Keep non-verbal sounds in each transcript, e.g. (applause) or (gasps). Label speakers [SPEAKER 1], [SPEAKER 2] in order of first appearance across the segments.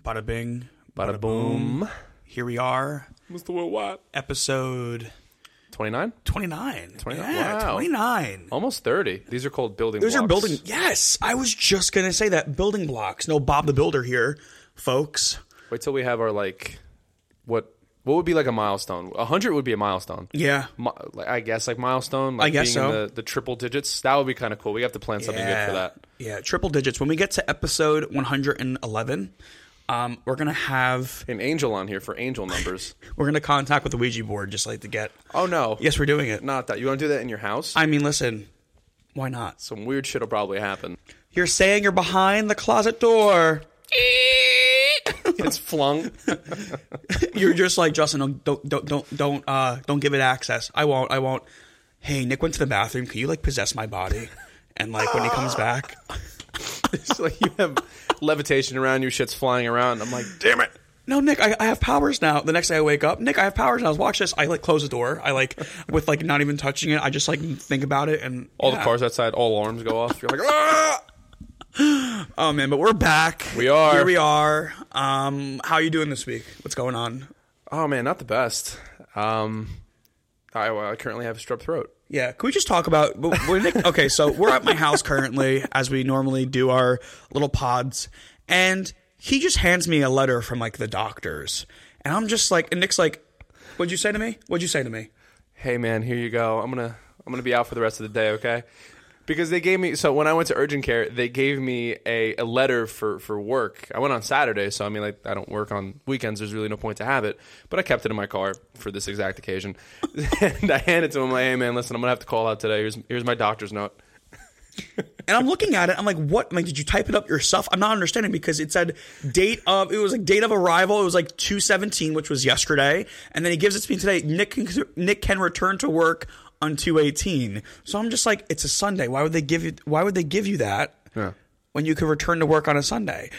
[SPEAKER 1] Bada bing.
[SPEAKER 2] Bada boom.
[SPEAKER 1] Here we are.
[SPEAKER 2] Mr. Worldwide.
[SPEAKER 1] Episode
[SPEAKER 2] 29?
[SPEAKER 1] 29.
[SPEAKER 2] 29,
[SPEAKER 1] Yeah,
[SPEAKER 2] wow. Oh,
[SPEAKER 1] 29.
[SPEAKER 2] Almost 30. These are called building
[SPEAKER 1] Those are
[SPEAKER 2] blocks.
[SPEAKER 1] building. Yes, I was just going to say that. Building blocks. No Bob the Builder here, folks.
[SPEAKER 2] Wait till we have our, like, what what would be like a milestone? 100 would be a milestone.
[SPEAKER 1] Yeah.
[SPEAKER 2] Mi- like, I guess, like, milestone. Like
[SPEAKER 1] I guess
[SPEAKER 2] being in
[SPEAKER 1] so.
[SPEAKER 2] the, the triple digits. That would be kind of cool. We have to plan something
[SPEAKER 1] yeah.
[SPEAKER 2] good for that.
[SPEAKER 1] Yeah, triple digits. When we get to episode 111, um, we're going to have,
[SPEAKER 2] An angel on here for angel numbers.
[SPEAKER 1] we're going to contact with the Ouija board just like to get.
[SPEAKER 2] oh, no.
[SPEAKER 1] (laughs) Yes, we're doing it.
[SPEAKER 2] Not that. You want to do that in your house?
[SPEAKER 1] I mean, listen, why not?
[SPEAKER 2] Some weird shit will probably happen.
[SPEAKER 1] You're saying you're behind the closet door.
[SPEAKER 2] it's flung. (laughs)
[SPEAKER 1] You're just like Justin. Don't don't don't don't uh don't give it access. I won't. I won't. Hey, Nick went to the bathroom. Can you like possess my body? And like when he comes back,
[SPEAKER 2] It's like you have levitation around you. Shit's flying around. I'm like, damn it.
[SPEAKER 1] no, Nick, I, I have powers now. The next day I wake up, Nick, I have powers now. Watch this. I like close the door. I like with like not even touching it. I just like think about it and
[SPEAKER 2] All
[SPEAKER 1] yeah.
[SPEAKER 2] the cars outside, all alarms go off. You're like, ah!
[SPEAKER 1] Oh man, but we're back.
[SPEAKER 2] We are.
[SPEAKER 1] Here we are. Um, how you doing this week? What's going on?
[SPEAKER 2] Oh man, not the best. Um, I, well, I currently have strep throat.
[SPEAKER 1] Yeah, can we just talk about? but we're- Nick- okay, so we're at my house currently, as we normally do our little pods, and he just hands me a letter from like the doctors, and I'm just like, and Nick's like, "What'd you say to me? What'd you say to me?"
[SPEAKER 2] Hey man, here you go. I'm gonna I'm gonna be out for the rest of the day, okay? Because they gave me so when I went to urgent care, they gave me a, a letter for for work. I went on Saturday, so I mean like I don't work on weekends. There's really no point to have it, but I kept it in my car for this exact occasion. (laughs) and I handed it to him like, hey man, listen, I'm gonna have to call out today. Here's here's my doctor's note.
[SPEAKER 1] And I'm looking at it, I'm like, "What? I'm like, did you type it up yourself?" I'm not understanding because it said date of it was like date of arrival. It was like two seventeen, which was yesterday, and then he gives it to me today. Nick can, Nick can return to work on two eighteen. So I'm just like, it's a Sunday. Why would they give you? Why would they give you that?
[SPEAKER 2] Yeah.
[SPEAKER 1] when you could return to work on a Sunday.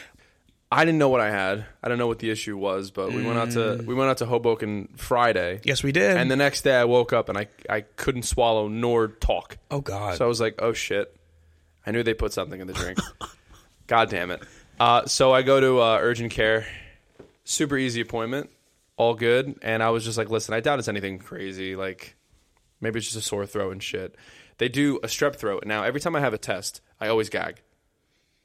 [SPEAKER 2] I didn't know what I had. I don't know what the issue was, but we went out to we went out to Hoboken Friday.
[SPEAKER 1] Mm. Yes, we did.
[SPEAKER 2] And the next day, I woke up and I I couldn't swallow nor talk.
[SPEAKER 1] oh God.
[SPEAKER 2] So I was like, oh shit! I knew they put something in
[SPEAKER 1] (laughs)
[SPEAKER 2] the drink. God damn it! Uh, so I go to uh, urgent care. Super easy appointment, all good. And I was just like, listen, I doubt it's anything crazy. Like maybe it's just a sore throat and shit. They do a strep throat. Now every time I have a test, I always gag.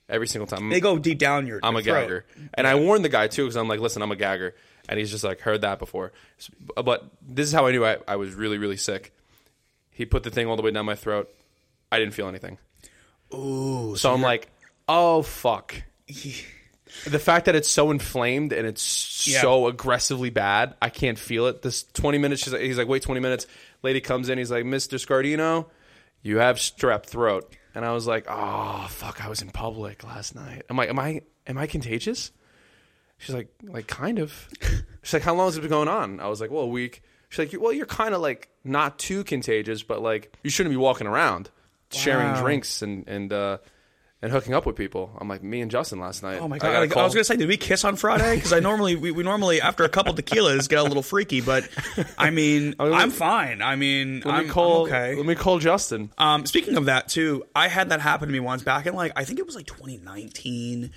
[SPEAKER 2] Every single time.
[SPEAKER 1] they go deep down your.
[SPEAKER 2] I'm a
[SPEAKER 1] your throat.
[SPEAKER 2] gagger. And I warned the guy too because I'm like, listen, I'm a gagger. And he's just like, heard that before. S- But this is how I knew I, I was really, really sick. He put the thing all the way down my throat. I didn't feel anything. Ooh. So I'm like, oh, fuck.
[SPEAKER 1] (laughs)
[SPEAKER 2] The fact that it's so inflamed and it's
[SPEAKER 1] Yeah.
[SPEAKER 2] so aggressively bad, I can't feel it. This 20 minutes, she's like, he's like, wait 20 minutes. Lady comes in, he's like, Mr. Scardino, you have strep throat. And I was like, oh, fuck, I was in public last night. I'm like, am I, am I contagious? She's like, like kind
[SPEAKER 1] (laughs)
[SPEAKER 2] of. She's like, how long has it been going on? I was like, well, a week. She's like, well, you're kind of like not too contagious, but like you shouldn't be walking around sharing
[SPEAKER 1] Wow.
[SPEAKER 2] drinks and and uh, and hooking up with people. I'm like, me and Justin last night.
[SPEAKER 1] Oh my
[SPEAKER 2] I,
[SPEAKER 1] God!
[SPEAKER 2] got a
[SPEAKER 1] Like, I,
[SPEAKER 2] call.
[SPEAKER 1] was gonna say, did we kiss on Friday? Because I normally we, we normally after a couple tequilas get a little freaky, but (laughs) I mean,
[SPEAKER 2] let me-
[SPEAKER 1] I'm fine. I mean,
[SPEAKER 2] Let
[SPEAKER 1] I'm,
[SPEAKER 2] me call.
[SPEAKER 1] I'm okay.
[SPEAKER 2] Let me call Justin.
[SPEAKER 1] Um, speaking of that too, I had that happen to me once back in like I think it was like 2019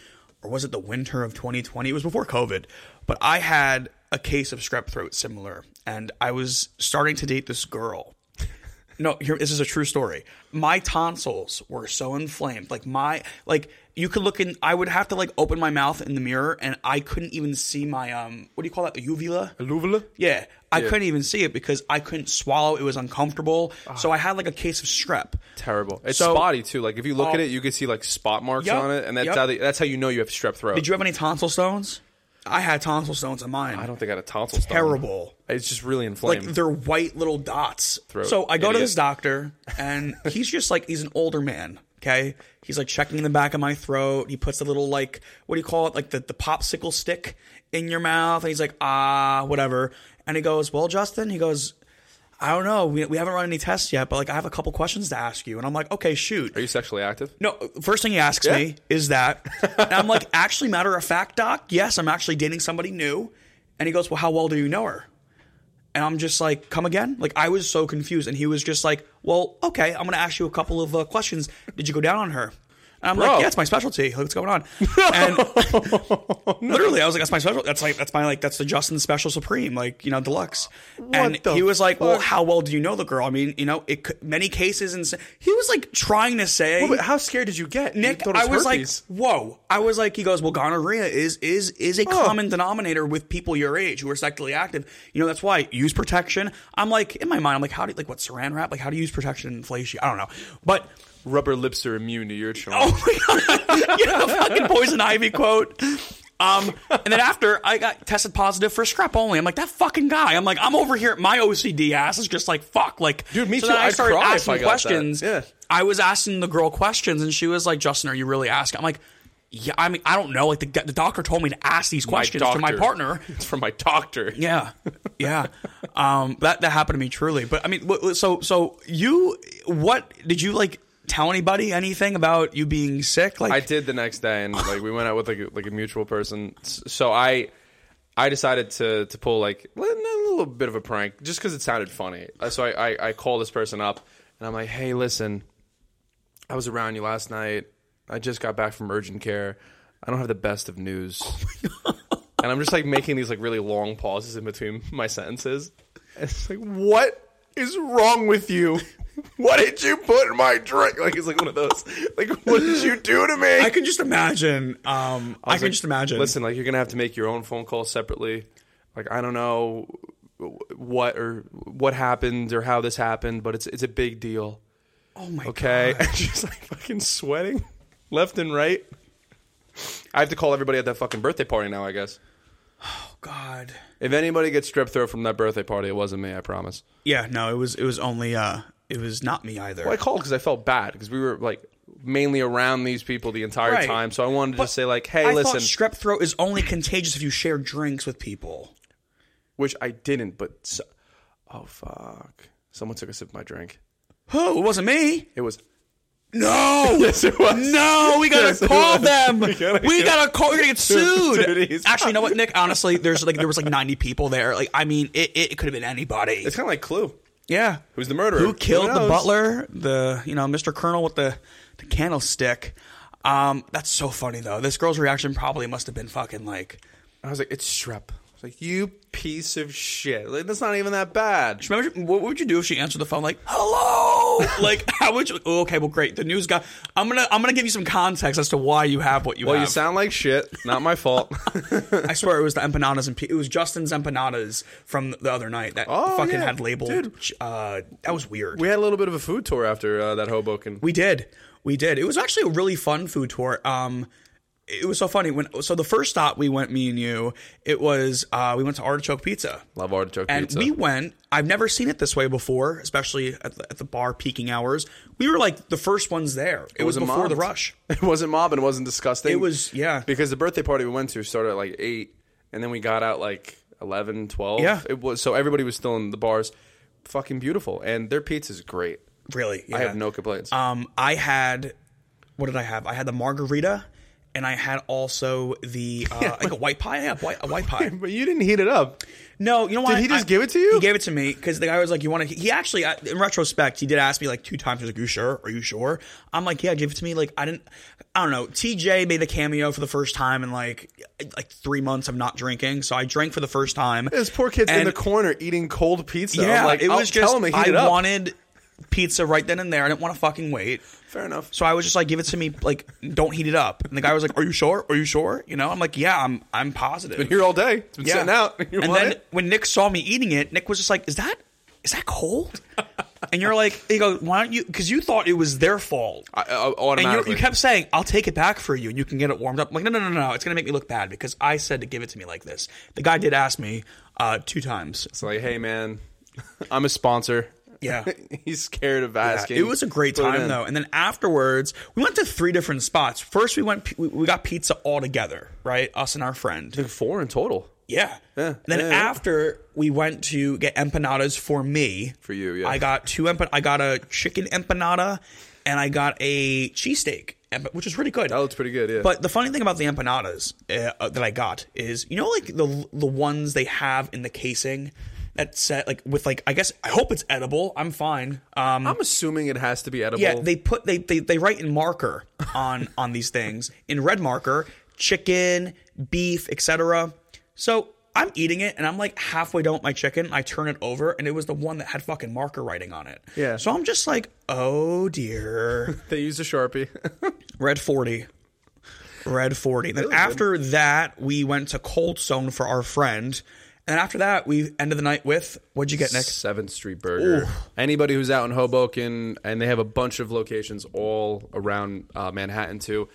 [SPEAKER 1] or was it the winter of 2020? It was before COVID, but I had a case of strep throat similar, and I was starting to date this girl. No, here this is a true story. My tonsils were so inflamed, like my like you could look in. I would have to like open my mouth in the mirror, and I couldn't even see my um. What do you call that? The uvula.
[SPEAKER 2] Louvre?
[SPEAKER 1] Yeah, I couldn't even see it because I couldn't swallow. It was uncomfortable.
[SPEAKER 2] Ah.
[SPEAKER 1] So I had like a case of strep.
[SPEAKER 2] Terrible. It's
[SPEAKER 1] So-
[SPEAKER 2] spotty too. Like if you look
[SPEAKER 1] Oh.
[SPEAKER 2] at it, you can see like spot marks
[SPEAKER 1] Yep,
[SPEAKER 2] on it, and that's
[SPEAKER 1] yep.
[SPEAKER 2] how they, that's how you know you have strep throat.
[SPEAKER 1] Did you have any tonsil stones? I had tonsil stones in mine.
[SPEAKER 2] I don't think I had a tonsil. stone.
[SPEAKER 1] Terrible.
[SPEAKER 2] It's just really
[SPEAKER 1] Like
[SPEAKER 2] inflamed.
[SPEAKER 1] they're white little dots. so I go to
[SPEAKER 2] idiot.
[SPEAKER 1] this doctor,
[SPEAKER 2] (laughs)
[SPEAKER 1] and he's just like he's an older man. Okay, he's like checking the back of my throat. He puts a little like what do you call it? Like the the popsicle stick in your mouth, and he's like ah whatever. And he goes, well, Justin. He goes, I don't know. We we haven't run any tests yet, but like I have a couple questions to ask you. And I'm like, okay, shoot.
[SPEAKER 2] Are you sexually active?
[SPEAKER 1] No, first thing he asks me is that. And I'm
[SPEAKER 2] (laughs)
[SPEAKER 1] like, actually, matter of fact, Doc, yes, I'm actually dating somebody new. And he goes, Well, how well do you know her? And I'm just like, Come again? Like, I was so confused. And he was just like, Well, okay, I'm going to ask you a couple of uh, questions. Did you go down on her? And I'm
[SPEAKER 2] Bro.
[SPEAKER 1] like, yeah, it's my specialty. Like, what's going
[SPEAKER 2] (laughs)
[SPEAKER 1] on? And literally, I was like, that's my special. That's like, that's my like, that's the Justin Special Supreme, like you know, deluxe. and
[SPEAKER 2] the
[SPEAKER 1] he was like, well,
[SPEAKER 2] fuck?
[SPEAKER 1] how well do you know the girl? I mean, you know, it could, many cases, and he was like trying to say.
[SPEAKER 2] But how scared did you get? You
[SPEAKER 1] Nick,
[SPEAKER 2] thought it
[SPEAKER 1] I was
[SPEAKER 2] herpes.
[SPEAKER 1] like, whoa. I was like, he goes, well, gonorrhea is is is a common denominator with people your age who are sexually active. You know, that's why use protection. I'm like, in my mind, I'm like, how do like what saran wrap? Like, how do you use protection and inflation? I don't know, but
[SPEAKER 2] rubber lips are immune to your charm.
[SPEAKER 1] (laughs) oh my god, yeah, the fucking poison ivy quote. Um, and then after I got tested positive for scrap only, I'm like that fucking guy. I'm like I'm over here. My OCD ass is just like fuck. Like
[SPEAKER 2] Dude, me
[SPEAKER 1] so
[SPEAKER 2] too.
[SPEAKER 1] Then I
[SPEAKER 2] I'd
[SPEAKER 1] started
[SPEAKER 2] cry if
[SPEAKER 1] asking
[SPEAKER 2] I got that.
[SPEAKER 1] questions.
[SPEAKER 2] Yeah.
[SPEAKER 1] I was asking the girl questions, and she was like, "Justin, are you really asking?" I'm like, "Yeah, I mean, I don't know. Like the, the doctor told me to ask these questions to my
[SPEAKER 2] doctor.
[SPEAKER 1] partner."
[SPEAKER 2] (laughs) It's from my doctor.
[SPEAKER 1] Yeah, yeah. um, that that happened to me truly. But I mean, wh- wh- so so you, what did you like? Tell anybody anything about you being sick? Like
[SPEAKER 2] I did the next day, and like we went out with like a, like a mutual person. S- So I I decided to to pull like a little bit of a prank just because it sounded funny. Uh, So I, I I call this person up, and I'm like, hey, listen, I was around you last night. I just got back from urgent care. I don't have the best of news. and I'm just like making these like really long pauses in between (laughs) my sentences. And it's like, what is wrong with you? What did you put in my drink? Like it's like one of those. Like what did you do to me?
[SPEAKER 1] I can just imagine. Um, I, can
[SPEAKER 2] like,
[SPEAKER 1] just imagine.
[SPEAKER 2] Listen, like you're gonna have to make your own phone call separately. Like I don't know wh- what or what happened or how this happened, but it's it's a big deal.
[SPEAKER 1] oh my
[SPEAKER 2] Okay, (laughs) and she's like fucking sweating left and right. I have to call everybody at that fucking birthday party now. I guess
[SPEAKER 1] god.
[SPEAKER 2] if anybody gets strep throat from that birthday party, it wasn't me. I promise.
[SPEAKER 1] Yeah, no, it was it was only uh, it was not me either.
[SPEAKER 2] Well, I called because I felt bad because we were like mainly around these people the entire
[SPEAKER 1] Right.
[SPEAKER 2] time. So I wanted to
[SPEAKER 1] But
[SPEAKER 2] just say like, hey,
[SPEAKER 1] I
[SPEAKER 2] listen,
[SPEAKER 1] thought strep throat is only contagious if you share drinks with people.
[SPEAKER 2] which I didn't, but so- oh fuck, someone took a sip of my drink.
[SPEAKER 1] Who? It wasn't me.
[SPEAKER 2] It was
[SPEAKER 1] No.
[SPEAKER 2] (laughs) Yes, it was.
[SPEAKER 1] No, we gotta
[SPEAKER 2] Yes, it
[SPEAKER 1] call
[SPEAKER 2] was.
[SPEAKER 1] them.
[SPEAKER 2] We gotta
[SPEAKER 1] we
[SPEAKER 2] get-
[SPEAKER 1] gotta call. We're gonna
[SPEAKER 2] (laughs)
[SPEAKER 1] get sued.
[SPEAKER 2] Dude, he's-
[SPEAKER 1] Actually, you know what, Nick? Honestly, there's like there was like 90 people there. Like, I mean, it, it, could have been anybody.
[SPEAKER 2] It's kind of like Clue.
[SPEAKER 1] yeah.
[SPEAKER 2] Who's the murderer?
[SPEAKER 1] Who killed the
[SPEAKER 2] knows?
[SPEAKER 1] butler? The you know Mr. Colonel with the the candlestick. Um, that's so funny though. This girl's reaction probably must have been fucking like.
[SPEAKER 2] I was like, it's Shrep. I was like, you piece of shit. Like, that's not even that bad.
[SPEAKER 1] Remember, what would you do if she answered the phone like,
[SPEAKER 2] (laughs)
[SPEAKER 1] "Hello"? like, how would you? Oh, okay, well, great. The news guy. I'm gonna I'm gonna give you some context as to why you have what you
[SPEAKER 2] Well,
[SPEAKER 1] have.
[SPEAKER 2] you sound like shit. Not
[SPEAKER 1] (laughs)
[SPEAKER 2] my fault.
[SPEAKER 1] I swear it was the empanadas and pe- it was Justin's empanadas from the other night that
[SPEAKER 2] Oh,
[SPEAKER 1] fucking
[SPEAKER 2] yeah.
[SPEAKER 1] had labeled.
[SPEAKER 2] Dude.
[SPEAKER 1] ch- Uh, that was weird.
[SPEAKER 2] we had a little bit of a food tour after uh, that Hoboken.
[SPEAKER 1] We did. We did. It was actually a really fun food tour. Um, it was so funny when so the first stop we went, me and you, it was uh, we went to Artichoke Pizza.
[SPEAKER 2] Love artichoke
[SPEAKER 1] And
[SPEAKER 2] pizza.
[SPEAKER 1] we went. I've never seen it this way before, especially at the, at the bar peaking hours. We were like the first ones there. It, was,
[SPEAKER 2] wasn't
[SPEAKER 1] before the
[SPEAKER 2] mobbed.
[SPEAKER 1] rush.
[SPEAKER 2] (laughs) it wasn't mobbing. It wasn't disgusting.
[SPEAKER 1] It was- yeah.
[SPEAKER 2] Because the birthday party we went to started at like 8, and then we got out like 11, 12.
[SPEAKER 1] Yeah.
[SPEAKER 2] It was, so everybody was still in the bars. Fucking beautiful. And their pizza's great.
[SPEAKER 1] Really,
[SPEAKER 2] I
[SPEAKER 1] yeah.
[SPEAKER 2] have no complaints.
[SPEAKER 1] Um, I had what did I have? I had the margarita, and I had also the
[SPEAKER 2] (laughs)
[SPEAKER 1] uh, like a white pie. I had white, a white pie.
[SPEAKER 2] but you didn't heat it up.
[SPEAKER 1] No, you know why?
[SPEAKER 2] he just
[SPEAKER 1] I-
[SPEAKER 2] give it to you?
[SPEAKER 1] He gave it to me because the guy was like, "You want to?" He actually, I- in retrospect, he did ask me like two times. He was like, "You sure? Are you sure?" I'm like, "Yeah, give it to me." Like, I didn't. I don't know. TJ made the cameo for the first time in like like three months of not drinking, so I drank for the first time.
[SPEAKER 2] This poor kid's in
[SPEAKER 1] And-
[SPEAKER 2] the corner eating cold pizza.
[SPEAKER 1] Yeah,
[SPEAKER 2] I'm like,
[SPEAKER 1] it
[SPEAKER 2] I'll
[SPEAKER 1] was
[SPEAKER 2] tell
[SPEAKER 1] just
[SPEAKER 2] him to heat
[SPEAKER 1] I
[SPEAKER 2] it up.
[SPEAKER 1] wanted pizza right then and there. I didn't want to fucking wait.
[SPEAKER 2] Fair enough. (laughs)
[SPEAKER 1] So I was just like, give it to me, like, don't heat it up. And the guy was like, Are you sure? Are you sure? You know, I'm like, Yeah, I'm I'm positive.
[SPEAKER 2] Here all day. It's been
[SPEAKER 1] yeah.
[SPEAKER 2] sitting out. (laughs) You
[SPEAKER 1] and
[SPEAKER 2] want
[SPEAKER 1] then
[SPEAKER 2] it?
[SPEAKER 1] when Nick saw me eating it, Nick was just like, Is that is that cold? and you're like, you go, why don't you because you thought it was their fault.
[SPEAKER 2] I, I,
[SPEAKER 1] and you,
[SPEAKER 2] automatically.
[SPEAKER 1] you kept saying, "I'll take it back for you, and you can get it warmed up." I'm like, no, no, no, no, it's gonna make me look bad because I said to give it to me like this. The guy did ask me uh, two times.
[SPEAKER 2] it's like, hey man, (laughs) I'm a sponsor.
[SPEAKER 1] Yeah.
[SPEAKER 2] (laughs) He's scared of asking.
[SPEAKER 1] It was a great
[SPEAKER 2] Put it
[SPEAKER 1] time
[SPEAKER 2] in.
[SPEAKER 1] though. And then afterwards, we went to three different spots. First, we went we- we got pizza all together, right? Us and our friend.
[SPEAKER 2] Like four in total.
[SPEAKER 1] Yeah. And then
[SPEAKER 2] yeah, yeah.
[SPEAKER 1] after we went to get empanadas for me.
[SPEAKER 2] For you, yeah.
[SPEAKER 1] I got two empan- I got a chicken empanada and I got a cheesesteak, emp- which is really good.
[SPEAKER 2] That looks pretty good. Yeah.
[SPEAKER 1] But the funny thing about the empanadas uh, uh, that I got is, you know, like the the ones they have in the casing at set like with like I guess I hope it's edible. I'm fine. Um,
[SPEAKER 2] I'm assuming it has to be edible.
[SPEAKER 1] yeah, they put they, they they write in marker on on these things in red marker, chicken, beef, etc. So I'm eating it and I'm like halfway done with my chicken. I turn it over and it was the one that had fucking marker writing on it.
[SPEAKER 2] Yeah.
[SPEAKER 1] So I'm just like, oh
[SPEAKER 2] (laughs)
[SPEAKER 1] dear,
[SPEAKER 2] they used
[SPEAKER 1] (laughs)
[SPEAKER 2] a sharpie.
[SPEAKER 1] red forty. Red 40. Then after that, we went to Cold Stone for our friend. And then after that, we ended the night with what'd you get, Nick?
[SPEAKER 2] Seventh Street Burger. Anybody who's out in Hoboken, and they have a bunch of locations all around uh, Manhattan too.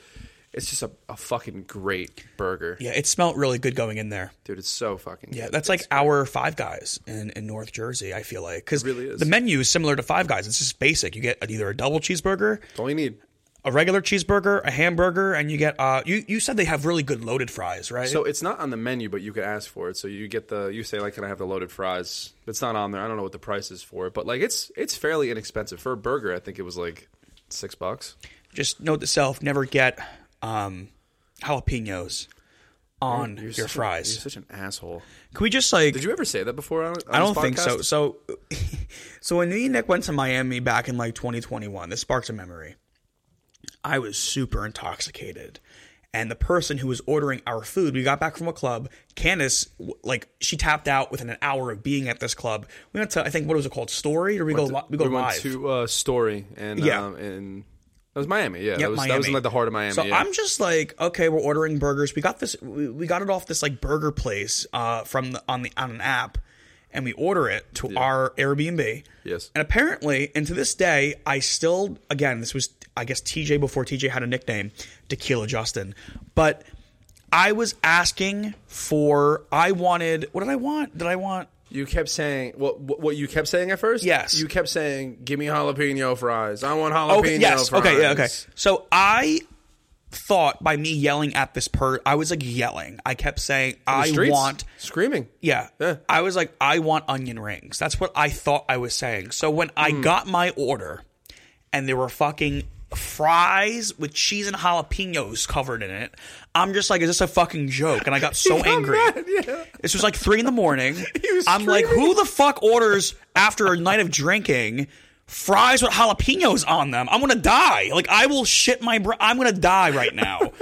[SPEAKER 2] It's just a, a fucking great burger,
[SPEAKER 1] Yeah, it smelled really good going in there.
[SPEAKER 2] dude. It's so fucking
[SPEAKER 1] Yeah,
[SPEAKER 2] good.
[SPEAKER 1] that's like our Five Guys in, in North Jersey. I feel like because
[SPEAKER 2] really is.
[SPEAKER 1] the menu is similar to Five Guys. It's just basic. You get either a double cheeseburger,
[SPEAKER 2] That's all you need.
[SPEAKER 1] a regular cheeseburger, a hamburger, and you get uh. You you said they have really good loaded fries, right?
[SPEAKER 2] So it's not on the menu, but you can ask for it. So you get the you say like, can I have the loaded fries? It's not on there. I don't know what the price is for it, but like it's it's fairly inexpensive for a burger. I think it was like six bucks.
[SPEAKER 1] just note to self: never get um jalapenos on your
[SPEAKER 2] such a-
[SPEAKER 1] fries.
[SPEAKER 2] you're such an asshole.
[SPEAKER 1] Can we just like?
[SPEAKER 2] Did you ever say that before? On, on
[SPEAKER 1] I don't think so. So, (laughs) so when me and Nick went to Miami back in like 2021, this sparks a memory. I was super intoxicated, and the person who was ordering our food, we got back from a club. Candace, w- like, she tapped out within an hour of being at this club. We went to, I think, what was it called, Story? Or we go, li- we go
[SPEAKER 2] we went
[SPEAKER 1] live.
[SPEAKER 2] to uh, Story and
[SPEAKER 1] Yeah.
[SPEAKER 2] um, and that was Miami. Yeah, that was that was
[SPEAKER 1] Miami.
[SPEAKER 2] in like the heart of Miami.
[SPEAKER 1] So
[SPEAKER 2] yeah.
[SPEAKER 1] I'm just like, okay, we're ordering burgers. We got this. We, we got it off this like burger place uh, from the, on the on an app, and we order it to our Airbnb.
[SPEAKER 2] Yes.
[SPEAKER 1] And apparently, and to this day, I still again, this was I guess TJ before TJ had a nickname, Tequila Justin, but I was asking for I wanted what did I want? Did I want?
[SPEAKER 2] you kept saying what what what you kept saying at first.
[SPEAKER 1] Yes.
[SPEAKER 2] you kept saying, "Give me jalapeno fries. I want jalapeno
[SPEAKER 1] Okay, yes.
[SPEAKER 2] fries."
[SPEAKER 1] Okay, yeah, okay. So I thought by me yelling at this per I was like yelling. I kept saying I
[SPEAKER 2] Streets,
[SPEAKER 1] want
[SPEAKER 2] screaming.
[SPEAKER 1] Yeah. I was like, I want onion rings. That's what I thought I was saying. So when I
[SPEAKER 2] Hmm.
[SPEAKER 1] got my order and there were fucking fries with cheese and jalapenos covered in it, I'm just like, is this a fucking joke? And I got
[SPEAKER 2] (laughs)
[SPEAKER 1] so angry.
[SPEAKER 2] mad, yeah.
[SPEAKER 1] This was like three in the
[SPEAKER 2] (laughs)
[SPEAKER 1] morning.
[SPEAKER 2] was
[SPEAKER 1] I'm like,
[SPEAKER 2] screaming.
[SPEAKER 1] who the fuck orders after a night of drinking? Fries with jalapenos on them. I'm gonna die. Like I will shit my. Br- I'm gonna die right
[SPEAKER 2] (laughs)
[SPEAKER 1] now.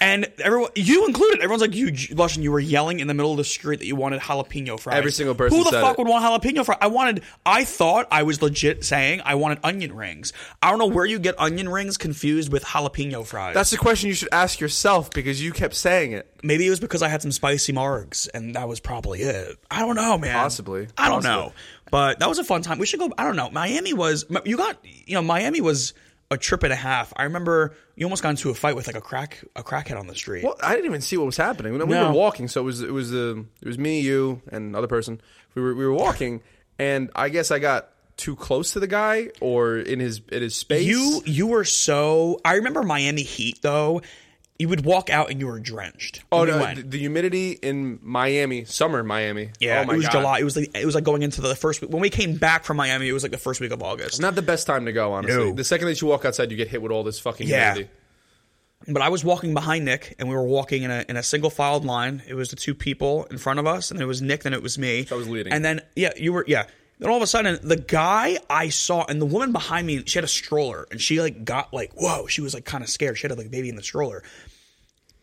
[SPEAKER 1] and everyone, you included, everyone's like, you, Lushin, you were yelling in the middle of the street that you wanted jalapeno fries.
[SPEAKER 2] Every single person
[SPEAKER 1] Who the
[SPEAKER 2] said
[SPEAKER 1] fuck
[SPEAKER 2] it.
[SPEAKER 1] would want jalapeno fries? I wanted. I thought I was legit saying I wanted onion rings. I don't know where you get onion rings confused with jalapeno fries.
[SPEAKER 2] That's the question you should ask yourself because you kept saying it.
[SPEAKER 1] Maybe it was because I had some spicy margs, and that was probably it. I don't know, man.
[SPEAKER 2] Possibly.
[SPEAKER 1] I don't
[SPEAKER 2] Possibly.
[SPEAKER 1] know. But that was a fun time. We should go. I don't know. Miami was. You got. You know, Miami was a trip and a half. I remember you almost got into a fight with like a crack a crackhead on the street.
[SPEAKER 2] Well, I didn't even see what was happening. We
[SPEAKER 1] No.
[SPEAKER 2] were walking, so it was it was the it was me, you, and another person. We were we were walking, and I guess I got too close to the guy or in his in his space.
[SPEAKER 1] You you were so. I remember Miami heat though. You would walk out and you were drenched.
[SPEAKER 2] Oh
[SPEAKER 1] We
[SPEAKER 2] no!
[SPEAKER 1] went.
[SPEAKER 2] th- The humidity in Miami, summer in Miami.
[SPEAKER 1] Yeah,
[SPEAKER 2] oh, my
[SPEAKER 1] it was
[SPEAKER 2] God.
[SPEAKER 1] July. It was like it was like going into the first week. when we came back from Miami. It was like the first week of August.
[SPEAKER 2] Not the best time to go, honestly.
[SPEAKER 1] No.
[SPEAKER 2] The second that you walk outside, you get hit with all this fucking
[SPEAKER 1] Yeah.
[SPEAKER 2] humidity.
[SPEAKER 1] But I was walking behind Nick, and we were walking in a in a single filed line. It was the two people in front of us, and it was Nick, then it was me.
[SPEAKER 2] I was leading.
[SPEAKER 1] And then yeah, you were yeah. Then all of a sudden, the guy I saw and the woman behind me, she had a stroller, and she like got like whoa, she was like kind of scared. She had like a baby in the stroller.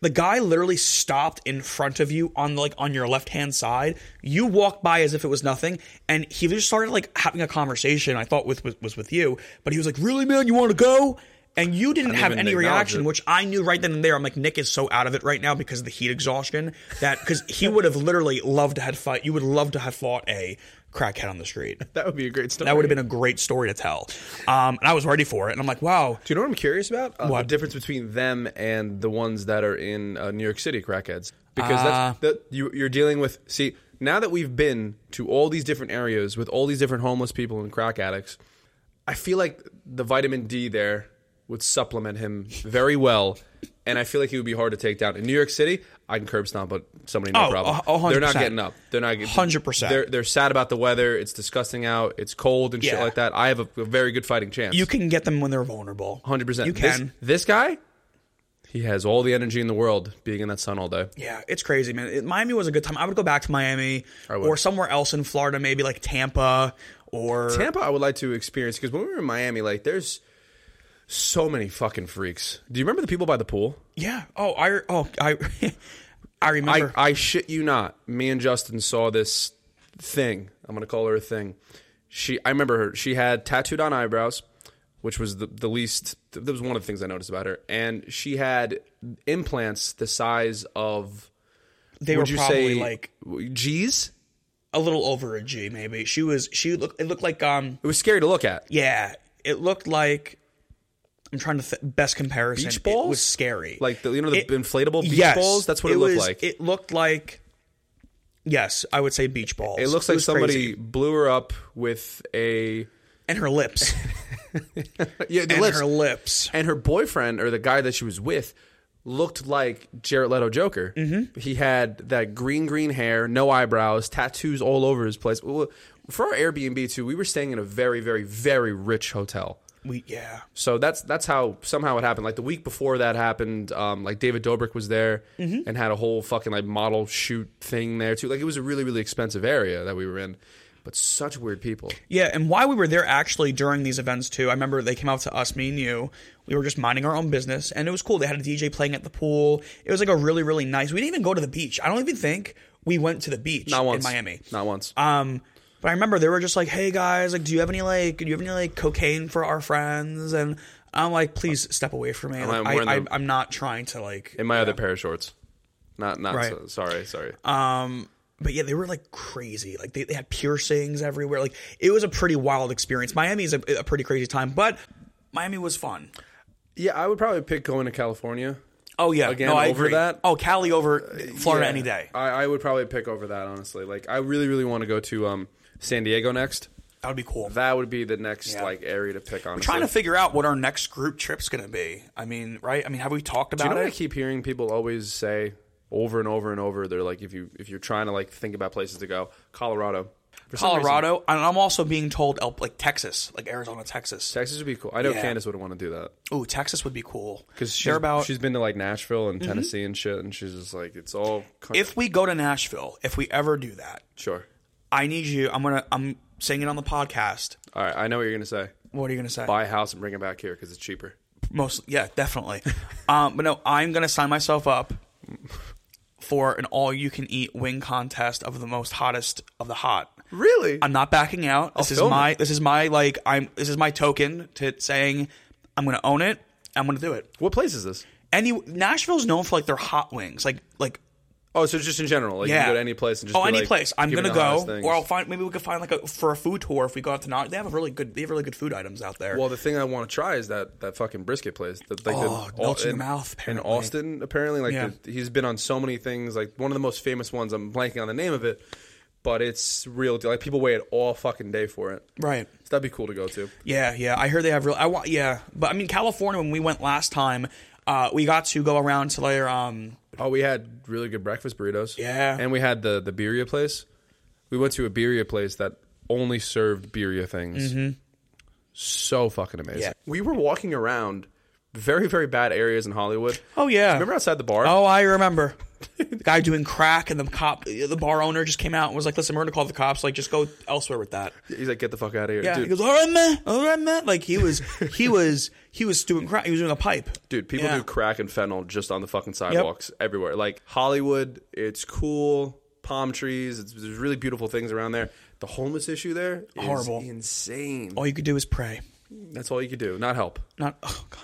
[SPEAKER 1] The guy literally stopped in front of you on like on your left hand side. You walked by as if it was nothing, and he just started like having a conversation. I thought with, with was with you, but he was like, "Really, man, you want to go?" And you didn't have
[SPEAKER 2] even
[SPEAKER 1] any
[SPEAKER 2] acknowledge
[SPEAKER 1] reaction,
[SPEAKER 2] it.
[SPEAKER 1] which I knew right then and there. I'm like, Nick is so out of it right now because of the heat exhaustion that because he would have literally loved to had fight. You would love to have fought a crackhead on the street.
[SPEAKER 2] That would be a great story.
[SPEAKER 1] That would have been a great story to tell. Um, and I was ready for it. And I'm like, wow,
[SPEAKER 2] Do you know what I'm curious about? Uh,
[SPEAKER 1] What?
[SPEAKER 2] The difference between them and the ones that are in uh, New York City crackheads. Because
[SPEAKER 1] Uh.
[SPEAKER 2] that's, that you, you're dealing with. See, now that we've been to all these different areas with all these different homeless people and crack addicts, I feel like the vitamin D there would supplement him very well. And I feel like he would be hard to take down. In New York City, I can curb stomp, but somebody no
[SPEAKER 1] Oh,
[SPEAKER 2] problem.
[SPEAKER 1] a- a hundred
[SPEAKER 2] They're not
[SPEAKER 1] percent.
[SPEAKER 2] getting up. They're not getting
[SPEAKER 1] Hundred percent.
[SPEAKER 2] They're they're sad about the weather. It's disgusting out. It's cold and shit
[SPEAKER 1] Yeah.
[SPEAKER 2] like that. I have a, a very good fighting chance
[SPEAKER 1] you can get them when they're vulnerable.
[SPEAKER 2] hundred percent.
[SPEAKER 1] You can.
[SPEAKER 2] This, this guy, He has all the energy in the world being in that sun all day.
[SPEAKER 1] Yeah, it's crazy, man. It- Miami was a good time. I would go back to Miami
[SPEAKER 2] would.
[SPEAKER 1] or somewhere else in Florida, maybe like Tampa or
[SPEAKER 2] Tampa, I would like to experience because when we were in Miami, like there's so many fucking freaks. Do you remember the people by the pool?
[SPEAKER 1] yeah. Oh, I oh I (laughs) I
[SPEAKER 2] I,
[SPEAKER 1] remember.
[SPEAKER 2] I shit you not. Me and Justin saw this thing. I'm gonna call her a thing. She, I remember her. She had tattooed on eyebrows, which was the, the least. That was one of the things I noticed about her. And she had implants the size of.
[SPEAKER 1] they were
[SPEAKER 2] Would you
[SPEAKER 1] probably
[SPEAKER 2] say
[SPEAKER 1] like
[SPEAKER 2] G's?
[SPEAKER 1] a little over a G, maybe. She was she looked it looked like um
[SPEAKER 2] It was scary to look at.
[SPEAKER 1] yeah it looked like I'm trying to th- best comparison.
[SPEAKER 2] Beach
[SPEAKER 1] It was
[SPEAKER 2] balls?
[SPEAKER 1] scary.
[SPEAKER 2] Like the you know the
[SPEAKER 1] It-
[SPEAKER 2] inflatable beach
[SPEAKER 1] yes,
[SPEAKER 2] balls. That's what it, looked
[SPEAKER 1] was-
[SPEAKER 2] like.
[SPEAKER 1] It looked like yes, I would say beach balls.
[SPEAKER 2] It looks like
[SPEAKER 1] was
[SPEAKER 2] somebody
[SPEAKER 1] crazy.
[SPEAKER 2] blew her up with a
[SPEAKER 1] and her
[SPEAKER 2] (laughs)
[SPEAKER 1] lips
[SPEAKER 2] yeah the
[SPEAKER 1] and her lips.
[SPEAKER 2] and her boyfriend or the guy that she was with looked like Jared Leto Joker. Mm-hmm. He had that green green hair, no eyebrows, tattoos all over his place. Well, For our Airbnb too, we were staying in a very very very rich hotel.
[SPEAKER 1] We yeah.
[SPEAKER 2] So that's that's how somehow it happened. Like the week before that happened, um, like David Dobrik was there
[SPEAKER 1] Mm-hmm.
[SPEAKER 2] and had a whole fucking like model shoot thing there too. Like it was a really really expensive area that we were in, but such weird people.
[SPEAKER 1] Yeah, and why we were there actually during these events too. I remember they came out to us, me and you. We were just minding our own business, and it was cool. They had a DJ playing at the pool. It was like a really, really nice. We didn't even go to the beach. I don't even think we went to the beach
[SPEAKER 2] Not once
[SPEAKER 1] in Miami.
[SPEAKER 2] Not once.
[SPEAKER 1] Um, but I remember they were just like, "Hey guys, like, do you have any like, do you have any like cocaine for our friends?" And I'm like, "Please step away from me. Like,
[SPEAKER 2] I'm
[SPEAKER 1] I,
[SPEAKER 2] wearing
[SPEAKER 1] I,
[SPEAKER 2] the-
[SPEAKER 1] I'm not trying to like."
[SPEAKER 2] in my other pair of shorts. Not not
[SPEAKER 1] Right. Uh,
[SPEAKER 2] so, sorry sorry.
[SPEAKER 1] But yeah, they were like crazy. Like they, they had piercings everywhere. Like it was a pretty wild experience. Miami is a, a pretty crazy time, but Miami was fun.
[SPEAKER 2] yeah, I would probably pick going to California.
[SPEAKER 1] Oh yeah,
[SPEAKER 2] Again,
[SPEAKER 1] no, I
[SPEAKER 2] over
[SPEAKER 1] agree.
[SPEAKER 2] that? Uh,
[SPEAKER 1] Oh, Cali over Florida
[SPEAKER 2] Yeah.
[SPEAKER 1] any day.
[SPEAKER 2] I, I would probably pick over that honestly. Like I really really want to go to um San Diego next.
[SPEAKER 1] That would be cool.
[SPEAKER 2] That would be the next
[SPEAKER 1] Yeah.
[SPEAKER 2] like area to pick on.
[SPEAKER 1] Trying to figure out what our next group trip's gonna be. I mean, right? I mean, have we talked about
[SPEAKER 2] You know
[SPEAKER 1] it?
[SPEAKER 2] what I keep hearing people always say over and over and over. They're like, if you if you're trying to like think about places to go, Colorado, For some reason,
[SPEAKER 1] Colorado, and I'm also being told El- like Texas, like Arizona, Texas.
[SPEAKER 2] Texas would be cool. I know
[SPEAKER 1] Yeah.
[SPEAKER 2] Candace would want to do that
[SPEAKER 1] Ooh, Texas would be cool.
[SPEAKER 2] because
[SPEAKER 1] they're about Mm-hmm.
[SPEAKER 2] she's been to like Nashville and Tennessee and shit, and she's just like, it's all country.
[SPEAKER 1] if we go to Nashville, if we ever do that,
[SPEAKER 2] sure.
[SPEAKER 1] I need you. I'm gonna I'm saying it on the podcast.
[SPEAKER 2] All right, I know what you're gonna say.
[SPEAKER 1] What are you gonna say?
[SPEAKER 2] Buy a house and bring it back here because it's cheaper.
[SPEAKER 1] Mostly, yeah, definitely. (laughs) um, but no, I'm gonna sign myself up for an all you can eat wing contest of the most hottest of the hot.
[SPEAKER 2] Really?
[SPEAKER 1] I'm not backing out. This is
[SPEAKER 2] film
[SPEAKER 1] my this is my like I'm this is my token to saying I'm gonna own it. I'm gonna do it.
[SPEAKER 2] what place is this?
[SPEAKER 1] Any Nashville's known for like their hot wings, like like
[SPEAKER 2] Oh, so just in general, like you
[SPEAKER 1] Yeah.
[SPEAKER 2] can go to any place and just
[SPEAKER 1] oh
[SPEAKER 2] be
[SPEAKER 1] any
[SPEAKER 2] like,
[SPEAKER 1] place i'm
[SPEAKER 2] give me
[SPEAKER 1] gonna
[SPEAKER 2] the hottest
[SPEAKER 1] go
[SPEAKER 2] things.
[SPEAKER 1] or i'll find maybe we could find like a for a food tour if we go out to not they have a really good they have really good food items out there
[SPEAKER 2] Well, the thing I want to try is that that fucking brisket place. That like
[SPEAKER 1] Oh,
[SPEAKER 2] the,
[SPEAKER 1] melts in your
[SPEAKER 2] in-
[SPEAKER 1] mouth, apparently.
[SPEAKER 2] in Austin, apparently, like
[SPEAKER 1] Yeah.
[SPEAKER 2] the, he's been on so many things. Like one of the most famous ones, I'm blanking on the name of it, but it's real. deal. Like people wait all fucking day for it.
[SPEAKER 1] right
[SPEAKER 2] So that'd be cool to go to.
[SPEAKER 1] yeah yeah i heard they have real i want yeah but i mean california when we went last time uh we got to go around to their um
[SPEAKER 2] Oh, we had really good breakfast burritos.
[SPEAKER 1] Yeah.
[SPEAKER 2] and we had the the birria place. We went to a birria place that only served birria things. So fucking amazing.
[SPEAKER 1] Mm-hmm. Yeah.
[SPEAKER 2] We were walking around very very bad areas in Hollywood.
[SPEAKER 1] oh yeah
[SPEAKER 2] Remember outside the bar?
[SPEAKER 1] oh i remember the guy doing crack and the cop the bar owner just came out and was like listen we're gonna call the cops like just go elsewhere with that
[SPEAKER 2] He's like, get the fuck out of here,
[SPEAKER 1] yeah
[SPEAKER 2] dude.
[SPEAKER 1] he goes all right man all right man like he was he was he was doing crack he was doing a pipe
[SPEAKER 2] Dude, people
[SPEAKER 1] Yeah.
[SPEAKER 2] do crack and fentanyl just on the fucking sidewalks everywhere. Like Hollywood, it's cool. Palm trees, it's, there's really beautiful things around there. The homeless issue there is
[SPEAKER 1] Horrible.
[SPEAKER 2] insane.
[SPEAKER 1] all you could do is pray
[SPEAKER 2] That's all you could do. Not help.
[SPEAKER 1] Not oh god.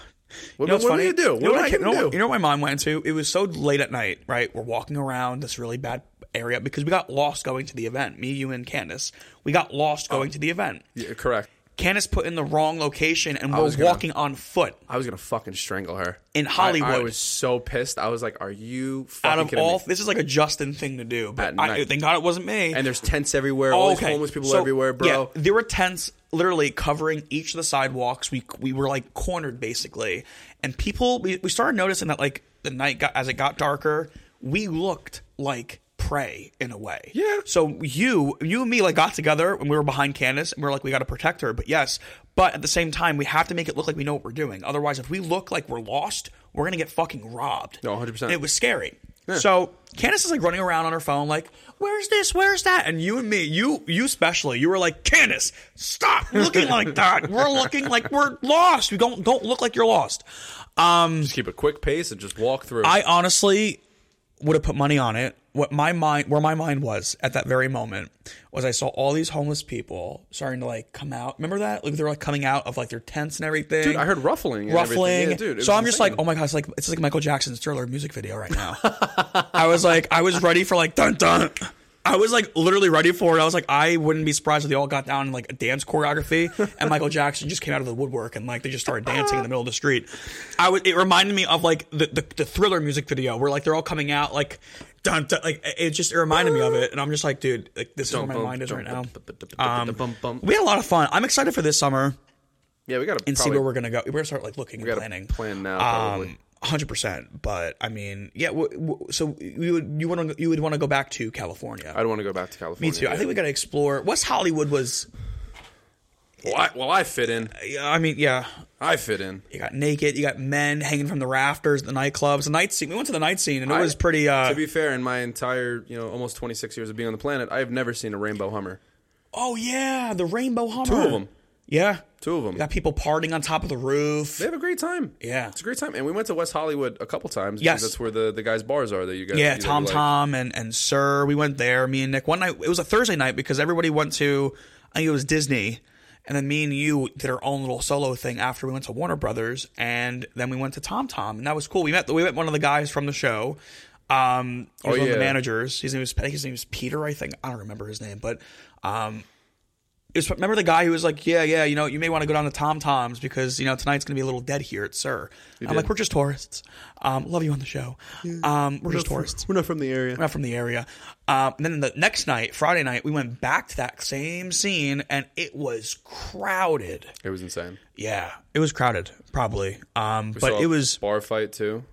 [SPEAKER 2] What-
[SPEAKER 1] you know what's
[SPEAKER 2] what are
[SPEAKER 1] funny?
[SPEAKER 2] we gonna do?
[SPEAKER 1] You know
[SPEAKER 2] What
[SPEAKER 1] what
[SPEAKER 2] am
[SPEAKER 1] I
[SPEAKER 2] I
[SPEAKER 1] can't-
[SPEAKER 2] gonna
[SPEAKER 1] you know-
[SPEAKER 2] do?
[SPEAKER 1] You know what my mind went to? It was so late at night, right? We're walking around this really bad area because we got lost going to the event. Me, you, and Candace. We got lost
[SPEAKER 2] Oh.
[SPEAKER 1] going to the event.
[SPEAKER 2] Yeah, correct.
[SPEAKER 1] Candace put in the wrong location and we're
[SPEAKER 2] was gonna-
[SPEAKER 1] walking on foot.
[SPEAKER 2] I was gonna fucking strangle her
[SPEAKER 1] In
[SPEAKER 2] I-
[SPEAKER 1] Hollywood.
[SPEAKER 2] I, was so pissed. I was like, "Are you fucking
[SPEAKER 1] Out of
[SPEAKER 2] kidding
[SPEAKER 1] all
[SPEAKER 2] me?"
[SPEAKER 1] this is like a Justin thing to do, but
[SPEAKER 2] At
[SPEAKER 1] I,
[SPEAKER 2] night.
[SPEAKER 1] thank God it wasn't me. Oh,
[SPEAKER 2] And there's tents everywhere. All these homeless people
[SPEAKER 1] So,
[SPEAKER 2] everywhere, bro.
[SPEAKER 1] Yeah, there were tents literally covering each of the sidewalks. We we were like cornered basically, and people we, we started noticing that like the night got as it got darker, we looked like prey in a way.
[SPEAKER 2] Yeah.
[SPEAKER 1] So you, you and me, like got together and we were behind Candace and we are like, we got to protect her. But yes, but at the same time, we have to make it look like we know what we're doing. Otherwise, if we look like we're lost, we're gonna get fucking robbed.
[SPEAKER 2] No, 100%.
[SPEAKER 1] And It was scary. So Candace is like running around on her phone, like, "Where's this? Where's that?" And you and me, you, you especially, you were like, "Candace, stop looking like that. We're looking like we're lost. We don't don't look like you're lost."
[SPEAKER 2] Just keep a quick pace and just walk through.
[SPEAKER 1] I honestly would have put money on it. What my mind, where my mind was at that very moment, was I saw all these homeless people starting to like come out. Remember that? Like they're like coming out of like their tents and everything.
[SPEAKER 2] Dude, I heard ruffling. and everything.
[SPEAKER 1] ruffling.
[SPEAKER 2] Yeah, dude, it
[SPEAKER 1] so
[SPEAKER 2] was
[SPEAKER 1] I'm just
[SPEAKER 2] insane.
[SPEAKER 1] like, oh my gosh, like it's like Michael Jackson's Thriller music video right now. I was like, I was ready for like dun dun. I was like literally ready for it. I was like, I wouldn't be surprised if they all got down in like a dance choreography, and Michael Jackson just came out of the woodwork and like they just started dancing in the middle of the street. I was. It reminded me of like the, the the Thriller music video where like they're all coming out like dun dun. Like it just it reminded me of it, and I'm just like, dude, like this is where my
[SPEAKER 2] Bum,
[SPEAKER 1] mind is
[SPEAKER 2] bum,
[SPEAKER 1] right now.
[SPEAKER 2] bum, bum, bum, bum, bum, bum, bum.
[SPEAKER 1] We had a lot of fun. I'm excited for this summer
[SPEAKER 2] Yeah, we got to
[SPEAKER 1] and see where we're gonna go. We're gonna start like looking and
[SPEAKER 2] gotta
[SPEAKER 1] planning.
[SPEAKER 2] plan now, probably.
[SPEAKER 1] Um, 100%. But I mean, yeah. W- w- so you would you want to you would want to go back to California?
[SPEAKER 2] I'd want to go back to California.
[SPEAKER 1] Me too. I think we got to explore. West Hollywood was.
[SPEAKER 2] Well, I, well, I fit in.
[SPEAKER 1] I mean, yeah.
[SPEAKER 2] I fit in.
[SPEAKER 1] You got naked. You got men hanging from the rafters at the nightclubs. The night scene. We went to the night scene, and it was pretty. Uh,
[SPEAKER 2] to be fair, in my entire you know almost 26 years of being on the planet, I've never seen a rainbow Hummer.
[SPEAKER 1] oh yeah, the Rainbow Hummer.
[SPEAKER 2] Two of them.
[SPEAKER 1] Yeah.
[SPEAKER 2] Two of them.
[SPEAKER 1] You got people partying on top of the roof.
[SPEAKER 2] They have a great time.
[SPEAKER 1] Yeah.
[SPEAKER 2] it's a great time. And we went to West Hollywood a couple times.
[SPEAKER 1] Yes.
[SPEAKER 2] because that's where the, the guys' bars are. That you guys.
[SPEAKER 1] Yeah,
[SPEAKER 2] you know,
[SPEAKER 1] Tom
[SPEAKER 2] like-
[SPEAKER 1] Tom and and Sir. We went there. Me and Nick. One night it was a Thursday night because everybody went to. I think it was Disney, and then me and you did our own little solo thing after we went to Warner Brothers, and then we went to Tom Tom, and that was cool. We met we met one of the guys from the show. Um, he was one
[SPEAKER 2] Oh,
[SPEAKER 1] of the
[SPEAKER 2] yeah.
[SPEAKER 1] managers. His name was I think his name was Peter. I think I don't remember his name, but um, it was, remember the guy who was like, "Yeah, yeah, you know, you may want to go down to Tom Tom's because you know tonight's gonna be a little dead here at Sir." I'm like, "We're just tourists. Um, love you on the show. Um, we're just tourists.
[SPEAKER 2] We're not from the area.
[SPEAKER 1] We're not from the area." Um, and then the next night, Friday night, we went back to that same scene, and it was crowded.
[SPEAKER 2] It was insane.
[SPEAKER 1] Yeah, it was crowded, probably. Um, but
[SPEAKER 2] Saw a
[SPEAKER 1] it was
[SPEAKER 2] bar fight too.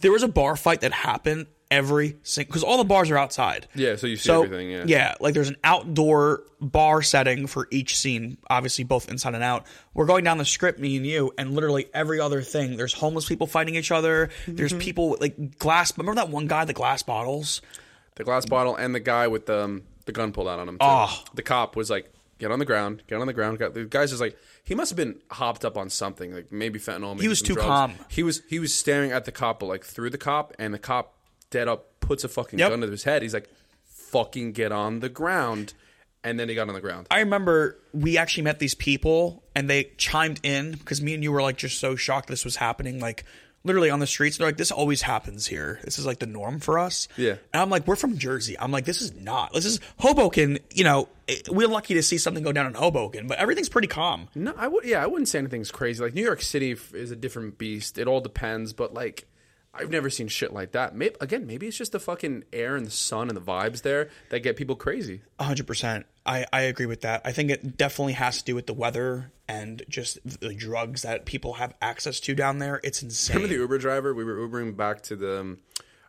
[SPEAKER 1] there was a bar fight that happened every single because all the bars are outside.
[SPEAKER 2] Yeah, so you see everything. Yeah.
[SPEAKER 1] like there's an outdoor bar setting for each scene, obviously both inside and out. We're going down the script, me and you, and literally every other thing. There's homeless people fighting each other.
[SPEAKER 2] Mm-hmm.
[SPEAKER 1] There's people with like glass. Remember that one guy, the glass bottles.
[SPEAKER 2] The glass bottle and the guy with the um, the gun pulled out on him. Too.
[SPEAKER 1] Oh.
[SPEAKER 2] The cop was like, "Get on the ground, get on the ground." The guy's just like, he must have been hopped up on something, like maybe fentanyl. Maybe
[SPEAKER 1] was
[SPEAKER 2] some
[SPEAKER 1] too
[SPEAKER 2] drugs.
[SPEAKER 1] calm.
[SPEAKER 2] He was he was staring at the cop, but like through the cop, and the cop dead up puts a fucking
[SPEAKER 1] Yep.
[SPEAKER 2] gun to his head. He's like, "Fucking get on the ground," and then he got on the ground.
[SPEAKER 1] I remember we actually met these people and they chimed in because me and you were like just so shocked this was happening, like literally on the streets. They're like, this always happens here. This is like the norm for us.
[SPEAKER 2] Yeah.
[SPEAKER 1] And I'm like, we're from Jersey. I'm like, this is not. This is Hoboken. You know, it- we're lucky to see something go down in Hoboken, but everything's pretty calm.
[SPEAKER 2] No, I would. Yeah, I wouldn't say anything's crazy. Like New York City f- is a different beast. It all depends, but like. I've never seen shit like that. Maybe again, maybe it's just the fucking air and the sun and the vibes there that get people crazy.
[SPEAKER 1] 100%. I, I agree with that. I think it definitely has to do with the weather and just the drugs that people have access to down there. It's insane.
[SPEAKER 2] Remember the Uber driver? We were Ubering back to the. Um,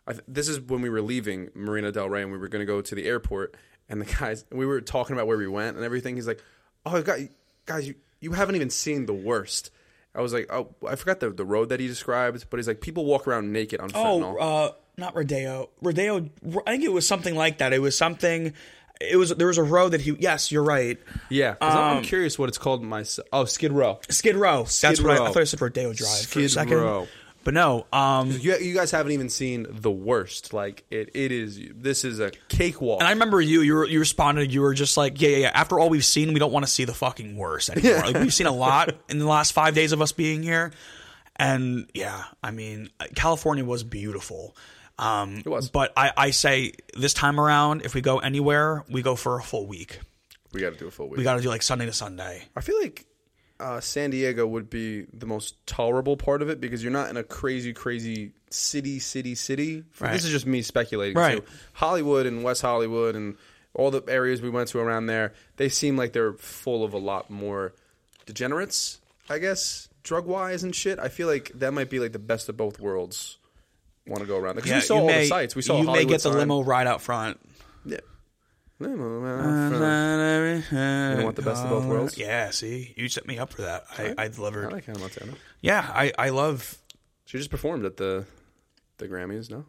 [SPEAKER 2] I th- this is when we were leaving Marina Del Rey, and we were going to go to the airport. And the (laughs) guys, we were talking about where we went and everything. He's like, "Oh, guys, guys, you, you haven't even seen the worst." I was like, "Oh, I forgot the, the road that he described." But he's like, "People walk around naked on fentanyl."
[SPEAKER 1] Oh, uh, not Rodeo. Rodeo. I think it was something like that. It was something. It was there was a row that he. Yes, you're right.
[SPEAKER 2] yeah, 'cause I'm- I'm
[SPEAKER 1] um,
[SPEAKER 2] curious what it's called. Myself. Oh, Skid Row.
[SPEAKER 1] Skid Row. That's what I, I
[SPEAKER 2] Row.
[SPEAKER 1] thought. I said Rodeo Drive for a
[SPEAKER 2] Skid
[SPEAKER 1] second.
[SPEAKER 2] Row.
[SPEAKER 1] But no. Um,
[SPEAKER 2] You, you guys haven't even seen the worst. Like it, it is. This is a cakewalk.
[SPEAKER 1] and I remember you. You, were, you responded. You were just like, yeah, yeah, yeah. After all we've seen, we don't want to see the fucking worst anymore. Like we've (laughs) seen a lot in the last five days of us being here. And yeah, I mean, California was beautiful. Um, it
[SPEAKER 2] was.
[SPEAKER 1] But I, I say this time around, if we go anywhere, we go for a full week.
[SPEAKER 2] we got to do a full week.
[SPEAKER 1] We got to do like Sunday to Sunday.
[SPEAKER 2] I feel like uh, San Diego would be the most tolerable part of it because you're not in a crazy, crazy city, city, city.
[SPEAKER 1] Right.
[SPEAKER 2] This is just me speculating.
[SPEAKER 1] Right.
[SPEAKER 2] So Hollywood and West Hollywood and all the areas we went to around there, they seem like they're full of a lot more degenerates, I guess, drug wise and shit. I feel like that might be like the best of both worlds want to go around because
[SPEAKER 1] Yeah,
[SPEAKER 2] we saw
[SPEAKER 1] you
[SPEAKER 2] all
[SPEAKER 1] may-
[SPEAKER 2] the sites. We saw
[SPEAKER 1] You
[SPEAKER 2] Hollywood
[SPEAKER 1] may get the
[SPEAKER 2] sign.
[SPEAKER 1] limo right out front.
[SPEAKER 2] Yeah. Limo out front.
[SPEAKER 1] You
[SPEAKER 2] Uh, want the (laughs) best of both worlds?
[SPEAKER 1] Yeah, see, you set me up for that. I, I
[SPEAKER 2] I
[SPEAKER 1] delivered.
[SPEAKER 2] like Hannah Montana.
[SPEAKER 1] Yeah, I, I love.
[SPEAKER 2] She just performed at the the Grammys. No,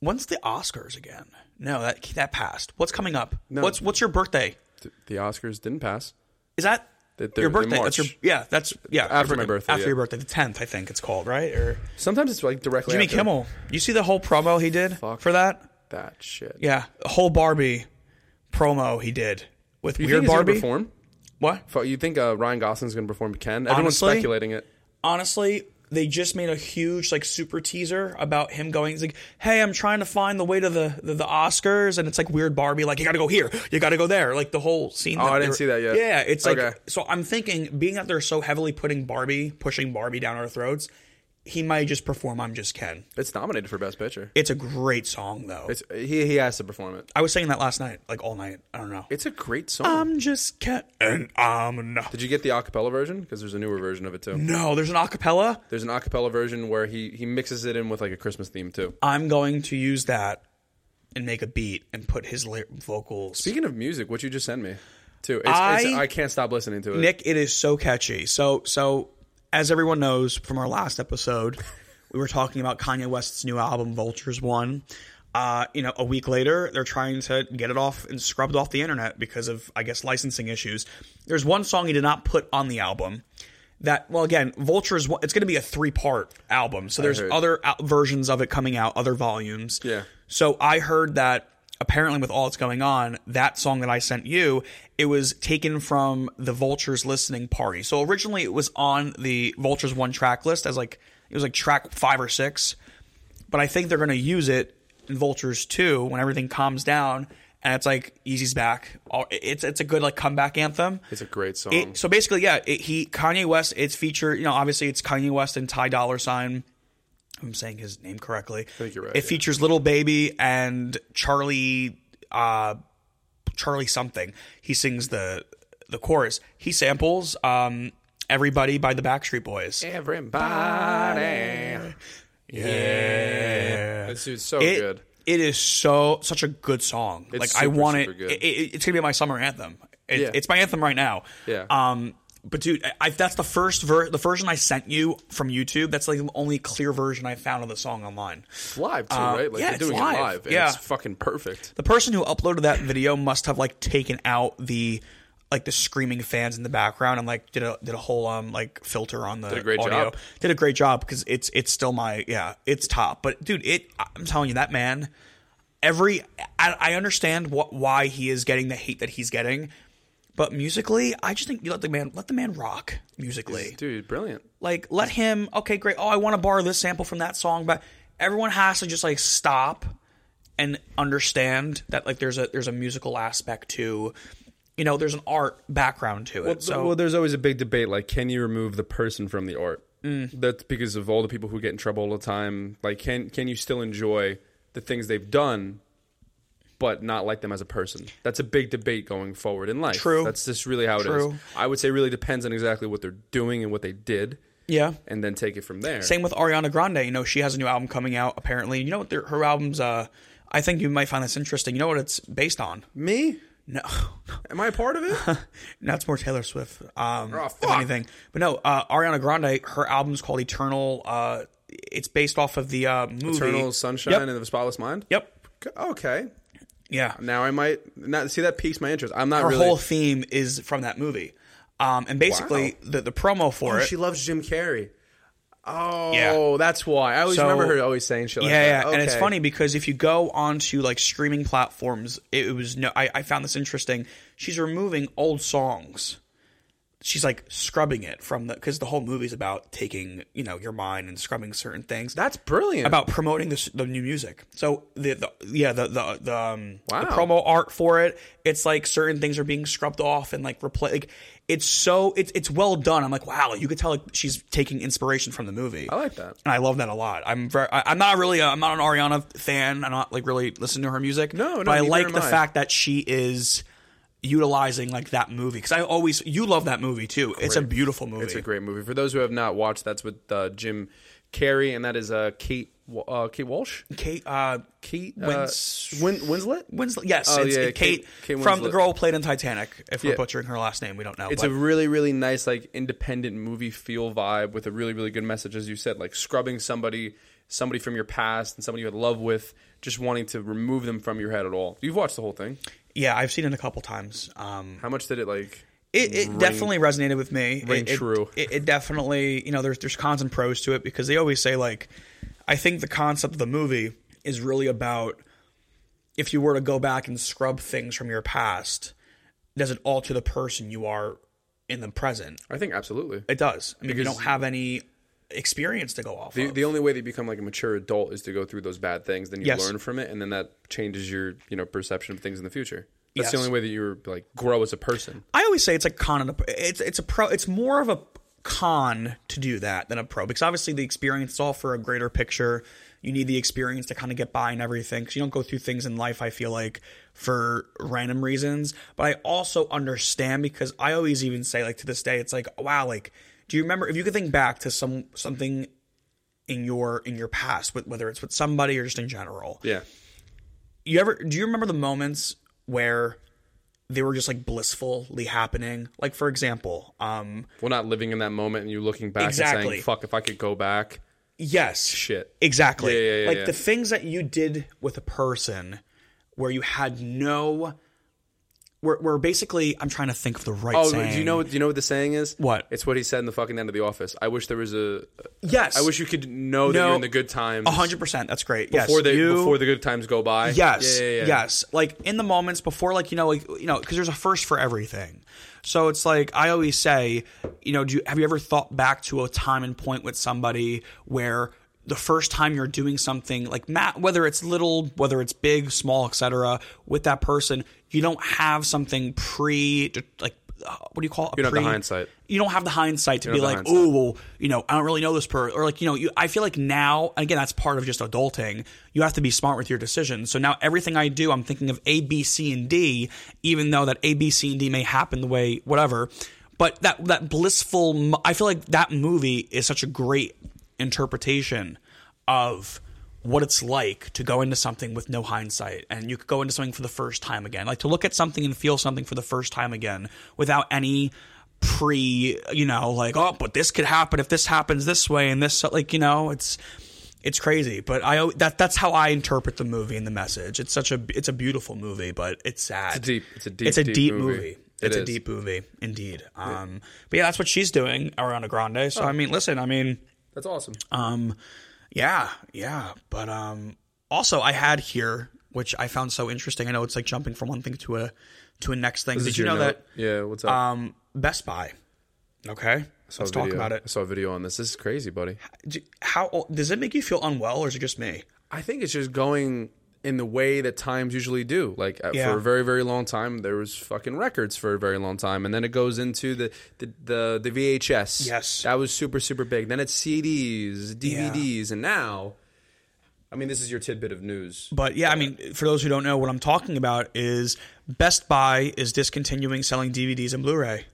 [SPEAKER 1] When's the Oscars again? No, that that passed. What's coming up? What's what's your birthday?
[SPEAKER 2] the, the Oscars didn't pass.
[SPEAKER 1] Is that
[SPEAKER 2] They- they're-
[SPEAKER 1] your
[SPEAKER 2] they're
[SPEAKER 1] birthday? That's your
[SPEAKER 2] March.
[SPEAKER 1] yeah. That's yeah.
[SPEAKER 2] After
[SPEAKER 1] your
[SPEAKER 2] my birthday,
[SPEAKER 1] After
[SPEAKER 2] yeah.
[SPEAKER 1] your birthday, the tenth, I think it's called, right? Or
[SPEAKER 2] Sometimes it's like directly.
[SPEAKER 1] Jimmy
[SPEAKER 2] after
[SPEAKER 1] Kimmel. You see the whole promo he did
[SPEAKER 2] Fuck.
[SPEAKER 1] for that?
[SPEAKER 2] That shit.
[SPEAKER 1] Yeah, the whole Barbie promo he did with
[SPEAKER 2] You
[SPEAKER 1] weird
[SPEAKER 2] think he's gonna
[SPEAKER 1] Barbie.
[SPEAKER 2] perform?
[SPEAKER 1] What?
[SPEAKER 2] Fu- You think uh, Ryan Gosling's going to perform Ken? Everyone's
[SPEAKER 1] Honestly?
[SPEAKER 2] speculating it.
[SPEAKER 1] honestly, they just made a huge like super teaser about him going. He's like, "Hey, I'm trying to find the way to the the, the Oscars," and it's like weird Barbie. Like, you got to go here, you got to go there. Like the whole scene. Oh,
[SPEAKER 2] I didn't see that yet.
[SPEAKER 1] Yeah, it's like
[SPEAKER 2] Okay.
[SPEAKER 1] so. I'm thinking, being that they're so heavily putting Barbie, pushing Barbie down our throats, he might just perform "I'm Just Ken."
[SPEAKER 2] It's nominated for Best Picture.
[SPEAKER 1] It's a great song though.
[SPEAKER 2] It's he he has to perform it.
[SPEAKER 1] I was singing that last night, like all night. I don't know.
[SPEAKER 2] It's a great song.
[SPEAKER 1] I'm just Ken, and I'm not.
[SPEAKER 2] Did you get the acapella version? Because there's a newer version of it too.
[SPEAKER 1] No, there's an acapella.
[SPEAKER 2] There's an acapella version where he he mixes it in with like a Christmas theme too.
[SPEAKER 1] I'm going to use that and make a beat and put his ly- vocals.
[SPEAKER 2] Speaking of music, what you just sent me too. It's, it's,
[SPEAKER 1] I-
[SPEAKER 2] I can't stop listening to it.
[SPEAKER 1] Nick, it is so catchy. So, so as everyone knows from our last episode, we were talking about Kanye West's new album, Vultures One. Uh, you know, a week later, they're trying to get it off and scrubbed off the internet because of, I guess, licensing issues. There's one song he did not put on the album. That well, again, Vultures. One- It's going to be a three part album, so there's
[SPEAKER 2] heard.
[SPEAKER 1] other out- versions of it coming out, other volumes.
[SPEAKER 2] Yeah.
[SPEAKER 1] So I heard that apparently with all that's going on, that song that I sent you, it was taken from the Vultures listening party. So originally it was on the Vultures one track list as like it was like track five or six, but I think they're going to use it in Vultures two when everything calms down and it's like Easy's back. All- It's it's a good like comeback anthem.
[SPEAKER 2] It's a great song.
[SPEAKER 1] It- so basically, yeah, it, he Kanye West. It's featured, you know, obviously it's Kanye West and Ty Dollar Sign. if I'm saying his name correctly. I
[SPEAKER 2] think you're right,
[SPEAKER 1] It
[SPEAKER 2] yeah.
[SPEAKER 1] features Little Baby and Charlie, uh, Charlie something. He sings the the chorus. He samples um, "Everybody" by the Backstreet Boys.
[SPEAKER 2] Everybody. Yeah. This dude's so
[SPEAKER 1] It-
[SPEAKER 2] good.
[SPEAKER 1] It is so such a good song. like I
[SPEAKER 2] super,
[SPEAKER 1] want it,
[SPEAKER 2] super good.
[SPEAKER 1] it- it- It's gonna be my summer anthem. It,
[SPEAKER 2] Yeah.
[SPEAKER 1] It's my anthem right now.
[SPEAKER 2] Yeah.
[SPEAKER 1] Um. But dude, I, I, that's the first ver- the version I sent you from YouTube. That's like the only clear version I found of the song online.
[SPEAKER 2] It's live too, right? Like
[SPEAKER 1] uh, yeah,
[SPEAKER 2] they're doing
[SPEAKER 1] it's live.
[SPEAKER 2] it live. And
[SPEAKER 1] Yeah.
[SPEAKER 2] It's fucking perfect.
[SPEAKER 1] The person who uploaded that video must have like taken out the like the screaming fans in the background and like did a did a whole um like filter on the did
[SPEAKER 2] a great
[SPEAKER 1] audio.
[SPEAKER 2] job.
[SPEAKER 1] Did a great job because it's it's still my yeah it's top. But dude, it I'm telling you that man. Every I, I understand what why he is getting the hate that he's getting, but musically, I just think you let the man let the man rock musically.
[SPEAKER 2] Dude, brilliant.
[SPEAKER 1] Like, let him, okay, great. Oh, I want to borrow this sample from that song, but everyone has to just like stop and understand that like there's a there's a musical aspect to you know, there's an art background to it. so
[SPEAKER 2] well, there's always a big debate like, can you remove the person from the art?
[SPEAKER 1] Mm.
[SPEAKER 2] That's because of all the people who get in trouble all the time. Like, can can you still enjoy the things they've done, but not like them as a person? That's a big debate going forward in life.
[SPEAKER 1] True.
[SPEAKER 2] That's just really how it is.
[SPEAKER 1] True.
[SPEAKER 2] I would say really depends on exactly what they're doing and what they did,
[SPEAKER 1] yeah.
[SPEAKER 2] and then take it from there.
[SPEAKER 1] Same with Ariana Grande, you know, she has a new album coming out apparently. You know what their- her album's uh I think you might find this interesting. You know what it's based on?
[SPEAKER 2] Me?
[SPEAKER 1] No. (laughs)
[SPEAKER 2] Am I a part of it?
[SPEAKER 1] No, it's more Taylor Swift. Um,
[SPEAKER 2] Oh,
[SPEAKER 1] if
[SPEAKER 2] fuck.
[SPEAKER 1] anything, but no, uh, Ariana Grande. Her album's called Eternal. Uh, it's based off of the uh, movie
[SPEAKER 2] Eternal Sunshine
[SPEAKER 1] Yep.
[SPEAKER 2] and the Spotless Mind.
[SPEAKER 1] Yep.
[SPEAKER 2] C- Okay.
[SPEAKER 1] Yeah.
[SPEAKER 2] Now I might not see that piques my interest. I'm not
[SPEAKER 1] Her
[SPEAKER 2] really.
[SPEAKER 1] whole theme is from that movie. Um, and basically, the, the promo for it.
[SPEAKER 2] She loves Jim Carrey. Oh,
[SPEAKER 1] Yeah.
[SPEAKER 2] that's why. I always
[SPEAKER 1] So-
[SPEAKER 2] remember her always saying shit like
[SPEAKER 1] yeah,
[SPEAKER 2] that.
[SPEAKER 1] yeah. And it's
[SPEAKER 2] Okay.
[SPEAKER 1] funny because if you go onto like streaming platforms, it, it was no. I, I found this interesting. She's removing old songs. She's like scrubbing it from the because the whole movie's about taking you know your mind and scrubbing certain things.
[SPEAKER 2] That's brilliant.
[SPEAKER 1] about promoting this, the new music. So the, the yeah the the the, um,
[SPEAKER 2] Wow.
[SPEAKER 1] the promo art for it. It's like certain things are being scrubbed off and like replaced. Like it's so it's it's well done. I'm like wow, you could tell like she's taking inspiration from the movie.
[SPEAKER 2] I like that.
[SPEAKER 1] And I love that a lot. I'm very. I, I'm not really. A, I'm not an Ariana fan. I'm not like really listening to her music.
[SPEAKER 2] No, no,
[SPEAKER 1] But I
[SPEAKER 2] neither
[SPEAKER 1] like
[SPEAKER 2] am
[SPEAKER 1] the
[SPEAKER 2] I.
[SPEAKER 1] fact that she is utilizing like that movie because I always you love that movie too. It's a beautiful movie.
[SPEAKER 2] It's a great movie. For those who have not watched, that's with uh, Jim Carrie, and that is uh, Kate Wa- uh, Kate Walsh.
[SPEAKER 1] Kate uh,
[SPEAKER 2] Kate uh,
[SPEAKER 1] Wins-
[SPEAKER 2] Win- Winslet.
[SPEAKER 1] Winslet. Yes,
[SPEAKER 2] Oh,
[SPEAKER 1] it's
[SPEAKER 2] yeah,
[SPEAKER 1] it- Kate,
[SPEAKER 2] Kate- Kate
[SPEAKER 1] from the
[SPEAKER 2] Winslet.
[SPEAKER 1] girl who played in Titanic. If
[SPEAKER 2] Yeah.
[SPEAKER 1] we're butchering her last name, we don't know.
[SPEAKER 2] It's
[SPEAKER 1] but
[SPEAKER 2] a really, really nice, like independent movie feel vibe with a really, really good message, as you said, like scrubbing somebody, somebody from your past and somebody you had love with, just wanting to remove them from your head at all. You've watched the whole thing.
[SPEAKER 1] yeah, I've seen it a couple times. Um,
[SPEAKER 2] How much did it like?
[SPEAKER 1] it, it
[SPEAKER 2] ring-
[SPEAKER 1] definitely resonated with me.
[SPEAKER 2] ring
[SPEAKER 1] it, it-
[SPEAKER 2] true.
[SPEAKER 1] It, it definitely, you know, there's there's cons and pros to it because they always say like, I think the concept of the movie is really about if you were to go back and scrub things from your past, does it alter the person you are in the present?
[SPEAKER 2] I think absolutely.
[SPEAKER 1] It does. I mean, you
[SPEAKER 2] Because-
[SPEAKER 1] don't have any experience to go off
[SPEAKER 2] The,
[SPEAKER 1] of.
[SPEAKER 2] the only way that you become like a mature adult is to go through those bad things, then you
[SPEAKER 1] Yes.
[SPEAKER 2] learn from it, and then that changes your you know perception of things in the future. That's the
[SPEAKER 1] Yes.
[SPEAKER 2] only way that you like grow as a person.
[SPEAKER 1] I always say it's a con. And a, it's it's a pro. It's more of a con to do that than a pro because obviously the experience is all for a greater picture. You need the experience to kind of get by and everything because you don't go through things in life. I feel like for random reasons, but I also understand because I always even say like to this day, it's like wow, like do you remember if you could think back to some something in your in your past, wh- whether it's with somebody or just in general,
[SPEAKER 2] Yeah,
[SPEAKER 1] you ever do you remember the moments where they were just like blissfully happening like for example um
[SPEAKER 2] well, not living in that moment and you looking back and
[SPEAKER 1] Exactly.
[SPEAKER 2] saying, "Fuck, if I could go back,
[SPEAKER 1] yes
[SPEAKER 2] shit."
[SPEAKER 1] exactly
[SPEAKER 2] Yeah, yeah, yeah,
[SPEAKER 1] like
[SPEAKER 2] yeah.
[SPEAKER 1] the things that you did with a person where you had no where, where basically i'm trying to think of the right
[SPEAKER 2] Oh,
[SPEAKER 1] saying.
[SPEAKER 2] do you know what? Do you know what the saying is?
[SPEAKER 1] What?
[SPEAKER 2] It's what he said in the fucking end of The Office. I wish there was a.
[SPEAKER 1] yes
[SPEAKER 2] I wish you could know that
[SPEAKER 1] No.
[SPEAKER 2] you're in the good times
[SPEAKER 1] 100% that's great yes
[SPEAKER 2] before the
[SPEAKER 1] you,
[SPEAKER 2] before the good times go by.
[SPEAKER 1] Yes.
[SPEAKER 2] Yeah, yeah, yeah.
[SPEAKER 1] Yes. Like in the moments before, like, you know, like, you know, because there's a first for everything. So it's like, I always say, you know, do you, have you ever thought back to a time and point with somebody where the first time you're doing something like Matt, whether it's little, whether it's big, small, etc., with that person, you don't have something pre, like, uh, what do you call it?
[SPEAKER 2] You don't have the hindsight.
[SPEAKER 1] You don't have the hindsight to be
[SPEAKER 2] don't
[SPEAKER 1] like,
[SPEAKER 2] have the hindsight.
[SPEAKER 1] oh, well, you know, I don't really know this person, or like, you know, you, I feel like now, and again, that's part of just adulting. You have to be smart with your decisions. So now everything I do, I'm thinking of A, B, C, and D, even though that A, B, C, and D may happen the way whatever. But that that blissful, mo- I feel like that movie is such a great interpretation of what it's like to go into something with no hindsight and you could go into something for the first time again like to look at something and feel something for the first time again without any pre you know like oh but this could happen if this happens this way and this like you know it's it's crazy but i al- that that's how i interpret the movie and the message it's such a it's a beautiful movie but it's sad it's
[SPEAKER 2] deep- it's a deep,
[SPEAKER 1] it's a
[SPEAKER 2] deep
[SPEAKER 1] deep,
[SPEAKER 2] movie.
[SPEAKER 1] movie,
[SPEAKER 2] It
[SPEAKER 1] it's a
[SPEAKER 2] is.
[SPEAKER 1] deep movie indeed um but yeah that's what she's doing ariana grande
[SPEAKER 2] Oh.
[SPEAKER 1] so i mean listen i mean
[SPEAKER 2] That's awesome.
[SPEAKER 1] um, yeah, yeah. But um, also I had here, which I found so interesting. I know it's like jumping from one thing to a to a next thing. Did you know that
[SPEAKER 2] Yeah. What's up?
[SPEAKER 1] um, Best Buy? Okay,
[SPEAKER 2] Saw a
[SPEAKER 1] let's talk
[SPEAKER 2] video.
[SPEAKER 1] about
[SPEAKER 2] I
[SPEAKER 1] it.
[SPEAKER 2] saw a video on this. This is crazy, buddy.
[SPEAKER 1] Do- How does it make you feel unwell, or is it just me?
[SPEAKER 2] I think it's just going in the way that times usually do. Like uh,
[SPEAKER 1] Yeah.
[SPEAKER 2] for a very very long time, there was fucking records for a very long time, and then it goes into the the the, the VHS.
[SPEAKER 1] Yes.
[SPEAKER 2] that was super super big. Then it's CDs, DVDs, and now, I mean, this is your tidbit of news.
[SPEAKER 1] But yeah, I mean, for those who don't know, what I'm talking about is Best Buy is discontinuing selling DVDs and Blu-ray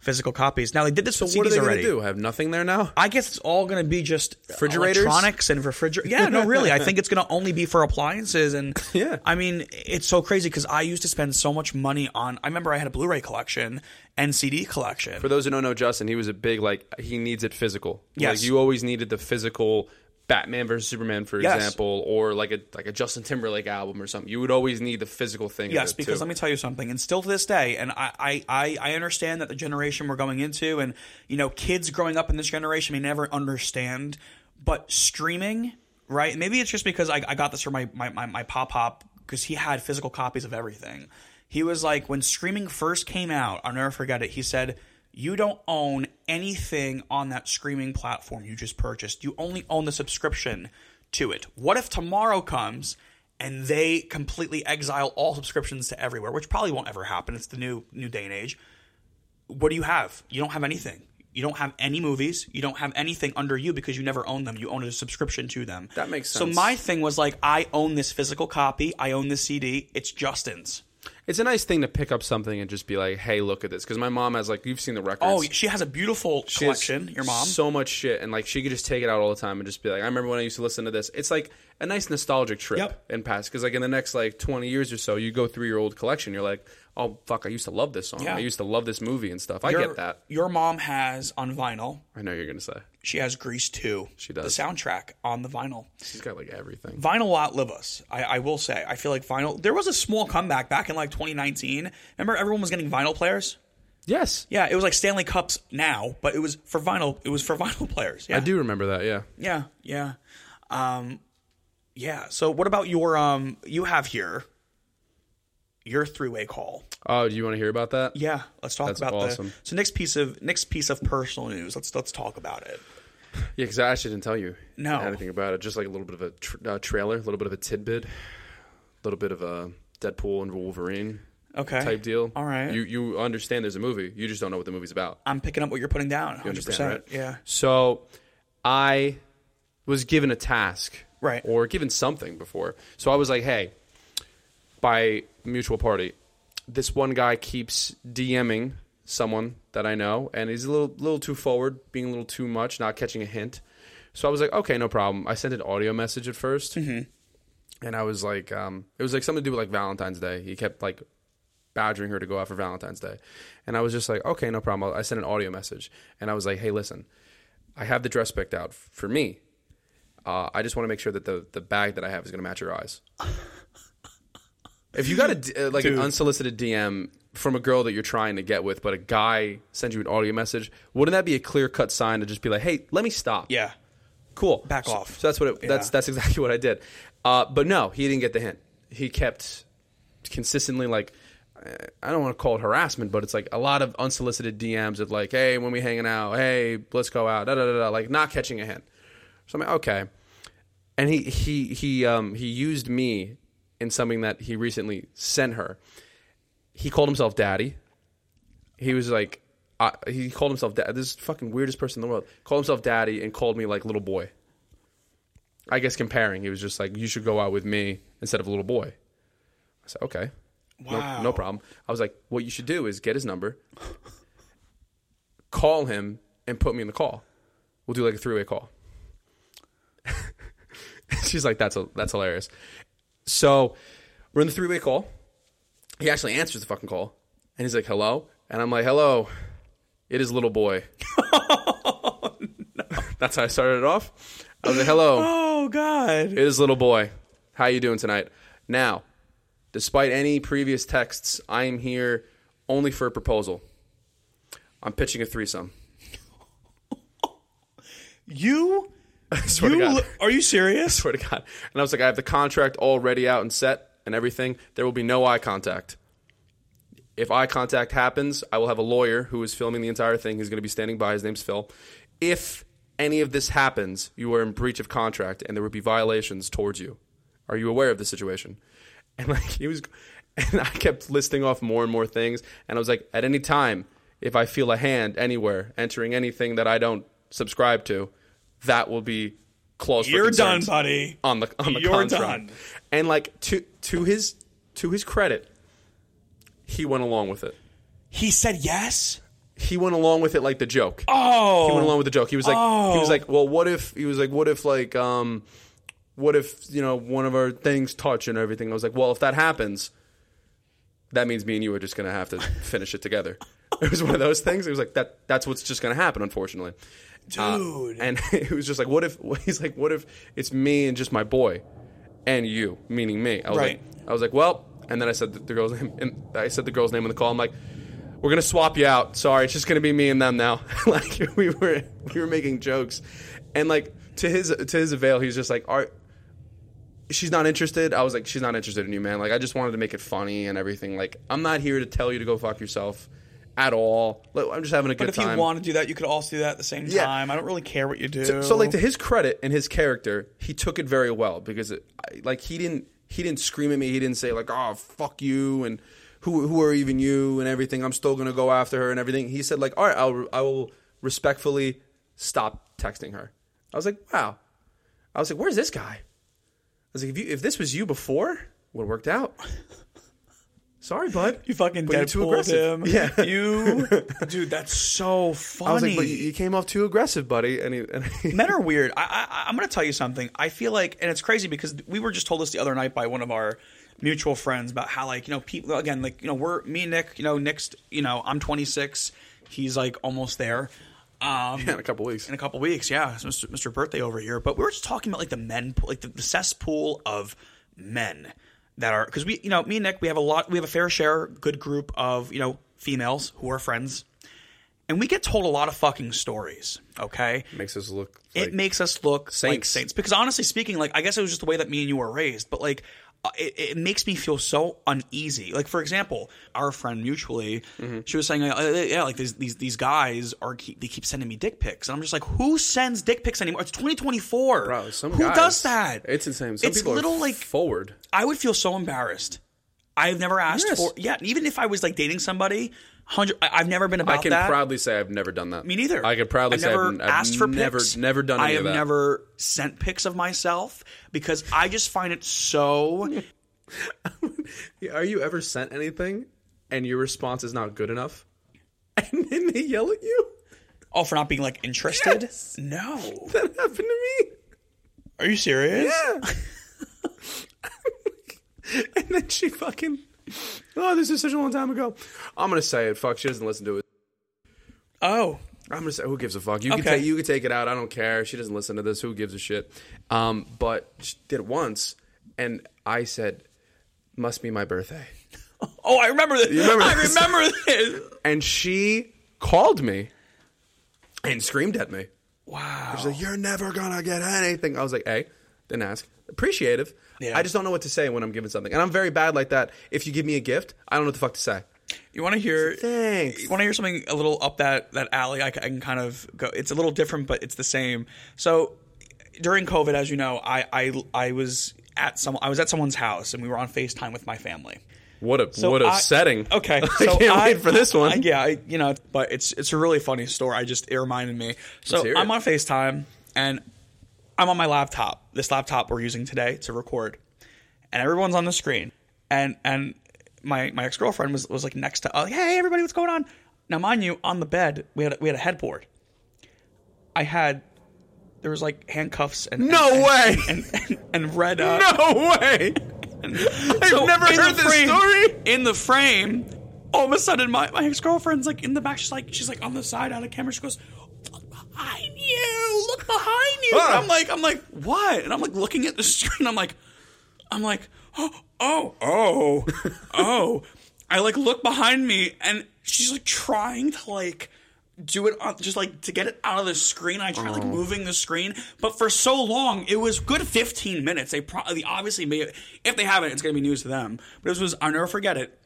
[SPEAKER 1] physical copies. Now they did this with
[SPEAKER 2] What are
[SPEAKER 1] CDs
[SPEAKER 2] they
[SPEAKER 1] already.
[SPEAKER 2] gonna do? Have nothing there now?
[SPEAKER 1] I guess it's all going to be just
[SPEAKER 2] Refrigerators?
[SPEAKER 1] electronics and refrigerators. Yeah,
[SPEAKER 2] (laughs)
[SPEAKER 1] no, really. I think it's going to only be for appliances. And
[SPEAKER 2] Yeah.
[SPEAKER 1] I mean, it's so crazy because I used to spend so much money on. I remember I had a Blu-ray collection and CD collection.
[SPEAKER 2] For those who don't know Justin, he was a big like he needs it physical.
[SPEAKER 1] Yes.
[SPEAKER 2] Like you always needed the physical Batman versus Superman, for
[SPEAKER 1] Yes.
[SPEAKER 2] example, or like a like a Justin Timberlake album or something. You would always need the physical thing. of
[SPEAKER 1] Yes,
[SPEAKER 2] it,
[SPEAKER 1] because
[SPEAKER 2] too.
[SPEAKER 1] let me tell you something, and still to this day, and I, I, I, I understand that the generation we're going into, and you know, kids growing up in this generation may never understand, but streaming, right? Maybe it's just because I, I got this from my my my, my pop pop because he had physical copies of everything. He was like, when streaming first came out, I'll never forget it. He said. You don't own anything on that streaming platform you just purchased. You only own the subscription to it. What if tomorrow comes and they completely exile all subscriptions to everywhere, which probably won't ever happen. It's the new new day and age. What do you have? You don't have anything. You don't have any movies. You don't have anything under you because you never own them. You own a subscription to them.
[SPEAKER 2] That makes
[SPEAKER 1] So
[SPEAKER 2] sense.
[SPEAKER 1] my thing was like, I own this physical copy. I own this CD. It's Justin's.
[SPEAKER 2] it's a nice thing to pick up something and just be like, hey, look at this. Because my mom has like, you've seen the records.
[SPEAKER 1] Oh, she has a beautiful
[SPEAKER 2] She has
[SPEAKER 1] collection. Your mom.
[SPEAKER 2] So much shit, and like she could just take it out all the time and just be like, I remember when I used to listen to this. It's like a nice nostalgic trip
[SPEAKER 1] Yep.
[SPEAKER 2] in past because like in the next like twenty years or so, you go through your old collection, you're like, oh fuck, I used to love this song,
[SPEAKER 1] Yeah.
[SPEAKER 2] I used to love this movie and stuff. I
[SPEAKER 1] your,
[SPEAKER 2] get that.
[SPEAKER 1] Your mom has on vinyl.
[SPEAKER 2] I know you're gonna say
[SPEAKER 1] She has Grease too.
[SPEAKER 2] She does.
[SPEAKER 1] the soundtrack on the vinyl.
[SPEAKER 2] she's got like everything.
[SPEAKER 1] Vinyl will outlive us. I, I will say. I feel like vinyl. There was a small comeback back in like 2019. Remember, everyone was getting vinyl players.
[SPEAKER 2] Yes,
[SPEAKER 1] Yeah, it was like Stanley Cups now, but it was for vinyl. It was for (laughs) vinyl players. Yeah,
[SPEAKER 2] I do remember that. Yeah,
[SPEAKER 1] yeah, yeah, um, yeah. So, what about your um? You have here your three-way call.
[SPEAKER 2] Oh, do you want to hear about that?
[SPEAKER 1] Yeah, let's talk
[SPEAKER 2] That's
[SPEAKER 1] about
[SPEAKER 2] awesome.
[SPEAKER 1] the so next piece of next piece of personal news. Let's let's talk about it.
[SPEAKER 2] Yeah, because I actually didn't tell you
[SPEAKER 1] No.
[SPEAKER 2] anything about it. Just like a little bit of a tr uh, trailer, a little bit of a tidbit, a little bit of a Deadpool and Wolverine
[SPEAKER 1] Okay,
[SPEAKER 2] type deal.
[SPEAKER 1] All right.
[SPEAKER 2] you you understand there's a movie, you just don't know what the movie's about.
[SPEAKER 1] I'm picking up what you're putting down.
[SPEAKER 2] You
[SPEAKER 1] 100.
[SPEAKER 2] understand,
[SPEAKER 1] percent
[SPEAKER 2] right?
[SPEAKER 1] Yeah.
[SPEAKER 2] So I was given a task,
[SPEAKER 1] Right.
[SPEAKER 2] or given something before. So I was like, hey, by mutual party, this one guy keeps DMing someone that I know, and he's a little little too forward, being a little too much, not catching a hint. So I was like, okay, no problem. I sent an audio message at 1st
[SPEAKER 1] Mm-hmm.
[SPEAKER 2] and I was like, um, it was like something to do with like Valentine's Day. He kept like badgering her to go out for Valentine's Day, and I was just like, okay, no problem. I sent an audio message, and I was like, hey, listen, I have the dress picked out for me. Uh, I just want to make sure that the the bag that I have is going to match your eyes. If you got a d- uh, like an unsolicited DM from a girl that you're trying to get with, but a guy sends you an audio message, wouldn't that be a clear cut sign to just be like, "Hey, let me stop."
[SPEAKER 1] Yeah.
[SPEAKER 2] cool.
[SPEAKER 1] Back
[SPEAKER 2] So-
[SPEAKER 1] off.
[SPEAKER 2] So that's what it, that's
[SPEAKER 1] Yeah.
[SPEAKER 2] that's exactly (laughs) what I did. Uh, but no, he didn't get the hint. He kept consistently like uh, I don't want to call it harassment, but it's like a lot of unsolicited DMs of like, "Hey, when we hanging out? Hey, let's go out." Da da da. da like not catching a hint. So I'm like, okay. And he he he um he used me in something that he recently sent her. He called himself daddy he was like, I, he called himself dad. This is the fucking weirdest person in the world. Called himself daddy and called me like little boy. I guess comparing, he was just like, you should go out with me instead of little boy. I said, okay,
[SPEAKER 1] Wow.
[SPEAKER 2] no, no problem. I was like, what you should do is get his number, call him, and put me in the call. We'll do like a three way call. (laughs) She's like, that's a, that's hilarious. So we're in the three way call he actually answers the fucking call and he's like hello and i'm like hello it is
[SPEAKER 1] (laughs)
[SPEAKER 2] little boy that's how i started it off i was like hello
[SPEAKER 1] Oh God.
[SPEAKER 2] it is little boy how you doing tonight now despite any previous texts i am here only for a proposal i'm pitching a threesome (laughs)
[SPEAKER 1] You.
[SPEAKER 2] swear to
[SPEAKER 1] you
[SPEAKER 2] God.
[SPEAKER 1] li- are you serious?
[SPEAKER 2] swear to god and (laughs) i was like i have the contract already out and set and everything there will be no eye contact if eye contact happens, I will have a lawyer who is filming the entire thing. He's going to be standing by. His name's Phil. If any of this happens, you are in breach of contract and there would be violations towards you. Are you aware of the situation? And like he was, and I kept listing off more and more things. And I was like, at any time, if I feel a hand anywhere entering anything that I don't subscribe to, that will be close.
[SPEAKER 1] You're
[SPEAKER 2] for
[SPEAKER 1] done,
[SPEAKER 2] concern
[SPEAKER 1] buddy.
[SPEAKER 2] on the on the
[SPEAKER 1] You're
[SPEAKER 2] contract.
[SPEAKER 1] done.
[SPEAKER 2] And like to to his to his credit, he went along with it.
[SPEAKER 1] He said yes.
[SPEAKER 2] He went along with it like the joke.
[SPEAKER 1] Oh.
[SPEAKER 2] He went along with the joke. He was like he was
[SPEAKER 1] Oh.
[SPEAKER 2] like, well, what if he was like, what if like um, what if you know one of our things touch and everything? I was like, well, if that happens, that means me and you are just gonna have to (laughs) finish it together. It was one of those things. It was like that. That's what's just gonna happen, unfortunately. Uh,
[SPEAKER 1] Dude.
[SPEAKER 2] and (laughs) it was just like, what if he's like, what if it's me and just my boy, and you, meaning me. I was
[SPEAKER 1] Right.
[SPEAKER 2] like, I was like, well, and then I said the, the girl's name, and I said the girl's name on the call. I'm like, we're gonna swap you out. Sorry, it's just gonna be me and them now. (laughs) like we were, we were making jokes, and like to his to his avail, he was just like, are she's not interested. I was like, she's not interested in you, man. Like, I just wanted to make it funny and everything. Like, I'm not here to tell you to go fuck yourself at all. Like, I'm just having a good
[SPEAKER 1] But if
[SPEAKER 2] time.
[SPEAKER 1] you want to do that, you could also do that at the same
[SPEAKER 2] Yeah.
[SPEAKER 1] time. I don't really care what you do.
[SPEAKER 2] so, like, to his credit and his character, he took it very well because, it, I- like, he didn't he didn't scream at me. He didn't say like, oh fuck you and who who are even you and everything. I'm still gonna go after her and everything. He said like, all right, I'll I will respectfully stop texting her. I was like, wow. I was like, where's this guy? I was like, if you if this was you before, would have worked out. (laughs) Sorry, bud.
[SPEAKER 1] You fucking
[SPEAKER 2] But you're too
[SPEAKER 1] Deadpool'd
[SPEAKER 2] aggressive.
[SPEAKER 1] him. (laughs)
[SPEAKER 2] Yeah.
[SPEAKER 1] You,
[SPEAKER 2] (laughs)
[SPEAKER 1] dude, that's so funny.
[SPEAKER 2] I was like, but you- you came off too aggressive, buddy. And, he, and he- (laughs)
[SPEAKER 1] Men are weird. I, I, I'm going to tell you something. I feel like, and it's crazy because we were just told this the other night by one of our mutual friends about how, like, you know, people, again, like, you know, we're, me and Nick, you know, Nick's, you know, I'm 26. He's like almost there. Um,
[SPEAKER 2] in a couple weeks.
[SPEAKER 1] in a couple weeks. Yeah, so Mr. Mr. Birthday over here. But we were just talking about like the men, pool- like the, the cesspool of men that are because we, you know, me and Nick, we have a lot, we have a fair share, good group of you know females who are friends, and we get told a lot of fucking stories. Okay,
[SPEAKER 2] Makes us look.
[SPEAKER 1] it
[SPEAKER 2] like-
[SPEAKER 1] makes us look like
[SPEAKER 2] saints.
[SPEAKER 1] saints. Because honestly speaking, like I guess it was just the way that me and you were raised, but like uh, it, it makes me feel so uneasy. Like for example, our friend mutually,
[SPEAKER 2] Mm-hmm.
[SPEAKER 1] she was saying, uh, uh, yeah, like these these these guys are keep, they keep sending me dick pics, and I'm just like, who sends dick pics anymore? It's 2024.
[SPEAKER 2] Bro, some
[SPEAKER 1] who
[SPEAKER 2] guys-
[SPEAKER 1] does that?
[SPEAKER 2] It's insane. Some
[SPEAKER 1] It's
[SPEAKER 2] people
[SPEAKER 1] little,
[SPEAKER 2] are
[SPEAKER 1] like-
[SPEAKER 2] forward.
[SPEAKER 1] I would feel so embarrassed. I've never asked
[SPEAKER 2] Yes.
[SPEAKER 1] for yeah. Even if I was like dating somebody, hundred, I, I've never been about
[SPEAKER 2] I can
[SPEAKER 1] that.
[SPEAKER 2] proudly say I've never done that.
[SPEAKER 1] Me neither.
[SPEAKER 2] I could proudly
[SPEAKER 1] I've
[SPEAKER 2] say
[SPEAKER 1] never
[SPEAKER 2] I've, I've
[SPEAKER 1] asked for
[SPEAKER 2] never,
[SPEAKER 1] pics.
[SPEAKER 2] never done
[SPEAKER 1] I
[SPEAKER 2] any
[SPEAKER 1] have
[SPEAKER 2] of that.
[SPEAKER 1] never sent pics of myself because I just find it
[SPEAKER 2] (laughs)
[SPEAKER 1] so.
[SPEAKER 2] Yeah, Are you ever sent anything and your response is not good enough? (laughs) And then they yell at you?
[SPEAKER 1] Oh, for not being like interested.
[SPEAKER 2] Yes.
[SPEAKER 1] No.
[SPEAKER 2] That happened to me.
[SPEAKER 1] Are you serious?
[SPEAKER 2] (laughs) and then she fucking. Oh, this is such a long time ago. I'm gonna say it. Fuck, she doesn't listen to it.
[SPEAKER 1] Oh,
[SPEAKER 2] I'm gonna say, who gives a fuck? You can
[SPEAKER 1] Okay.
[SPEAKER 2] take, you can take it out. I don't care. She doesn't listen to this. Who gives a shit? Um, but she did it once, and I said, "Must be my birthday."
[SPEAKER 1] oh, I remember this. (laughs)
[SPEAKER 2] remember
[SPEAKER 1] I
[SPEAKER 2] this?
[SPEAKER 1] remember
[SPEAKER 2] (laughs)
[SPEAKER 1] this.
[SPEAKER 2] And she called me and screamed at me.
[SPEAKER 1] Wow.
[SPEAKER 2] She's like, "You're never gonna get anything." I was like, "Hey, didn't ask. Appreciative.
[SPEAKER 1] Yeah.
[SPEAKER 2] I just don't know what to say when I'm giving something, and I'm very bad like that. If you give me a gift, I don't know what the fuck to say.
[SPEAKER 1] You want to hear?
[SPEAKER 2] Thanks.
[SPEAKER 1] You want to hear something a little up that that alley? I, c- I can kind of go. It's a little different, but it's the same. So during COVID, as you know, I I, I was at some I was at someone's house and we were on Facetime with my family.
[SPEAKER 2] What a
[SPEAKER 1] So
[SPEAKER 2] what a
[SPEAKER 1] I-
[SPEAKER 2] setting.
[SPEAKER 1] (laughs) Okay,
[SPEAKER 2] (laughs) I can't wait for this one.
[SPEAKER 1] I- yeah, I, you know, but it's it's a really funny story. I just it reminded me. So
[SPEAKER 2] hear
[SPEAKER 1] I'm
[SPEAKER 2] it.
[SPEAKER 1] on Facetime and I'm on my laptop. This laptop we're using today to record, and everyone's on the screen. And and my my ex girlfriend was was like next to us. Hey everybody, what's going on? Now mind you, on the bed we had we had a headboard. I had there was like handcuffs and (laughs)
[SPEAKER 2] No
[SPEAKER 1] and-
[SPEAKER 2] way! (laughs)
[SPEAKER 1] and, and, and red uh,
[SPEAKER 2] no
[SPEAKER 1] (laughs)
[SPEAKER 2] way. I've
[SPEAKER 1] so
[SPEAKER 2] never
[SPEAKER 1] in
[SPEAKER 2] heard
[SPEAKER 1] the
[SPEAKER 2] this
[SPEAKER 1] frame-
[SPEAKER 2] story.
[SPEAKER 1] In the frame, all of a sudden, my, my ex girlfriend's like in the back. She's like, she's like on the side out of camera. She goes, "Look behind you! Look behind you!" And
[SPEAKER 2] Huh.
[SPEAKER 1] I'm like, I'm like, what? And I'm like looking at the screen. I'm like, I'm like, oh, oh, oh, (laughs) oh. I like look behind me, and she's like trying to like do it on just like to get it out of the screen. I try like moving the screen, but for so long it was good fifteen minutes. They probably obviously may if they haven't, it's gonna be news to them. But it was I'll never forget it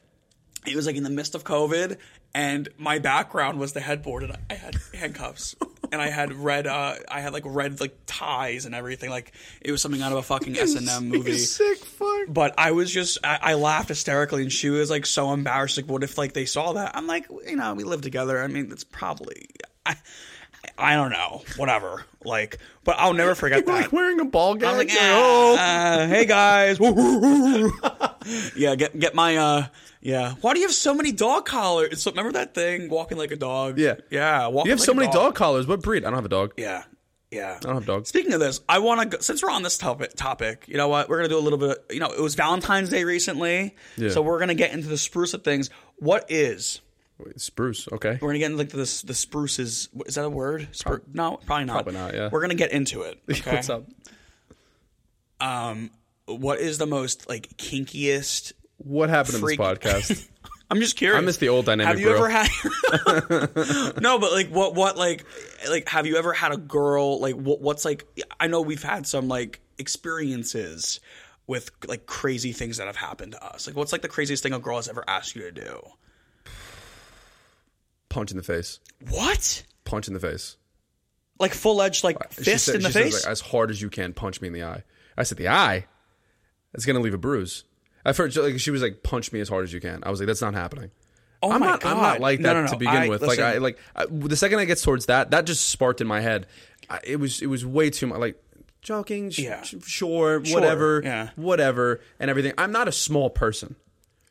[SPEAKER 1] it was like in the midst of COVID, and my background was the headboard, and I had handcuffs, and I had red, uh, I had like red like ties and everything. Like (laughs) it was something out of a fucking S and M movie.
[SPEAKER 2] (laughs) You sick fuck.
[SPEAKER 1] But I was just, I, I laughed hysterically, and she was like so embarrassed. Like, what if like they saw that? I'm like, you know, we live together. I mean, it's probably, I, I don't know, whatever. Like, but I'll never forget that.
[SPEAKER 2] (laughs) Like oh." wearing a ball gown.
[SPEAKER 1] I'm like,
[SPEAKER 2] You're
[SPEAKER 1] "Ah,
[SPEAKER 2] old.
[SPEAKER 1] uh, hey guys.
[SPEAKER 2] (laughs)
[SPEAKER 1] yeah, get get my uh yeah. Why do you have so many dog collars? So remember that thing walking like a dog?
[SPEAKER 2] Yeah.
[SPEAKER 1] Yeah, walking
[SPEAKER 2] you have
[SPEAKER 1] like
[SPEAKER 2] so
[SPEAKER 1] a
[SPEAKER 2] many
[SPEAKER 1] dog.
[SPEAKER 2] dog collars. What breed? I don't have a dog.
[SPEAKER 1] Yeah. Yeah. I
[SPEAKER 2] don't have dogs.
[SPEAKER 1] Speaking of this, I want to go since we're on this topic topic, you know what? We're going to do a little bit of, you know, it was Valentine's Day recently.
[SPEAKER 2] Yeah.
[SPEAKER 1] So we're going to get into the spruce of things. What is
[SPEAKER 2] Wait, spruce. Okay.
[SPEAKER 1] we're gonna get into like the the spruces. Is that a word? Spru- no, probably not.
[SPEAKER 2] Probably not, yeah.
[SPEAKER 1] We're gonna get into it. Okay?
[SPEAKER 2] (laughs) What's up?
[SPEAKER 1] What is the most like kinkiest
[SPEAKER 2] What happened
[SPEAKER 1] Freak-
[SPEAKER 2] in this
[SPEAKER 1] (laughs)
[SPEAKER 2] podcast?
[SPEAKER 1] I'm just curious.
[SPEAKER 2] I miss the old dynamic,
[SPEAKER 1] Have you
[SPEAKER 2] bro.
[SPEAKER 1] ever had? (laughs) no, but like, what, what, like, like, have you ever had a girl? Like, what, what's like? I know we've had some like experiences with like crazy things that have happened to us. Like, what's like the craziest thing a girl has ever asked you to do?
[SPEAKER 2] Punch in the face.
[SPEAKER 1] What?
[SPEAKER 2] Punch in the face.
[SPEAKER 1] Like full edged, like
[SPEAKER 2] She
[SPEAKER 1] fist
[SPEAKER 2] said-
[SPEAKER 1] in the
[SPEAKER 2] she says,
[SPEAKER 1] face?
[SPEAKER 2] like, as hard as you can, punch me in the eye. I said, the eye? That's going to leave a bruise. At first, like, she was like, punch me as hard as you can. I was like, that's not happening.
[SPEAKER 1] oh
[SPEAKER 2] I'm
[SPEAKER 1] my
[SPEAKER 2] not,
[SPEAKER 1] god!
[SPEAKER 2] I'm not like
[SPEAKER 1] No,
[SPEAKER 2] that
[SPEAKER 1] no, no.
[SPEAKER 2] to begin
[SPEAKER 1] I-
[SPEAKER 2] with.
[SPEAKER 1] listen,
[SPEAKER 2] like, I, like I, the second I gets towards that, that just sparked in my head. I, it was, it was way too much. Like, joking, sh-
[SPEAKER 1] Yeah.
[SPEAKER 2] sh- sure, whatever,
[SPEAKER 1] yeah.
[SPEAKER 2] whatever, and everything. I'm not a small person.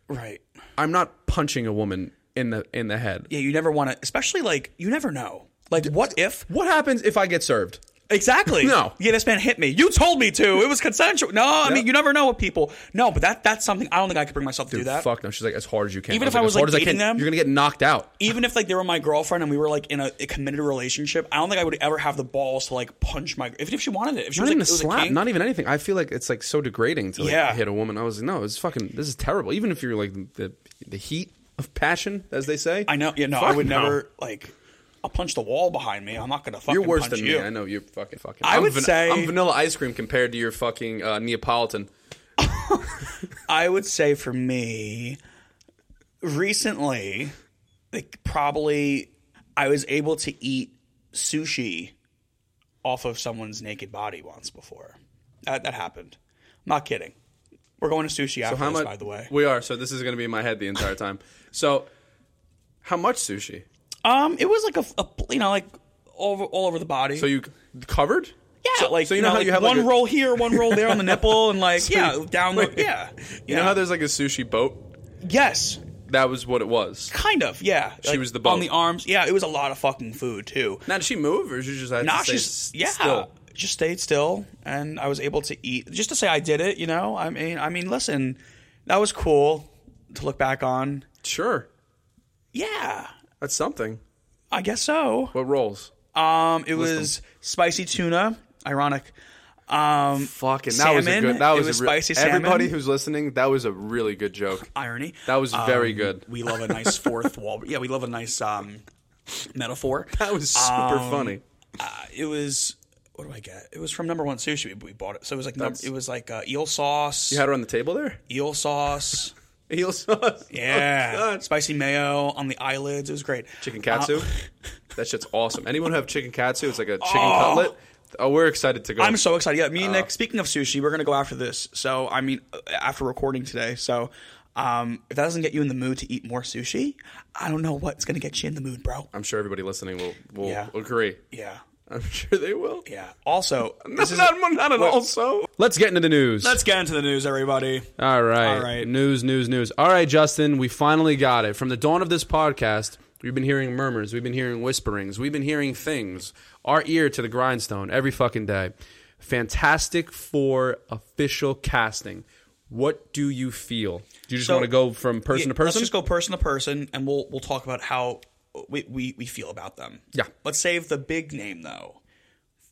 [SPEAKER 1] Right.
[SPEAKER 2] I'm not punching a woman in the in the head.
[SPEAKER 1] Yeah, you never want to, especially like, you never know. Like, what if?
[SPEAKER 2] What happens if I get served?
[SPEAKER 1] Exactly.
[SPEAKER 2] No.
[SPEAKER 1] Yeah, this man hit me. You told me to. It was consensual. No, I mean, you never know with people. No, but that that's something I don't think I could bring myself to do that.
[SPEAKER 2] Fuck no. She's like as hard as you can.
[SPEAKER 1] Even if I
[SPEAKER 2] as
[SPEAKER 1] was, like,
[SPEAKER 2] hard as
[SPEAKER 1] dating
[SPEAKER 2] can,
[SPEAKER 1] them?
[SPEAKER 2] you're gonna get knocked out.
[SPEAKER 1] Even if like they were my girlfriend and we were like in a, a committed relationship, I don't think I would ever have the balls to like punch my. Even if she wanted it, if she
[SPEAKER 2] Not
[SPEAKER 1] was like,
[SPEAKER 2] even
[SPEAKER 1] it
[SPEAKER 2] a
[SPEAKER 1] was
[SPEAKER 2] slap.
[SPEAKER 1] kink.
[SPEAKER 2] not even anything. I feel like it's like so degrading to like,
[SPEAKER 1] Yeah.
[SPEAKER 2] hit a woman. I was like, no, it's fucking. This is terrible. Even if you're like the the heat of passion, as they say.
[SPEAKER 1] I know. Yeah, no, I
[SPEAKER 2] Fuck
[SPEAKER 1] would
[SPEAKER 2] no.
[SPEAKER 1] never like. I'll punch the wall behind me. I'm not gonna fucking.
[SPEAKER 2] You're worse
[SPEAKER 1] punch
[SPEAKER 2] than
[SPEAKER 1] you.
[SPEAKER 2] me. I know you're fucking fucking.
[SPEAKER 1] I
[SPEAKER 2] I'm
[SPEAKER 1] would say-
[SPEAKER 2] I'm vanilla ice cream compared to your fucking uh, Neapolitan.
[SPEAKER 1] I would say for me, recently, like probably I was able to eat sushi off of someone's naked body once before. That, that happened. I'm not kidding. We're going to sushi after this, by the way.
[SPEAKER 2] We are. So this is going to be in my head the entire time. So, how much sushi?
[SPEAKER 1] Um, it was like a, a- you know like all over, all over the body.
[SPEAKER 2] So you covered?
[SPEAKER 1] yeah, like
[SPEAKER 2] so you know how
[SPEAKER 1] like
[SPEAKER 2] you have, like,
[SPEAKER 1] one
[SPEAKER 2] a-
[SPEAKER 1] roll here, one roll there on the nipple, and
[SPEAKER 2] (laughs)
[SPEAKER 1] like yeah, down the yeah.
[SPEAKER 2] You know how there's like a sushi boat?
[SPEAKER 1] yes,
[SPEAKER 2] That was what it was.
[SPEAKER 1] kind of yeah. She
[SPEAKER 2] was the
[SPEAKER 1] on
[SPEAKER 2] boat.
[SPEAKER 1] the arms. Yeah, it was a lot of fucking food too.
[SPEAKER 2] Now did she move, or did she just had
[SPEAKER 1] Nah,
[SPEAKER 2] to stay
[SPEAKER 1] she's
[SPEAKER 2] s-
[SPEAKER 1] yeah.
[SPEAKER 2] still?
[SPEAKER 1] Just stayed still, and I was able to eat. Just to say, I did it. You know, I mean, I mean, listen, that was cool to look back on.
[SPEAKER 2] Sure,
[SPEAKER 1] Yeah,
[SPEAKER 2] that's something.
[SPEAKER 1] I guess so.
[SPEAKER 2] What rolls?
[SPEAKER 1] Um, it was spicy tuna. Ironic. Um,
[SPEAKER 2] Fucking that was a
[SPEAKER 1] Salmon.
[SPEAKER 2] good. That
[SPEAKER 1] It
[SPEAKER 2] was,
[SPEAKER 1] was
[SPEAKER 2] a real-
[SPEAKER 1] spicy salmon.
[SPEAKER 2] Everybody who's listening, that was a really good joke.
[SPEAKER 1] irony. Um,
[SPEAKER 2] That was very good.
[SPEAKER 1] We love a nice fourth wall. Yeah, we love a nice um metaphor.
[SPEAKER 2] That was super funny.
[SPEAKER 1] uh, it was what do I get? It was from number one sushi. We bought it, so it was like num- it was like uh, eel sauce,
[SPEAKER 2] You had her on the table there.
[SPEAKER 1] eel (laughs) sauce.
[SPEAKER 2] Eel sauce.
[SPEAKER 1] Yeah,
[SPEAKER 2] God.
[SPEAKER 1] spicy mayo on the eyelids. It was great.
[SPEAKER 2] Chicken katsu.
[SPEAKER 1] Uh, (laughs)
[SPEAKER 2] that shit's awesome. Anyone who have chicken katsu? It's like a chicken cutlet. Oh, we're excited to go.
[SPEAKER 1] I'm so excited. Yeah, me and Nick. Uh, Speaking of sushi, we're gonna go after this. So I mean, uh, after recording today. So um, if that doesn't get you in the mood to eat more sushi, I don't know what's gonna get you in the mood, bro.
[SPEAKER 2] I'm sure everybody listening will will
[SPEAKER 1] Yeah.
[SPEAKER 2] agree.
[SPEAKER 1] Yeah,
[SPEAKER 2] I'm (laughs) sure they will.
[SPEAKER 1] yeah. Also, this is,
[SPEAKER 2] not, not at all. So let's get into the news.
[SPEAKER 1] let's get into the news, everybody.
[SPEAKER 2] All right.
[SPEAKER 1] All right.
[SPEAKER 2] News, news, news. All right, Justin, we finally got it. From the dawn of this podcast, we've been hearing murmurs, we've been hearing whisperings, we've been hearing things. Our ear to the grindstone every fucking day. Fantastic Four official casting. What do you feel? Do you just
[SPEAKER 1] So-
[SPEAKER 2] want to go from person to
[SPEAKER 1] Yeah, Let's
[SPEAKER 2] person?
[SPEAKER 1] just go person to person, and we'll we'll talk about how we, we, we feel about them.
[SPEAKER 2] Yeah.
[SPEAKER 1] Let's save the big name though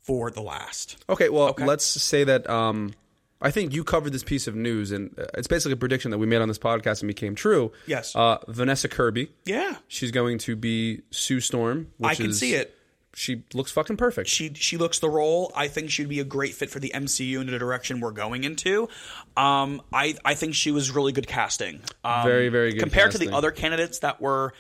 [SPEAKER 1] for the last.
[SPEAKER 2] Okay, well, let's say that um, I think you covered this piece of news, and uh, it's basically a prediction that we made on this podcast and became true.
[SPEAKER 1] Yes.
[SPEAKER 2] Uh, Vanessa Kirby.
[SPEAKER 1] Yeah.
[SPEAKER 2] She's going to be Sue Storm. Which
[SPEAKER 1] I can
[SPEAKER 2] is-
[SPEAKER 1] see it.
[SPEAKER 2] She looks fucking perfect.
[SPEAKER 1] she she looks the role. I think she'd be a great fit for the MCU and the direction we're going into. Um, I I think she was really good casting. Um,
[SPEAKER 2] Very, very good
[SPEAKER 1] compared to
[SPEAKER 2] casting.
[SPEAKER 1] the other candidates that were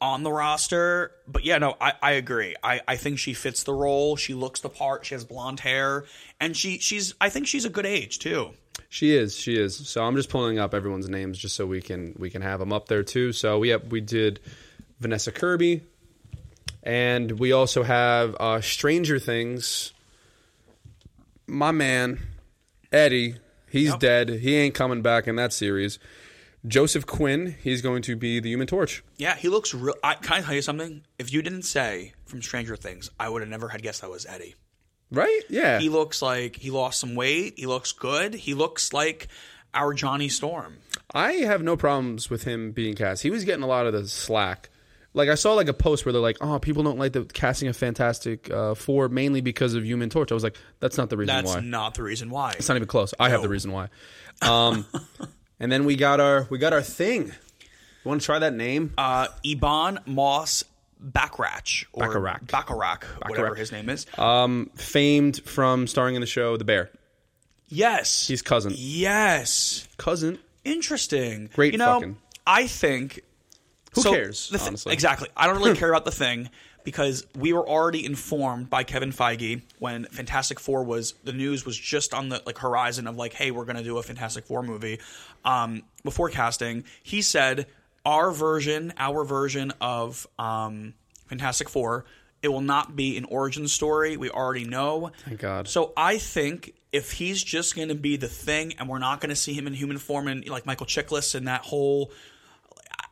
[SPEAKER 1] on the roster. But yeah, no, I, I agree. I, I think she fits the role. She looks the part. She has blonde hair, and she she's I think she's a good age too.
[SPEAKER 2] She is. She is. So I'm just pulling up everyone's names just so we can we can have them up there too. So we have, we did Vanessa Kirby, and we also have uh, Stranger Things. My man, Eddie, he's dead. He ain't coming back in that series. Joseph Quinn, he's going to be the Human Torch.
[SPEAKER 1] Yeah, he looks real. I, can I tell you something? If you didn't say from Stranger Things, I would have never had guessed that was Eddie.
[SPEAKER 2] Right? Yeah.
[SPEAKER 1] He looks like he lost some weight. He looks good. He looks like our Johnny Storm.
[SPEAKER 2] I have no problems with him being cast. He was getting a lot of the slack. Like I saw like a post where they're like, "Oh, people don't like the casting of Fantastic uh, Four mainly because of Human Torch." I was like, "That's not the reason
[SPEAKER 1] That's
[SPEAKER 2] why.
[SPEAKER 1] not the reason why.
[SPEAKER 2] it's not even close. I have the reason why." Um, (laughs) and then we got our we got our thing. Want to try that name?
[SPEAKER 1] Uh, Iban Moss Backrach or
[SPEAKER 2] Bacharach.
[SPEAKER 1] Bacharach, whatever his name is.
[SPEAKER 2] Um, famed from starring in the show The Bear.
[SPEAKER 1] yes.
[SPEAKER 2] He's cousin.
[SPEAKER 1] yes.
[SPEAKER 2] Cousin.
[SPEAKER 1] Interesting.
[SPEAKER 2] Great
[SPEAKER 1] You know,
[SPEAKER 2] fucking-
[SPEAKER 1] I think.
[SPEAKER 2] Who
[SPEAKER 1] so
[SPEAKER 2] cares?
[SPEAKER 1] the thi-
[SPEAKER 2] honestly,
[SPEAKER 1] Exactly. I don't
[SPEAKER 2] (laughs)
[SPEAKER 1] really care about the thing because we were already informed by Kevin Feige when Fantastic Four was the news was just on the like horizon of like, hey, we're gonna do a Fantastic Four movie. Um, before casting, he said our version, our version of um, Fantastic Four, it will not be an origin story. We already know.
[SPEAKER 2] Thank God.
[SPEAKER 1] So I think if he's just going to be the thing and we're not going to see him in human form and like Michael Chiklis and that whole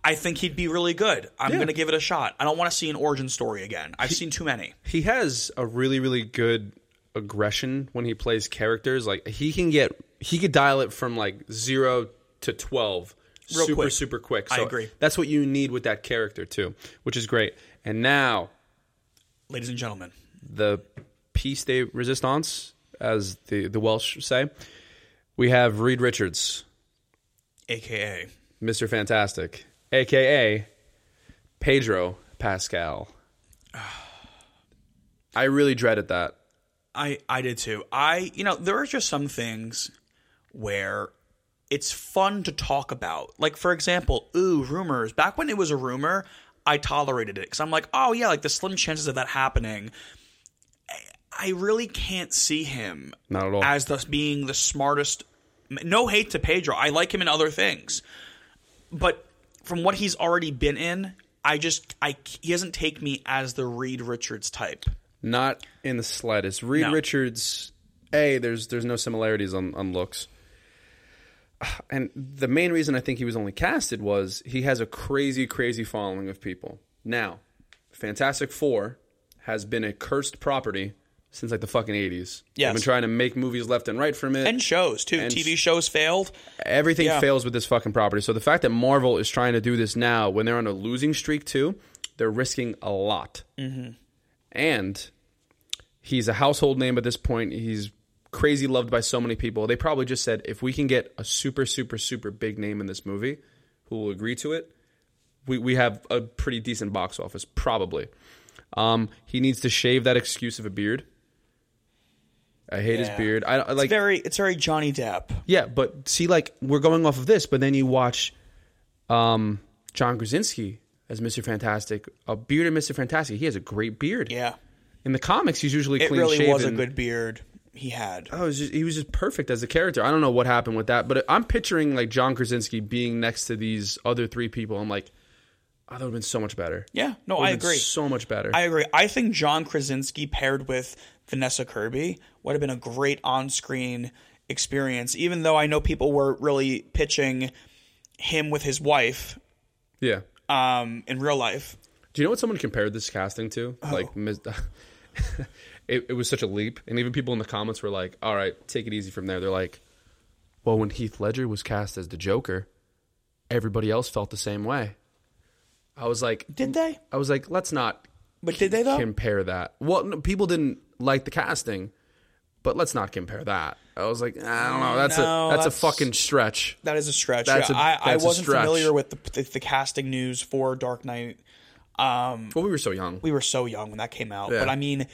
[SPEAKER 1] I think he'd be really good. I'm going to give it a shot. I don't want to see an origin story again. I've seen too many.
[SPEAKER 2] he has a really really good aggression when he plays characters like he can get he could dial it from like 0 to 12
[SPEAKER 1] Real
[SPEAKER 2] super
[SPEAKER 1] quick.
[SPEAKER 2] super quick
[SPEAKER 1] I
[SPEAKER 2] so
[SPEAKER 1] agree.
[SPEAKER 2] that's what you need with that character too which is great and now
[SPEAKER 1] Ladies and gentlemen,
[SPEAKER 2] the piece de resistance as the the Welsh say we have Reed Richards
[SPEAKER 1] aka
[SPEAKER 2] Mr. Fantastic aka Pedro
[SPEAKER 1] (sighs)
[SPEAKER 2] Pascal I really dreaded that
[SPEAKER 1] I I did too. I you know there are just some things where it's fun to talk about. Like for example, ooh rumors. Back when it was a rumor, I tolerated it because I'm like, oh yeah, like the slim chances of that happening. I, I really can't see him
[SPEAKER 2] Not at all.
[SPEAKER 1] as thus being the smartest. No hate to Pedro. I like him in other things, but from what he's already been in, I just I he doesn't take me as the Reed Richards type.
[SPEAKER 2] Not in the slightest. Reed
[SPEAKER 1] No.
[SPEAKER 2] Richards, a there's there's no similarities on, on looks, (sighs) and the main reason I think he was only casted was he has a crazy crazy following of people. Now, Fantastic Four has been a cursed property since like the fucking eighties.
[SPEAKER 1] Yes.
[SPEAKER 2] I've been trying to make movies left and right from it.
[SPEAKER 1] and shows too. TV shows failed.
[SPEAKER 2] Everything
[SPEAKER 1] Yeah.
[SPEAKER 2] fails with this fucking property. So the fact that Marvel is trying to do this now when they're on a losing streak too, they're risking a lot. Mm-hmm. And he's a household name at this point. He's crazy loved by so many people. They probably just said if we can get a super super super big name in this movie who will agree to it, we we have a pretty decent box office probably. Um, he needs to shave that excuse of a beard. I hate his
[SPEAKER 1] Yeah.
[SPEAKER 2] beard. I I- like
[SPEAKER 1] Very, it's very Johnny Depp.
[SPEAKER 2] yeah, but see, like we're going off of this, but then you watch um, John Krasinski as Mister Fantastic, a bearded Mister Fantastic. He has a great beard.
[SPEAKER 1] Yeah,
[SPEAKER 2] In the comics, he's usually
[SPEAKER 1] it
[SPEAKER 2] clean
[SPEAKER 1] really
[SPEAKER 2] shaven.
[SPEAKER 1] was a good beard he had.
[SPEAKER 2] Oh, it was just, he was just perfect as a character. I don't know what happened with that, but I'm picturing like John Krasinski being next to these other three people. I'm like, oh, that would have been so much better.
[SPEAKER 1] Yeah, no,
[SPEAKER 2] Would've
[SPEAKER 1] I
[SPEAKER 2] been
[SPEAKER 1] agree.
[SPEAKER 2] So much better.
[SPEAKER 1] I agree. I think John Krasinski paired with Vanessa Kirby would have been a great on-screen experience. Even though I know people were really pitching him with his wife
[SPEAKER 2] yeah.
[SPEAKER 1] um, in real life.
[SPEAKER 2] Do you know what someone compared this casting to?
[SPEAKER 1] Oh.
[SPEAKER 2] Like, mis- (laughs) it, it was such a leap, and even people in the comments were like, "All right, take it easy from there." They're like, "Well, when Heath Ledger was cast as the Joker, everybody else felt the same way." I was like,
[SPEAKER 1] Did they?
[SPEAKER 2] I was like, let's not
[SPEAKER 1] But did they though?
[SPEAKER 2] compare that. Well, no, people didn't like the casting, but let's not compare that. I was like, I don't know. That's
[SPEAKER 1] No,
[SPEAKER 2] a that's,
[SPEAKER 1] that's-
[SPEAKER 2] a fucking stretch.
[SPEAKER 1] That is a stretch.
[SPEAKER 2] That's
[SPEAKER 1] yeah,
[SPEAKER 2] a-
[SPEAKER 1] I I
[SPEAKER 2] that's a
[SPEAKER 1] wasn't
[SPEAKER 2] stretch.
[SPEAKER 1] familiar with the, the, the casting news for Dark Knight.
[SPEAKER 2] Well, we were so young.
[SPEAKER 1] We were so young when that came out,
[SPEAKER 2] Yeah.
[SPEAKER 1] but I mean,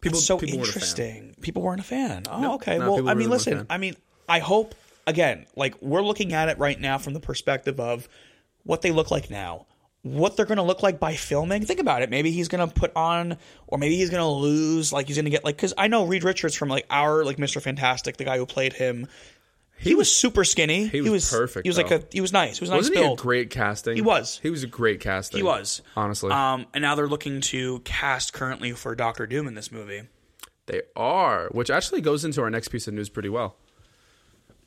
[SPEAKER 2] people,
[SPEAKER 1] so
[SPEAKER 2] people weren't a fan.
[SPEAKER 1] interesting. People weren't a fan. Oh, okay.
[SPEAKER 2] no,
[SPEAKER 1] well,
[SPEAKER 2] people
[SPEAKER 1] I mean,
[SPEAKER 2] really weren't a
[SPEAKER 1] listen.
[SPEAKER 2] fan.
[SPEAKER 1] I mean, I hope again. Like we're looking at it right now from the perspective of what they look like now, what they're going to look like by filming. Think about it. Maybe he's going to put on, or maybe he's going to lose. Like he's going to get like because I know Reed Richards from like our like Mr. Fantastic, the guy who played him. He, was, super skinny. He
[SPEAKER 2] was perfect,
[SPEAKER 1] He was like
[SPEAKER 2] though.
[SPEAKER 1] a. He was nice. He was a nice
[SPEAKER 2] Wasn't he a
[SPEAKER 1] build.
[SPEAKER 2] great casting? He
[SPEAKER 1] was.
[SPEAKER 2] He was a great casting.
[SPEAKER 1] He was
[SPEAKER 2] Honestly.
[SPEAKER 1] Um, and now they're looking to cast currently for Doctor Doom in this movie.
[SPEAKER 2] They are, which actually goes into our next piece of news pretty well.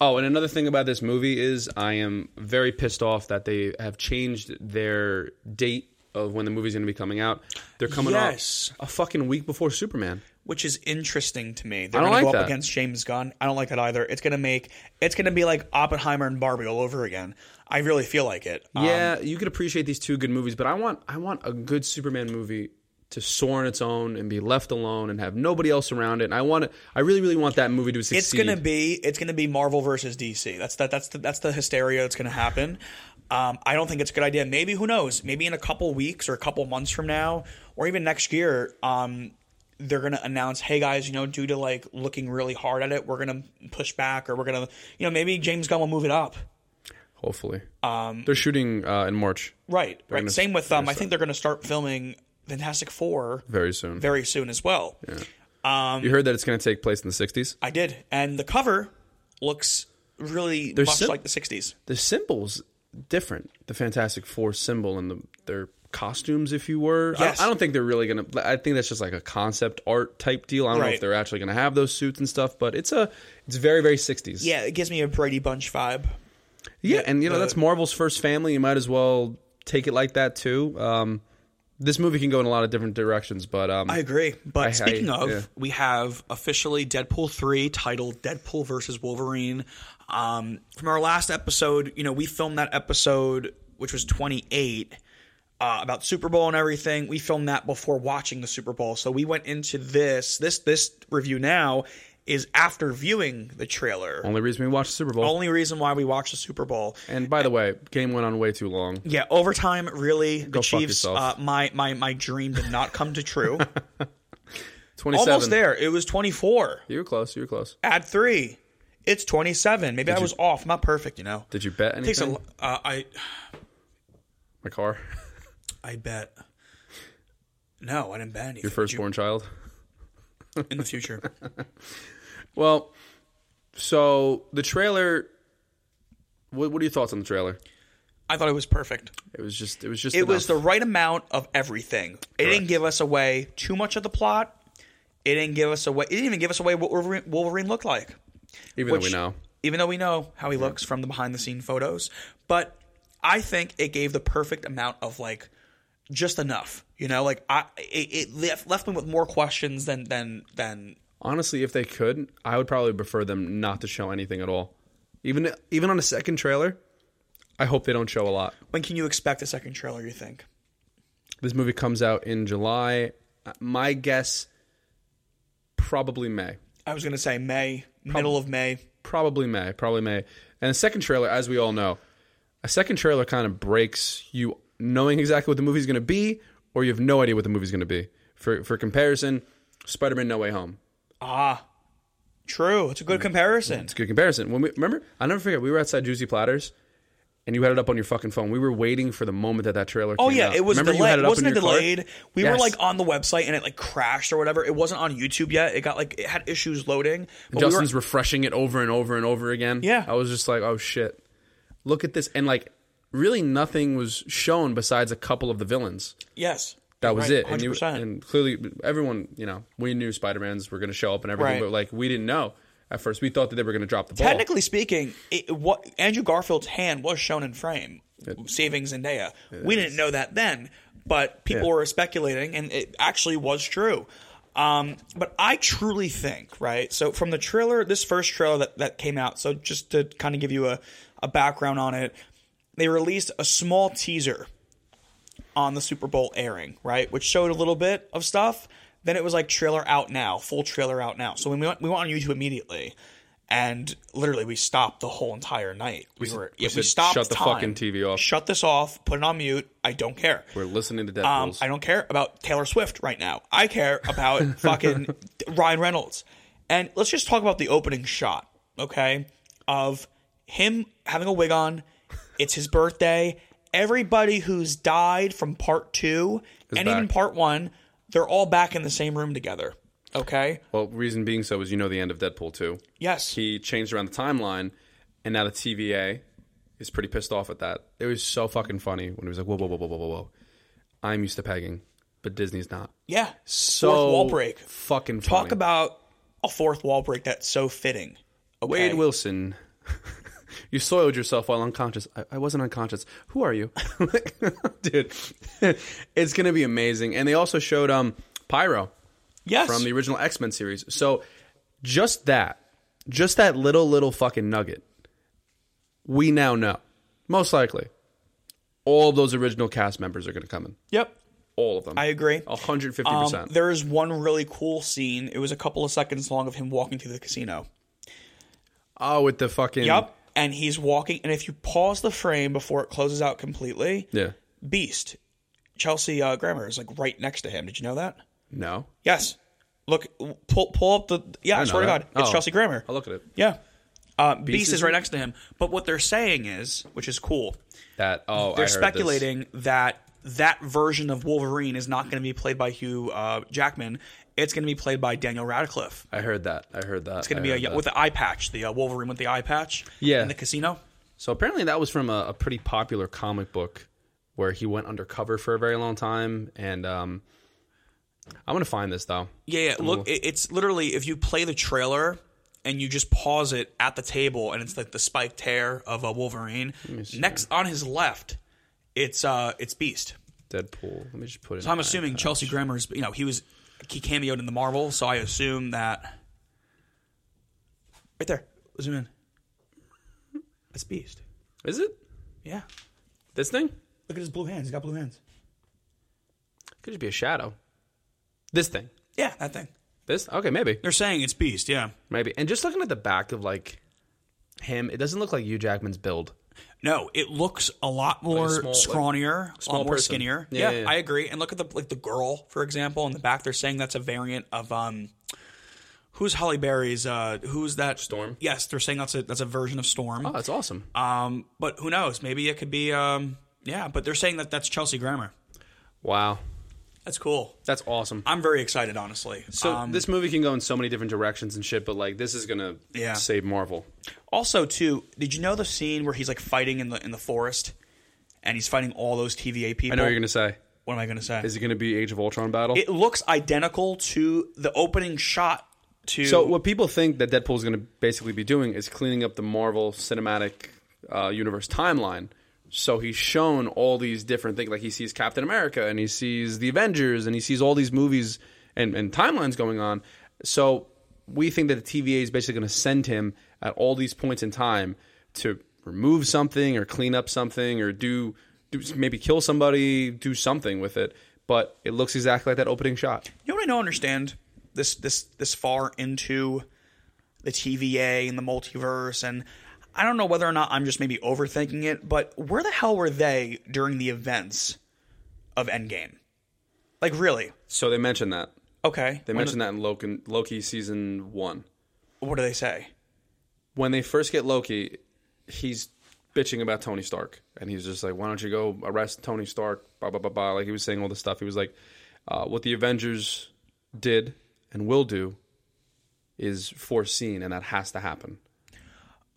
[SPEAKER 2] Oh, and another thing about this movie is I am very pissed off that they have changed their date of when the movie's going to be coming out. They're coming
[SPEAKER 1] Yes.
[SPEAKER 2] out a fucking week before Superman.
[SPEAKER 1] which is interesting to me. They're
[SPEAKER 2] I don't
[SPEAKER 1] going to
[SPEAKER 2] like
[SPEAKER 1] go up
[SPEAKER 2] that.
[SPEAKER 1] against James Gunn. I don't like that either. It's going to make it's going to be like Oppenheimer and Barbie all over again. I really feel like it. Um,
[SPEAKER 2] yeah, you could appreciate these two good movies, but I want I want a good Superman movie to soar on its own and be left alone and have nobody else around it. And I want it, I really really want that movie to succeed.
[SPEAKER 1] it's going to be it's going to be Marvel versus DC. That's that that's the, that's the hysteria that's going to happen. Um, I don't think it's a good idea. Maybe who knows? Maybe in a couple weeks or a couple months from now, or even next year, um, they're going to announce, "Hey guys, you know, due to like looking really hard at it, we're going to push back, or we're going to, you know, maybe James Gunn will move it up."
[SPEAKER 2] hopefully. Um, They're shooting uh, in March
[SPEAKER 1] Right, right.
[SPEAKER 2] gonna-
[SPEAKER 1] Same with um, I think they're going to start filming Fantastic Four
[SPEAKER 2] very soon.
[SPEAKER 1] very soon as well.
[SPEAKER 2] you heard that it's going to take place in the 60s?
[SPEAKER 1] I did, and the cover looks really much
[SPEAKER 2] sim-
[SPEAKER 1] like the '60s.
[SPEAKER 2] the symbols different. The Fantastic Four symbol and the, their costumes, if you were.
[SPEAKER 1] Yes.
[SPEAKER 2] I, I don't think they're really going to. I think that's just like a concept art type deal. I don't know
[SPEAKER 1] Right.
[SPEAKER 2] if they're actually going to have those suits and stuff, but it's a. It's very, very 60s.
[SPEAKER 1] Yeah, it gives me a Brady Bunch vibe.
[SPEAKER 2] Yeah, and you know
[SPEAKER 1] the-
[SPEAKER 2] that's Marvel's first family. You might as well take it like that too. Um, this movie can go in a lot of different directions, but um,
[SPEAKER 1] I agree. But
[SPEAKER 2] I-
[SPEAKER 1] speaking of,
[SPEAKER 2] yeah.
[SPEAKER 1] we have officially Deadpool 3 titled Deadpool versus Wolverine. Um, from our last episode, you know, we filmed that episode, which was 28, uh, about Super Bowl and everything. We filmed that before watching the Super Bowl. So we went into this. This this review now is after viewing the trailer.
[SPEAKER 2] only reason we watched the Super Bowl.
[SPEAKER 1] Only reason why we watched the Super Bowl.
[SPEAKER 2] and by the way, game went on way too long.
[SPEAKER 1] Yeah, overtime really the
[SPEAKER 2] fuck
[SPEAKER 1] Chiefs. Uh,
[SPEAKER 2] yourself.
[SPEAKER 1] my my my dream did not come to
[SPEAKER 2] (laughs)
[SPEAKER 1] true.
[SPEAKER 2] Twenty-seven.
[SPEAKER 1] Almost there. It was 24.
[SPEAKER 2] You were close. You were close.
[SPEAKER 1] Add three. It's 27. Maybe I was off. I'm not perfect, you know.
[SPEAKER 2] Did you bet
[SPEAKER 1] Takes a
[SPEAKER 2] anything?
[SPEAKER 1] l- uh, I
[SPEAKER 2] My car.
[SPEAKER 1] I bet. No, I didn't bet anything.
[SPEAKER 2] Your firstborn child.
[SPEAKER 1] in the future.
[SPEAKER 2] Well, so the trailer. What, what are your thoughts on the trailer?
[SPEAKER 1] (laughs) I thought it was perfect.
[SPEAKER 2] It was just. It was just.
[SPEAKER 1] It was the
[SPEAKER 2] enough.
[SPEAKER 1] right amount of everything. It didn't give us away too much of the plot. It didn't give us away. It didn't even give us away what Wolverine, Wolverine looked like.
[SPEAKER 2] even
[SPEAKER 1] which-
[SPEAKER 2] though we know.
[SPEAKER 1] even though we know how he looks from the behind the scene photos but i think it gave the perfect amount of like just enough you know like i it, it left, left me with more questions than than than
[SPEAKER 2] Honestly, if they could, I would probably prefer them not to show anything at all. Even even on a second trailer, I hope they don't show a lot.
[SPEAKER 1] when can you expect a second trailer you think
[SPEAKER 2] This movie comes out in July. Uh, My guess, probably May.
[SPEAKER 1] i was going to say may middle of may
[SPEAKER 2] Probably May. Probably May. And the second trailer, as we all know, a second trailer kind of breaks you knowing exactly what the movie's going to be, or you have no idea what the movie's going to be. For for comparison, Spider Man No Way Home.
[SPEAKER 1] ah true Mm-hmm. it's a good comparison
[SPEAKER 2] It's a good comparison. When we remember, I never forget. We were outside Juicy Platters, and you had it up on your fucking phone. We were waiting for the moment that that trailer.
[SPEAKER 1] Oh
[SPEAKER 2] came
[SPEAKER 1] yeah,
[SPEAKER 2] out.
[SPEAKER 1] it was
[SPEAKER 2] Remember you had
[SPEAKER 1] delayed.
[SPEAKER 2] up
[SPEAKER 1] Wasn't
[SPEAKER 2] in
[SPEAKER 1] it
[SPEAKER 2] your cart?
[SPEAKER 1] delayed? We were
[SPEAKER 2] Yes.
[SPEAKER 1] like on the website and it like crashed or whatever. It wasn't on YouTube yet. It got like it had issues loading. But we were-
[SPEAKER 2] Justin's refreshing it over and over and over again.
[SPEAKER 1] Yeah.
[SPEAKER 2] I was just like, oh shit, look at this, and like, really nothing was shown besides a couple of the villains.
[SPEAKER 1] yes,
[SPEAKER 2] That was
[SPEAKER 1] Right,
[SPEAKER 2] it, and you
[SPEAKER 1] 100%.
[SPEAKER 2] and clearly everyone, you know, we knew Spider Mans were going to show up and everything,
[SPEAKER 1] Right.
[SPEAKER 2] but like we didn't know at first. We thought that they were going to drop the ball.
[SPEAKER 1] Technically speaking, it, what Andrew Garfield's hand was shown in frame, saving Zendaya. We didn't know that then, but people
[SPEAKER 2] Yeah.
[SPEAKER 1] were speculating, and it actually was true. Um, but I truly think, right? So from the trailer, this first trailer that, that came out, so just to kind of give you a, a background on it, they released a small teaser on the Super Bowl airing, right? Which showed a little bit of stuff. Then it was like trailer out now, full trailer out now. So when we went, we went on YouTube immediately, and literally we stopped the whole entire night. We, were yeah, we
[SPEAKER 2] said,
[SPEAKER 1] stopped.
[SPEAKER 2] "Shut the
[SPEAKER 1] time.
[SPEAKER 2] fucking TV off."
[SPEAKER 1] Shut this off. Put it on mute. I don't care.
[SPEAKER 2] We're listening to
[SPEAKER 1] Um,
[SPEAKER 2] Deadpool's.
[SPEAKER 1] I don't care about Taylor Swift right now. I care
[SPEAKER 2] (laughs)
[SPEAKER 1] about fucking Ryan Reynolds. And let's just talk about the opening shot, okay? Of him having a wig on. It's his birthday. Everybody who's died from part two and even
[SPEAKER 2] back.
[SPEAKER 1] part one, they're all back in the same room together. Okay?
[SPEAKER 2] well, reason being so is you know the end of Deadpool too.
[SPEAKER 1] Yes.
[SPEAKER 2] he changed around the timeline, and now the TVA is pretty pissed off at that. It was so fucking funny when he was like, "Whoa, whoa, whoa, whoa, whoa, whoa, whoa!" I'm used to pegging, but Disney's not.
[SPEAKER 1] yeah.
[SPEAKER 2] So
[SPEAKER 1] fourth wall break.
[SPEAKER 2] Fucking funny.
[SPEAKER 1] Talk about a fourth wall break that's so fitting. Okay?
[SPEAKER 2] Wade Wilson. (laughs) you soiled yourself while unconscious. I, I wasn't unconscious. Who are you, (laughs) dude? (laughs) it's gonna be amazing. And they also showed um Pyro
[SPEAKER 1] yes.
[SPEAKER 2] from the original X Men series. So just that, just that little little fucking nugget, we now know most likely all of those original cast members are going to come in.
[SPEAKER 1] yep.
[SPEAKER 2] All of them.
[SPEAKER 1] I agree.
[SPEAKER 2] hundred fifty
[SPEAKER 1] Um,
[SPEAKER 2] percent.
[SPEAKER 1] there is one really cool scene. It was a couple of seconds long of him walking through the casino.
[SPEAKER 2] Oh, with the fucking
[SPEAKER 1] Yep. And he's walking, and if you pause the frame before it closes out completely,
[SPEAKER 2] Yeah.
[SPEAKER 1] Beast, Chelsea uh, Grammer is like right next to him. Did you know that?
[SPEAKER 2] No.
[SPEAKER 1] Yes. Look, pull pull up the yeah. I,
[SPEAKER 2] know
[SPEAKER 1] swear to God,
[SPEAKER 2] that.
[SPEAKER 1] it's
[SPEAKER 2] Oh.
[SPEAKER 1] Chelsea Grammer.
[SPEAKER 2] I'll look at it.
[SPEAKER 1] Yeah. Uh, Beast, is
[SPEAKER 2] is-
[SPEAKER 1] right next to him. But what they're saying is, which is cool,
[SPEAKER 2] That oh, I
[SPEAKER 1] they're
[SPEAKER 2] heard this.
[SPEAKER 1] speculating that that version of Wolverine is not going to be played by Hugh uh, Jackman. It's going to be played by Daniel Radcliffe.
[SPEAKER 2] I heard that. I heard that. It's
[SPEAKER 1] It's gonna be a, with the eye patch, the uh, Wolverine with the eye patch.
[SPEAKER 2] Yeah.
[SPEAKER 1] In the casino.
[SPEAKER 2] So apparently that was from a, a pretty popular comic book where he went undercover for a very long time. And um, I'm gonna find this though.
[SPEAKER 1] Yeah, yeah. Look, it, it's literally if you play the trailer and you just pause it at the table, and it's like the spiked hair of a Wolverine. Next on his left, it's uh, it's Beast.
[SPEAKER 2] Deadpool. Let me just put it.
[SPEAKER 1] So I'm assuming Chelsea Grammer's. You know, he was he cameoed in the Marvel, so I assume that. Right there, zoom in. That's Beast.
[SPEAKER 2] Is it
[SPEAKER 1] Yeah,
[SPEAKER 2] this thing?
[SPEAKER 1] look at his blue hands. He's got blue hands.
[SPEAKER 2] Could just be a shadow. This thing.
[SPEAKER 1] Yeah, that thing.
[SPEAKER 2] This. Okay, maybe.
[SPEAKER 1] They're saying it's Beast. Yeah.
[SPEAKER 2] Maybe. And just looking at the back of like him, it doesn't look like Hugh Jackman's build.
[SPEAKER 1] No, it looks a lot more
[SPEAKER 2] small- like-
[SPEAKER 1] scrawnier, a
[SPEAKER 2] small
[SPEAKER 1] lot more
[SPEAKER 2] person.
[SPEAKER 1] skinnier.
[SPEAKER 2] Yeah,
[SPEAKER 1] Yeah,
[SPEAKER 2] yeah, yeah.
[SPEAKER 1] I agree. And look at the like the girl, for example, in the back. They're saying that's a variant of um, who's Holly Berry's? Uh, who's that?
[SPEAKER 2] Storm?
[SPEAKER 1] Yes, they're saying that's a that's a version of Storm.
[SPEAKER 2] Oh, that's awesome.
[SPEAKER 1] Um, but who knows? Maybe it could be. Um, yeah, but they're saying that that's Chelsea Grammer.
[SPEAKER 2] wow.
[SPEAKER 1] That's cool.
[SPEAKER 2] That's awesome.
[SPEAKER 1] I'm very excited, honestly.
[SPEAKER 2] So
[SPEAKER 1] um,
[SPEAKER 2] this movie can go in so many different directions and shit, but like this is gonna
[SPEAKER 1] Yeah.
[SPEAKER 2] save Marvel.
[SPEAKER 1] also, too, did you know the scene where he's like fighting in the in the forest, and he's fighting all those TVA people?
[SPEAKER 2] I know what you're gonna say.
[SPEAKER 1] what am I going to say?
[SPEAKER 2] Is it gonna be Age of Ultron battle?
[SPEAKER 1] it looks identical to the opening shot to
[SPEAKER 2] so what people think that Deadpool is gonna basically be doing is cleaning up the Marvel cinematic uh, universe timeline. So he's shown all these different things, like he sees Captain America and he sees the Avengers and he sees all these movies and, and timelines going on. So we think that the TVA is basically going to send him at all these points in time to remove something or clean up something or do, do maybe kill somebody, do something with it. But it looks exactly like that opening shot.
[SPEAKER 1] you know what I don't understand this this this far into the TVA and the multiverse and I don't know whether or not I'm just maybe overthinking it, but where the hell were they during the events of Endgame? Like really?
[SPEAKER 2] So they mentioned that.
[SPEAKER 1] Okay.
[SPEAKER 2] They mentioned that in Loki, Loki season one.
[SPEAKER 1] What do they say?
[SPEAKER 2] When they first get Loki, he's bitching about Tony Stark, and he's just like, "Why don't you go arrest Tony Stark?" Blah blah blah blah. Like he was saying all this stuff. He was like, uh, "What the Avengers did and will do is foreseen, and that has to happen."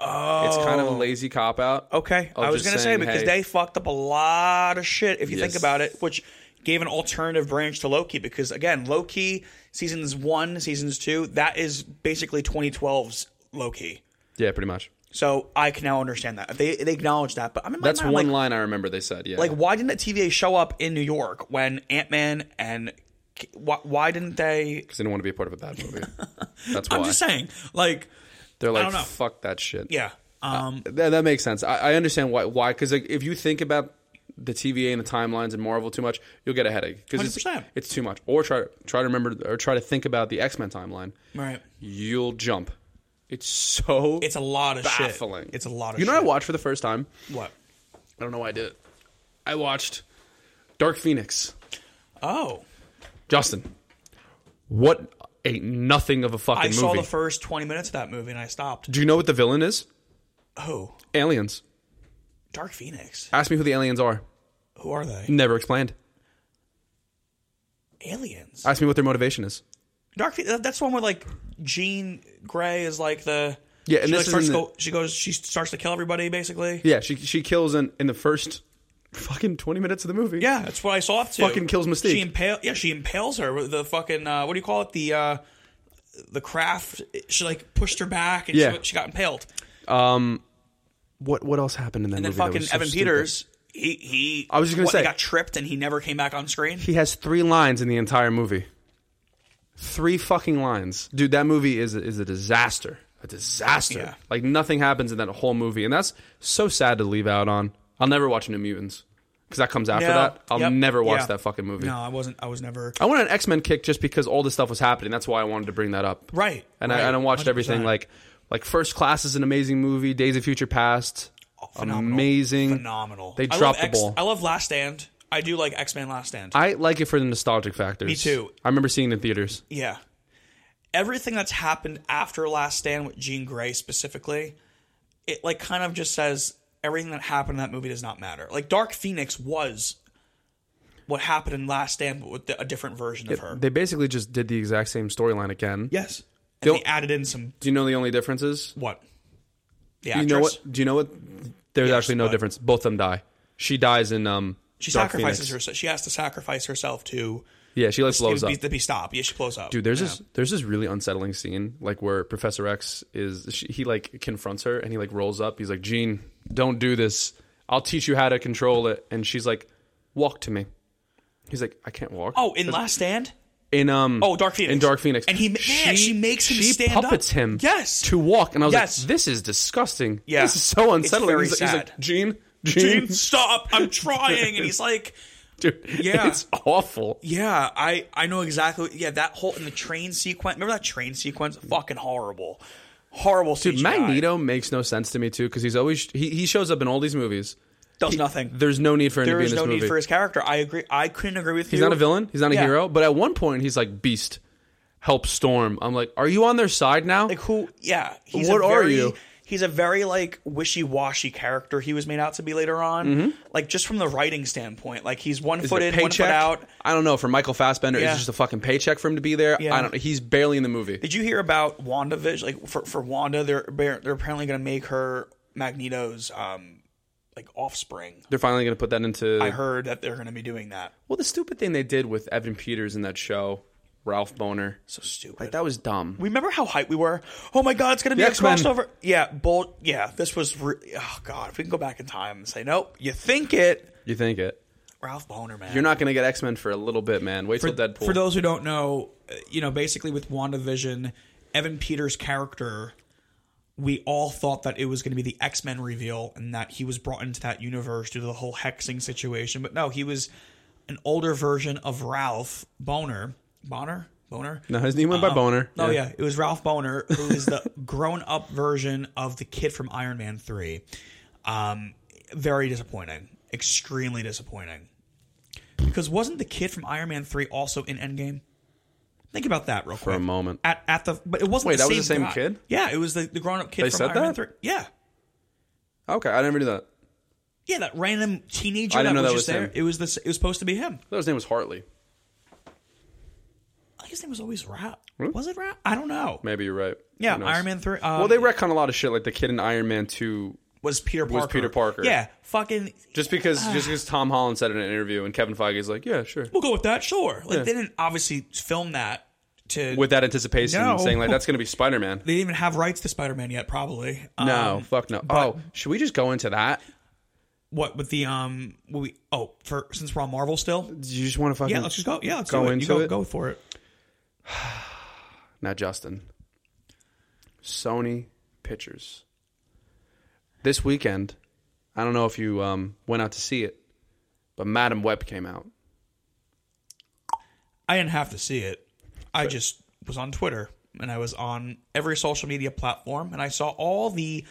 [SPEAKER 2] Oh, it's kind of a lazy cop out.
[SPEAKER 1] Okay,
[SPEAKER 2] of
[SPEAKER 1] I was
[SPEAKER 2] just
[SPEAKER 1] gonna say
[SPEAKER 2] saying,
[SPEAKER 1] because
[SPEAKER 2] hey-
[SPEAKER 1] they fucked up a lot of shit if you
[SPEAKER 2] Yes.
[SPEAKER 1] think about it, which gave an alternative branch to Loki. Because again, Loki seasons one, seasons two, that is basically 2012's Loki.
[SPEAKER 2] yeah, pretty much.
[SPEAKER 1] So I can now understand that they they acknowledge that. But I'm in my
[SPEAKER 2] That's
[SPEAKER 1] mind,
[SPEAKER 2] one
[SPEAKER 1] like,
[SPEAKER 2] line I remember they said. Yeah,
[SPEAKER 1] like why didn't that TVA show up in New York when Ant Man and K- why, why didn't they?
[SPEAKER 2] because they don't want to be a part of a bad
[SPEAKER 1] (laughs)
[SPEAKER 2] movie. That's why
[SPEAKER 1] I'm just saying, like
[SPEAKER 2] they're like,
[SPEAKER 1] don't know.
[SPEAKER 2] "Fuck that shit."
[SPEAKER 1] yeah,
[SPEAKER 2] Uh,
[SPEAKER 1] um,
[SPEAKER 2] That, that makes sense. I, I understand why. Why? Because like, if you think about the TVA and the timelines and Marvel too much, you'll get a headache because it's,
[SPEAKER 1] 100%.
[SPEAKER 2] it's too much. Or try try to remember or try to think about the X Men timeline.
[SPEAKER 1] right.
[SPEAKER 2] You'll jump. It's so
[SPEAKER 1] It's a lot of
[SPEAKER 2] baffling.
[SPEAKER 1] shit. It's a lot of
[SPEAKER 2] You know,
[SPEAKER 1] shit.
[SPEAKER 2] what I watched for the first time.
[SPEAKER 1] what?
[SPEAKER 2] I don't know why I did it. I watched Dark Phoenix.
[SPEAKER 1] Oh.
[SPEAKER 2] Justin, what a nothing of a fucking
[SPEAKER 1] I
[SPEAKER 2] movie.
[SPEAKER 1] saw the first 20 minutes of that movie and I stopped.
[SPEAKER 2] Do you know what the villain is?
[SPEAKER 1] Oh,
[SPEAKER 2] Aliens.
[SPEAKER 1] Dark Phoenix.
[SPEAKER 2] Ask me who the aliens are.
[SPEAKER 1] Who are they?
[SPEAKER 2] Never explained.
[SPEAKER 1] Aliens.
[SPEAKER 2] Ask me what their motivation is.
[SPEAKER 1] Dark Phoenix. That's the one where like Jean Grey is like the
[SPEAKER 2] Yeah, and
[SPEAKER 1] she,
[SPEAKER 2] this
[SPEAKER 1] like, starts
[SPEAKER 2] is in
[SPEAKER 1] to
[SPEAKER 2] the-
[SPEAKER 1] go, she goes. She starts to kill everybody basically.
[SPEAKER 2] Yeah, she she kills in, in the first fucking twenty minutes of the movie.
[SPEAKER 1] Yeah, that's what I saw. Too.
[SPEAKER 2] Fucking kills Mystique.
[SPEAKER 1] She impale. Yeah, she impales her with the fucking uh, what do you call it? The uh, the craft. She like pushed her back and
[SPEAKER 2] Yeah.
[SPEAKER 1] she, she got impaled.
[SPEAKER 2] What what else happened in that
[SPEAKER 1] And
[SPEAKER 2] movie?
[SPEAKER 1] then
[SPEAKER 2] that
[SPEAKER 1] fucking
[SPEAKER 2] was so
[SPEAKER 1] Evan
[SPEAKER 2] stupid?
[SPEAKER 1] Peters. He he.
[SPEAKER 2] I was just gonna
[SPEAKER 1] what,
[SPEAKER 2] say-
[SPEAKER 1] he got tripped and he never came back on screen.
[SPEAKER 2] He has three lines in the entire movie. Three fucking lines, dude. That movie is a- is a disaster. A disaster.
[SPEAKER 1] Yeah.
[SPEAKER 2] Like nothing happens in that whole movie, and that's so sad to leave out on. I'll never watch New Mutants because that comes after
[SPEAKER 1] No.
[SPEAKER 2] that. I'll
[SPEAKER 1] Yep.
[SPEAKER 2] never watch
[SPEAKER 1] Yeah.
[SPEAKER 2] that fucking movie.
[SPEAKER 1] No, I wasn't. I was never.
[SPEAKER 2] I went on an X Men kick just because all this stuff was happening. That's why I wanted to bring that up.
[SPEAKER 1] Right,
[SPEAKER 2] And
[SPEAKER 1] right,
[SPEAKER 2] I, and I watched everything
[SPEAKER 1] 100%.
[SPEAKER 2] like like First Class is an amazing movie. Days of Future Past,
[SPEAKER 1] phenomenal.
[SPEAKER 2] amazing,
[SPEAKER 1] phenomenal.
[SPEAKER 2] Mm. They
[SPEAKER 1] I love
[SPEAKER 2] dropped the
[SPEAKER 1] X-
[SPEAKER 2] ball.
[SPEAKER 1] I love Last Stand. I do like X Men Last Stand.
[SPEAKER 2] I like it for the nostalgic factors. Me
[SPEAKER 1] too.
[SPEAKER 2] I remember seeing it in theaters.
[SPEAKER 1] yeah, everything that's happened after Last Stand with Jean Grey specifically, it like kind of just says everything that happened in that movie does not matter. Like Dark Phoenix was what happened in Last Stand, but with the, a different version of her.
[SPEAKER 2] They basically just did the exact same storyline again.
[SPEAKER 1] yes, and
[SPEAKER 2] Don't-
[SPEAKER 1] they added in some
[SPEAKER 2] Do you know the only difference is?
[SPEAKER 1] what? The
[SPEAKER 2] Do
[SPEAKER 1] actress?
[SPEAKER 2] you know what? Do you know what There's
[SPEAKER 3] Yes,
[SPEAKER 2] actually no
[SPEAKER 3] but-
[SPEAKER 2] difference. Both of them die. She dies in um.
[SPEAKER 3] She
[SPEAKER 2] Dark
[SPEAKER 3] sacrifices
[SPEAKER 2] Phoenix.
[SPEAKER 3] herself. She has to sacrifice herself to
[SPEAKER 2] Yeah, she like blows up.
[SPEAKER 3] be, to be stopped. Yeah, she blows up.
[SPEAKER 2] Dude, there's
[SPEAKER 3] yeah.
[SPEAKER 2] this there's this really unsettling scene like where Professor X is she, he like confronts her and he like rolls up. He's like, "Gene, don't do this. I'll teach you how to control it." And she's like, "Walk to me." He's like, "I can't walk."
[SPEAKER 3] Oh, in Last Stand.
[SPEAKER 2] in um
[SPEAKER 3] Oh, Dark Phoenix.
[SPEAKER 2] in Dark Phoenix,
[SPEAKER 3] And he- yeah, she makes him
[SPEAKER 2] she
[SPEAKER 3] stand up.
[SPEAKER 2] puppets him
[SPEAKER 3] Yes.
[SPEAKER 2] to walk. And I was
[SPEAKER 3] Yes.
[SPEAKER 2] like, "This is disgusting.
[SPEAKER 3] Yeah.
[SPEAKER 2] this is so unsettling."
[SPEAKER 3] very
[SPEAKER 2] he's, like- he's
[SPEAKER 3] sad.
[SPEAKER 2] like, "Gene, Gene, (laughs)
[SPEAKER 3] Dude, stop! I'm trying, and he's like,
[SPEAKER 2] dude,
[SPEAKER 3] Yeah.
[SPEAKER 2] it's awful."
[SPEAKER 3] "Yeah, I I know exactly." Yeah, that whole in the train sequence. Remember that train sequence? Fucking horrible, horrible.
[SPEAKER 2] Dude, Magneto makes no sense to me too because he's always he, he shows up in all these movies.
[SPEAKER 3] does
[SPEAKER 2] He-
[SPEAKER 3] nothing.
[SPEAKER 2] There's no need for him to
[SPEAKER 3] there
[SPEAKER 2] be
[SPEAKER 3] is
[SPEAKER 2] in this
[SPEAKER 3] no
[SPEAKER 2] movie.
[SPEAKER 3] need for his character. I agree. I couldn't agree with
[SPEAKER 2] He's
[SPEAKER 3] you.
[SPEAKER 2] not a villain. He's not a
[SPEAKER 3] Yeah.
[SPEAKER 2] hero. But at one point, he's like, "Beast, help Storm." I'm like, "Are you on their side now?"
[SPEAKER 3] Like who? Yeah. He's
[SPEAKER 2] What
[SPEAKER 3] a
[SPEAKER 2] are
[SPEAKER 3] very,
[SPEAKER 2] you?
[SPEAKER 3] He's a very like wishy-washy character. He was made out to be later on. Like just from the writing standpoint, like he's one
[SPEAKER 2] Mm-hmm. Is it
[SPEAKER 3] foot
[SPEAKER 2] a
[SPEAKER 3] in, one foot out.
[SPEAKER 2] I don't know. For Michael Fassbender,
[SPEAKER 3] Yeah.
[SPEAKER 2] it's just a fucking paycheck for him to be there.
[SPEAKER 3] Yeah.
[SPEAKER 2] I don't. know. He's barely in the movie.
[SPEAKER 3] Did you hear about WandaVision? Like for for Wanda, they're they're they're apparently going to make her Magneto's um like offspring.
[SPEAKER 2] They're finally going to put that into.
[SPEAKER 3] I heard that they're going to be doing that.
[SPEAKER 2] well, the stupid thing they did with Evan Peters in that show, Ralph Boner,
[SPEAKER 3] So stupid.
[SPEAKER 2] like that was dumb.
[SPEAKER 3] we remember how hyped we were. Oh my god, it's going to be
[SPEAKER 2] The
[SPEAKER 3] a
[SPEAKER 2] X-Men.
[SPEAKER 3] crossover. Yeah, bull. Yeah, this was. Re- oh god, if we can go back in time and say nope, you think it,
[SPEAKER 2] you think it?
[SPEAKER 3] Ralph Boner, man.
[SPEAKER 2] You're not going to get X Men for a little bit, man. Wait till Deadpool.
[SPEAKER 1] For those who don't know, uh, you know, basically with WandaVision, Evan Peters' character, we all thought that it was going to be the X Men reveal and that he was brought into that universe due to the whole hexing situation. But no, he was an older version of Ralph Boner. Boner? Boner?
[SPEAKER 2] no, his name went
[SPEAKER 3] Uh-huh.
[SPEAKER 2] by Boner.
[SPEAKER 1] Oh yeah. it was Ralph Boner, who is the (laughs) grown-up version of the kid from Iron Man Three. Um, very disappointing, extremely disappointing. Because wasn't the kid from Iron Man Three also in Endgame? Think about that real quick
[SPEAKER 2] a moment.
[SPEAKER 1] At, at the, but it wasn't.
[SPEAKER 2] Wait,
[SPEAKER 1] the
[SPEAKER 2] that was the same
[SPEAKER 1] guy.
[SPEAKER 2] kid?
[SPEAKER 1] Yeah, it was the, the grown-up kid
[SPEAKER 2] They
[SPEAKER 1] from
[SPEAKER 2] said
[SPEAKER 1] Iron
[SPEAKER 2] that?
[SPEAKER 1] Man Three. Yeah,
[SPEAKER 2] Okay, I never knew that.
[SPEAKER 1] yeah, that random teenager
[SPEAKER 2] I
[SPEAKER 1] that
[SPEAKER 2] didn't
[SPEAKER 1] was
[SPEAKER 2] know
[SPEAKER 1] just
[SPEAKER 2] that was
[SPEAKER 1] there.
[SPEAKER 2] him.
[SPEAKER 1] It was this. It was supposed to be him.
[SPEAKER 2] I thought his name was Hartley.
[SPEAKER 1] I think his name was always Ralph. Was it Ralph? I don't know.
[SPEAKER 2] Maybe you're right.
[SPEAKER 1] Yeah,
[SPEAKER 2] Who knows?
[SPEAKER 1] Iron Man Three. Um,
[SPEAKER 2] Well, they retcon a lot of shit, like the kid in Iron Man Two.
[SPEAKER 1] was Peter Parker.
[SPEAKER 2] was Peter Parker.
[SPEAKER 1] Yeah, fucking.
[SPEAKER 2] Just because,
[SPEAKER 1] (sighs)
[SPEAKER 2] just because Tom Holland said it in an interview, and Kevin Feige's like, yeah, sure,
[SPEAKER 1] we'll go with that. Sure. Like they didn't obviously film that to.
[SPEAKER 2] with that anticipation,
[SPEAKER 1] No.
[SPEAKER 2] saying like that's gonna be Spider Man.
[SPEAKER 1] they didn't even have rights to Spider-Man yet, probably. Um,
[SPEAKER 2] No, fuck no. oh, should we just go into that?
[SPEAKER 1] What with the um? We oh for since we're on Marvel still.
[SPEAKER 2] Do you just want to fucking
[SPEAKER 1] Yeah, let's just go. Yeah, let's
[SPEAKER 2] Go
[SPEAKER 1] do it.
[SPEAKER 2] into
[SPEAKER 1] you go,
[SPEAKER 2] it?
[SPEAKER 1] Go for it.
[SPEAKER 2] Now, Justin, Sony Pictures. This weekend, I don't know if you um, went out to see it, but Madam Web came out.
[SPEAKER 1] I didn't have to see it. I just was on Twitter and I was on every social media platform and I saw all the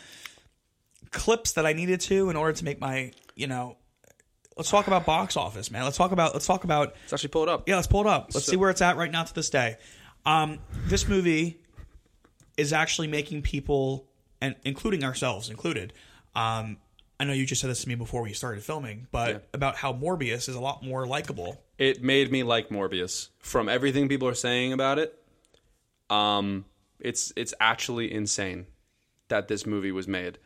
[SPEAKER 1] clips that I needed to in order to make my you know. Let's talk about box office, man. Let's talk about let's talk about
[SPEAKER 2] Let's actually pull it up.
[SPEAKER 1] Yeah, let's pull it up. Let's see where it's at right now to this day. Um, this movie is actually making people, and including ourselves included. Um, I know you just said this to me before we started filming, but about how Morbius is a lot more likable.
[SPEAKER 2] it made me like Morbius from everything people are saying about it. Um, it's it's actually insane that this movie was made.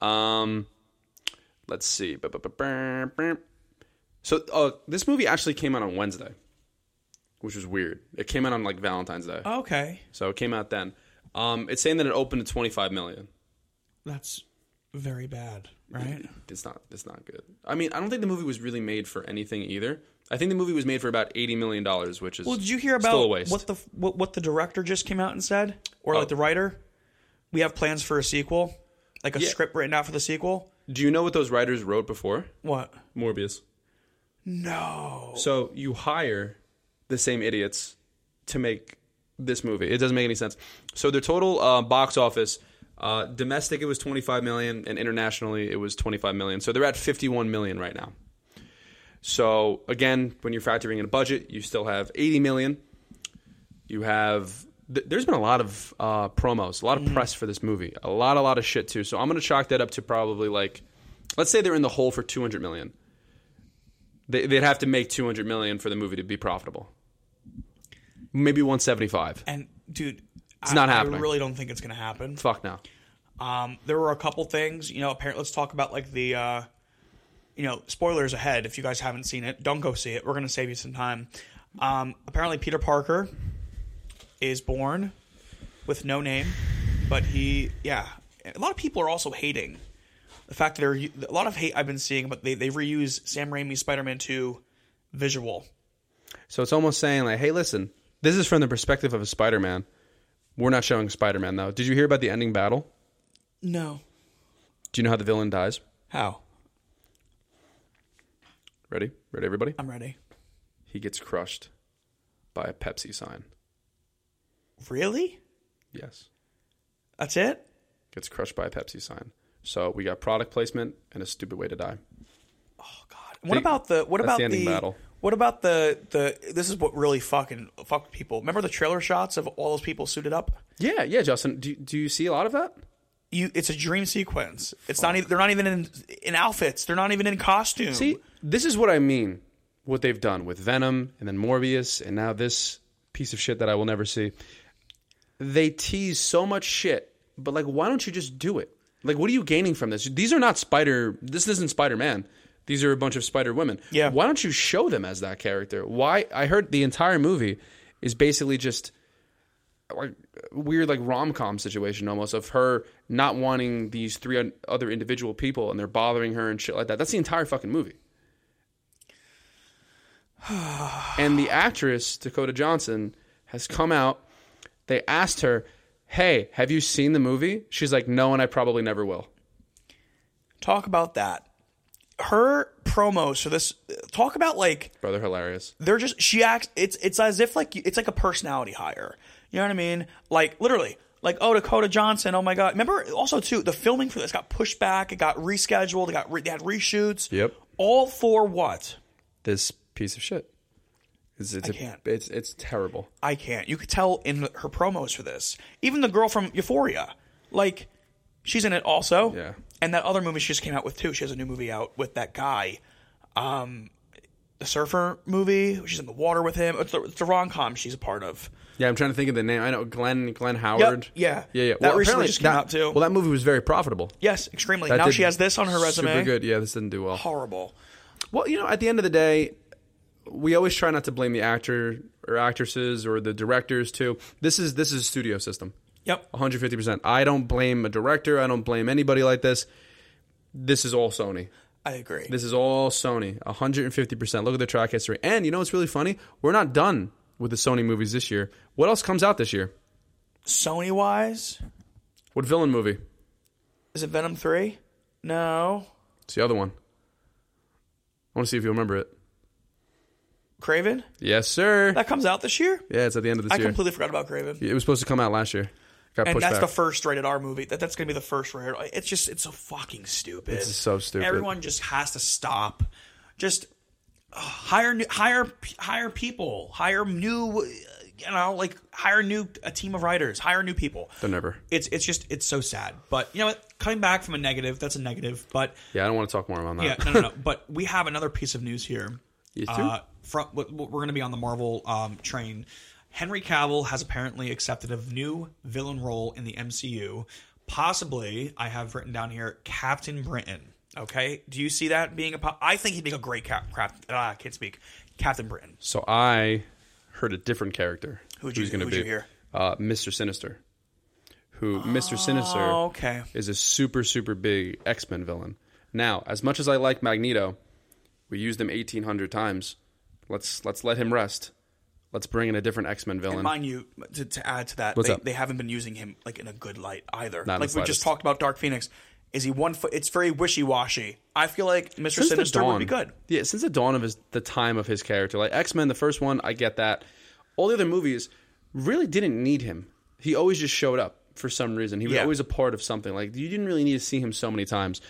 [SPEAKER 2] Um, let's see. So, uh, this movie actually came out on Wednesday, which was weird. It came out on like Valentine's Day,
[SPEAKER 1] Oh. Okay,
[SPEAKER 2] so it came out then. Um, it's saying that it opened to 25 million.
[SPEAKER 1] that's very bad, right?
[SPEAKER 2] It's not. It's not good. I mean, I don't think the movie was really made for anything either. I think the movie was made for about 80 million dollars, which is
[SPEAKER 1] Well, did you hear
[SPEAKER 2] still a
[SPEAKER 1] about
[SPEAKER 2] waste.
[SPEAKER 1] what the what, what the director just came out and said, or like the writer? We have plans for a sequel, like a script written out for the sequel.
[SPEAKER 2] Do you know what those writers wrote before?
[SPEAKER 1] What?
[SPEAKER 2] Morbius.
[SPEAKER 1] No.
[SPEAKER 2] So you hire the same idiots to make this movie. It doesn't make any sense. So their total uh, box office, uh, domestic it was 25 million, and internationally it was 25 million. So they're at 51 million right now. So again, when you're factoring in a budget, you still have 80 million. You have th- there's been a lot of uh, promos, a lot of press for this movie, a lot, a lot of shit too. So I'm gonna chalk that up to probably like, let's say they're in the hole for 200 million. They, they'd have to make 200 million for the movie to be profitable. Maybe 175.
[SPEAKER 1] And dude,
[SPEAKER 2] It's
[SPEAKER 1] I,
[SPEAKER 2] not
[SPEAKER 1] I
[SPEAKER 2] happening.
[SPEAKER 1] really don't think it's gonna happen.
[SPEAKER 2] Fuck now.
[SPEAKER 1] Um, there were a couple things, you know. Apparently, let's talk about like the, uh, you know, spoilers ahead. If you guys haven't seen it, don't go see it. We're gonna save you some time. Um, apparently, Peter Parker is born with no name, but he, yeah. A lot of people are also hating the fact that there are a lot of hate I've been seeing, but they they reuse Sam Raimi's Spider-Man Two visual.
[SPEAKER 2] So it's almost saying like, hey, listen, this is from the perspective of a Spider-Man. We're not showing Spider-Man though. Did you hear about the ending battle?
[SPEAKER 1] No,
[SPEAKER 2] Do you know how the villain dies?
[SPEAKER 1] how?
[SPEAKER 2] Ready? Ready, everybody?
[SPEAKER 1] I'm ready.
[SPEAKER 2] He gets crushed by a Pepsi sign.
[SPEAKER 1] Really?
[SPEAKER 2] Yes.
[SPEAKER 1] That's it?
[SPEAKER 2] Gets crushed by a Pepsi sign. So we got product placement and a stupid way to die.
[SPEAKER 1] What
[SPEAKER 2] They-
[SPEAKER 1] about the what
[SPEAKER 2] that's
[SPEAKER 1] about
[SPEAKER 2] the
[SPEAKER 1] the,
[SPEAKER 2] ending battle.
[SPEAKER 1] what about the the this is what really fucking fucked people. Remember the trailer shots of all those people suited up?
[SPEAKER 2] Yeah, yeah, Justin. Do, do you see a lot of that?
[SPEAKER 1] You it's a dream sequence. It's not even they're not even in in outfits. They're not even in costume.
[SPEAKER 2] Oh. See, this is what I mean. What they've done with Venom and then Morbius and now this piece of shit that I will never see. They tease so much shit, but like, why don't you just do it? Like, what are you gaining from this? These are not Spider. This isn't Spider Man. These are a bunch of Spider Women.
[SPEAKER 1] Yeah.
[SPEAKER 2] Why don't you show them as that character? Why? I heard the entire movie is basically just like weird like rom-com situation almost of her not wanting these three un- other individual people and they're bothering her and shit like that. That's the entire fucking movie. and the actress Dakota Johnson has come out. They asked her, "Hey, have you seen the movie?" She's like, "No, and I probably never will."
[SPEAKER 1] Talk about that. Her promos for this talk about like
[SPEAKER 2] Brother, hilarious.
[SPEAKER 1] they're just she acts it's it's as if like it's like a personality hire you know what i mean like literally like oh dakota johnson oh my god remember also too the filming for this got pushed back it got rescheduled it got re- they had reshoots
[SPEAKER 2] Yep.
[SPEAKER 1] all for what
[SPEAKER 2] This piece of shit. It's it's, a-
[SPEAKER 1] can't.
[SPEAKER 2] it's it's terrible.
[SPEAKER 1] i can't you could tell in her promos for this even the girl from euphoria like she's in it also
[SPEAKER 2] Yeah.
[SPEAKER 1] and that other movie she just came out with too she has a new movie out with that guy um the surfer movie she's in the water with him it's the, it's the rom-com she's a part of
[SPEAKER 2] Yeah, I'm trying to think of the name. I know Glenn Glenn Howard.
[SPEAKER 1] Howard. yeah.
[SPEAKER 2] yeah, yeah.
[SPEAKER 1] That recently just came out, too.
[SPEAKER 2] Well, that movie was very profitable.
[SPEAKER 1] Yes, extremely.
[SPEAKER 2] That
[SPEAKER 1] now
[SPEAKER 2] did
[SPEAKER 1] she has this on her resume.
[SPEAKER 2] Super good. Yeah, this didn't do well.
[SPEAKER 1] Horrible.
[SPEAKER 2] Well, you know, at the end of the day, we always try not to blame the actor or actresses or the directors too. This is this is studio system.
[SPEAKER 1] Yep.
[SPEAKER 2] 150%. I don't blame a director, I don't blame anybody like this. This is all Sony.
[SPEAKER 1] I agree.
[SPEAKER 2] This is all Sony. 150%. Look at the track history. And you know what's really funny? We're not done with the Sony movies this year. What else comes out this year?
[SPEAKER 1] Sony wise,
[SPEAKER 2] What villain movie?
[SPEAKER 1] is it Venom 3? No.
[SPEAKER 2] It's the other one. I want to see if you remember it.
[SPEAKER 1] Craven?
[SPEAKER 2] Yes, sir.
[SPEAKER 1] That comes out this year?
[SPEAKER 2] Yeah, it's at the end of this
[SPEAKER 1] I
[SPEAKER 2] year.
[SPEAKER 1] completely forgot about Craven.
[SPEAKER 2] It was supposed to come out last year. Got
[SPEAKER 1] And
[SPEAKER 2] pushed
[SPEAKER 1] that's
[SPEAKER 2] back.
[SPEAKER 1] the first rated R movie. That that's gonna be the first rated. R. It's just it's so fucking stupid. It's
[SPEAKER 2] so stupid.
[SPEAKER 1] Everyone just has to stop. Just uh, hire new, hire hire people. Hire new, uh, you know, like hire new a team of writers. Hire new people.
[SPEAKER 2] They're never.
[SPEAKER 1] It's it's just it's so sad. But you know what? Coming back from a negative, that's a negative. But
[SPEAKER 2] Yeah, I don't want to talk more about that.
[SPEAKER 1] Yeah, no, no,
[SPEAKER 2] (laughs)
[SPEAKER 1] no. But we have another piece of news here.
[SPEAKER 2] You too?
[SPEAKER 1] Uh, from what- what we're going to be on the Marvel um, train. Henry Cavill has apparently accepted a new villain role in the MCU. Possibly, I have written down here Captain Britain. Okay, do you see that being a? Po- I think he'd be a great cap. Crap, ah, I can't speak. Captain Britain.
[SPEAKER 2] So I heard a different character.
[SPEAKER 1] Who'd you-
[SPEAKER 2] who's gonna
[SPEAKER 1] who'd
[SPEAKER 2] be
[SPEAKER 1] you hear?
[SPEAKER 2] Uh, Mr. Sinister. Who Mr.
[SPEAKER 1] Oh.
[SPEAKER 2] Sinister
[SPEAKER 1] Okay.
[SPEAKER 2] is a super super big X Men villain. Now, as much as I like Magneto, we used him eighteen hundred times. Let's let's let him rest. Let's bring in a different X Men villain.
[SPEAKER 1] Mind you, to, to add to that,
[SPEAKER 2] What's
[SPEAKER 1] they,
[SPEAKER 2] up?
[SPEAKER 1] they haven't been using him like in a good light either.
[SPEAKER 2] Not in
[SPEAKER 1] like
[SPEAKER 2] the
[SPEAKER 1] we just
[SPEAKER 2] slightest.
[SPEAKER 1] talked about Dark Phoenix. Is he one foot? It's very wishy washy. I feel like Mr. Sinister would be good.
[SPEAKER 2] Yeah, since the dawn of his the time of his character, like X Men, the first one, I get that. All the other movies really didn't need him. He always just showed up for some reason. He was
[SPEAKER 1] Yeah.
[SPEAKER 2] always a part of something. Like you didn't really need to see him so many times.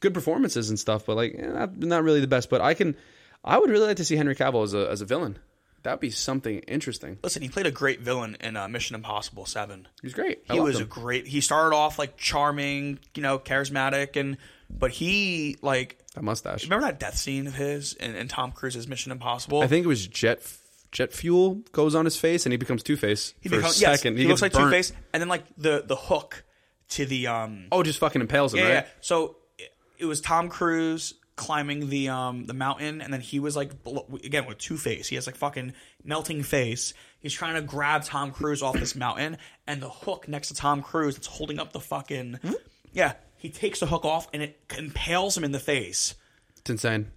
[SPEAKER 2] Good performances and stuff, but like eh, not, not really the best. But I can, I would really like to see Henry Cavill as a as a villain. That'd be something interesting.
[SPEAKER 1] Listen, he played a great villain in uh, Mission Impossible Seven.
[SPEAKER 2] He was great. I
[SPEAKER 1] He
[SPEAKER 2] loved
[SPEAKER 1] was a
[SPEAKER 2] him.
[SPEAKER 1] great. He started off like charming, you know, charismatic, and but he like
[SPEAKER 2] that mustache.
[SPEAKER 1] remember that death scene of his in, in Tom Cruise's Mission Impossible.
[SPEAKER 2] I think it was jet f- jet fuel goes on his face and he becomes Two Face for
[SPEAKER 1] becomes-
[SPEAKER 2] a
[SPEAKER 1] yes,
[SPEAKER 2] second.
[SPEAKER 1] he, looks
[SPEAKER 2] gets
[SPEAKER 1] like
[SPEAKER 2] burnt.
[SPEAKER 1] Two Face, and then like the the hook to the um
[SPEAKER 4] Oh, just fucking impales him,
[SPEAKER 1] yeah,
[SPEAKER 4] right?
[SPEAKER 1] yeah. So it- it was Tom Cruise climbing the um the mountain, and then he was like bl- again with Two Face. He has like fucking melting face. He's trying to grab Tom Cruise off this mountain, and the hook next to Tom Cruise that's holding up the fucking yeah. He takes the hook off, and it impales him in the face.
[SPEAKER 2] It's insane.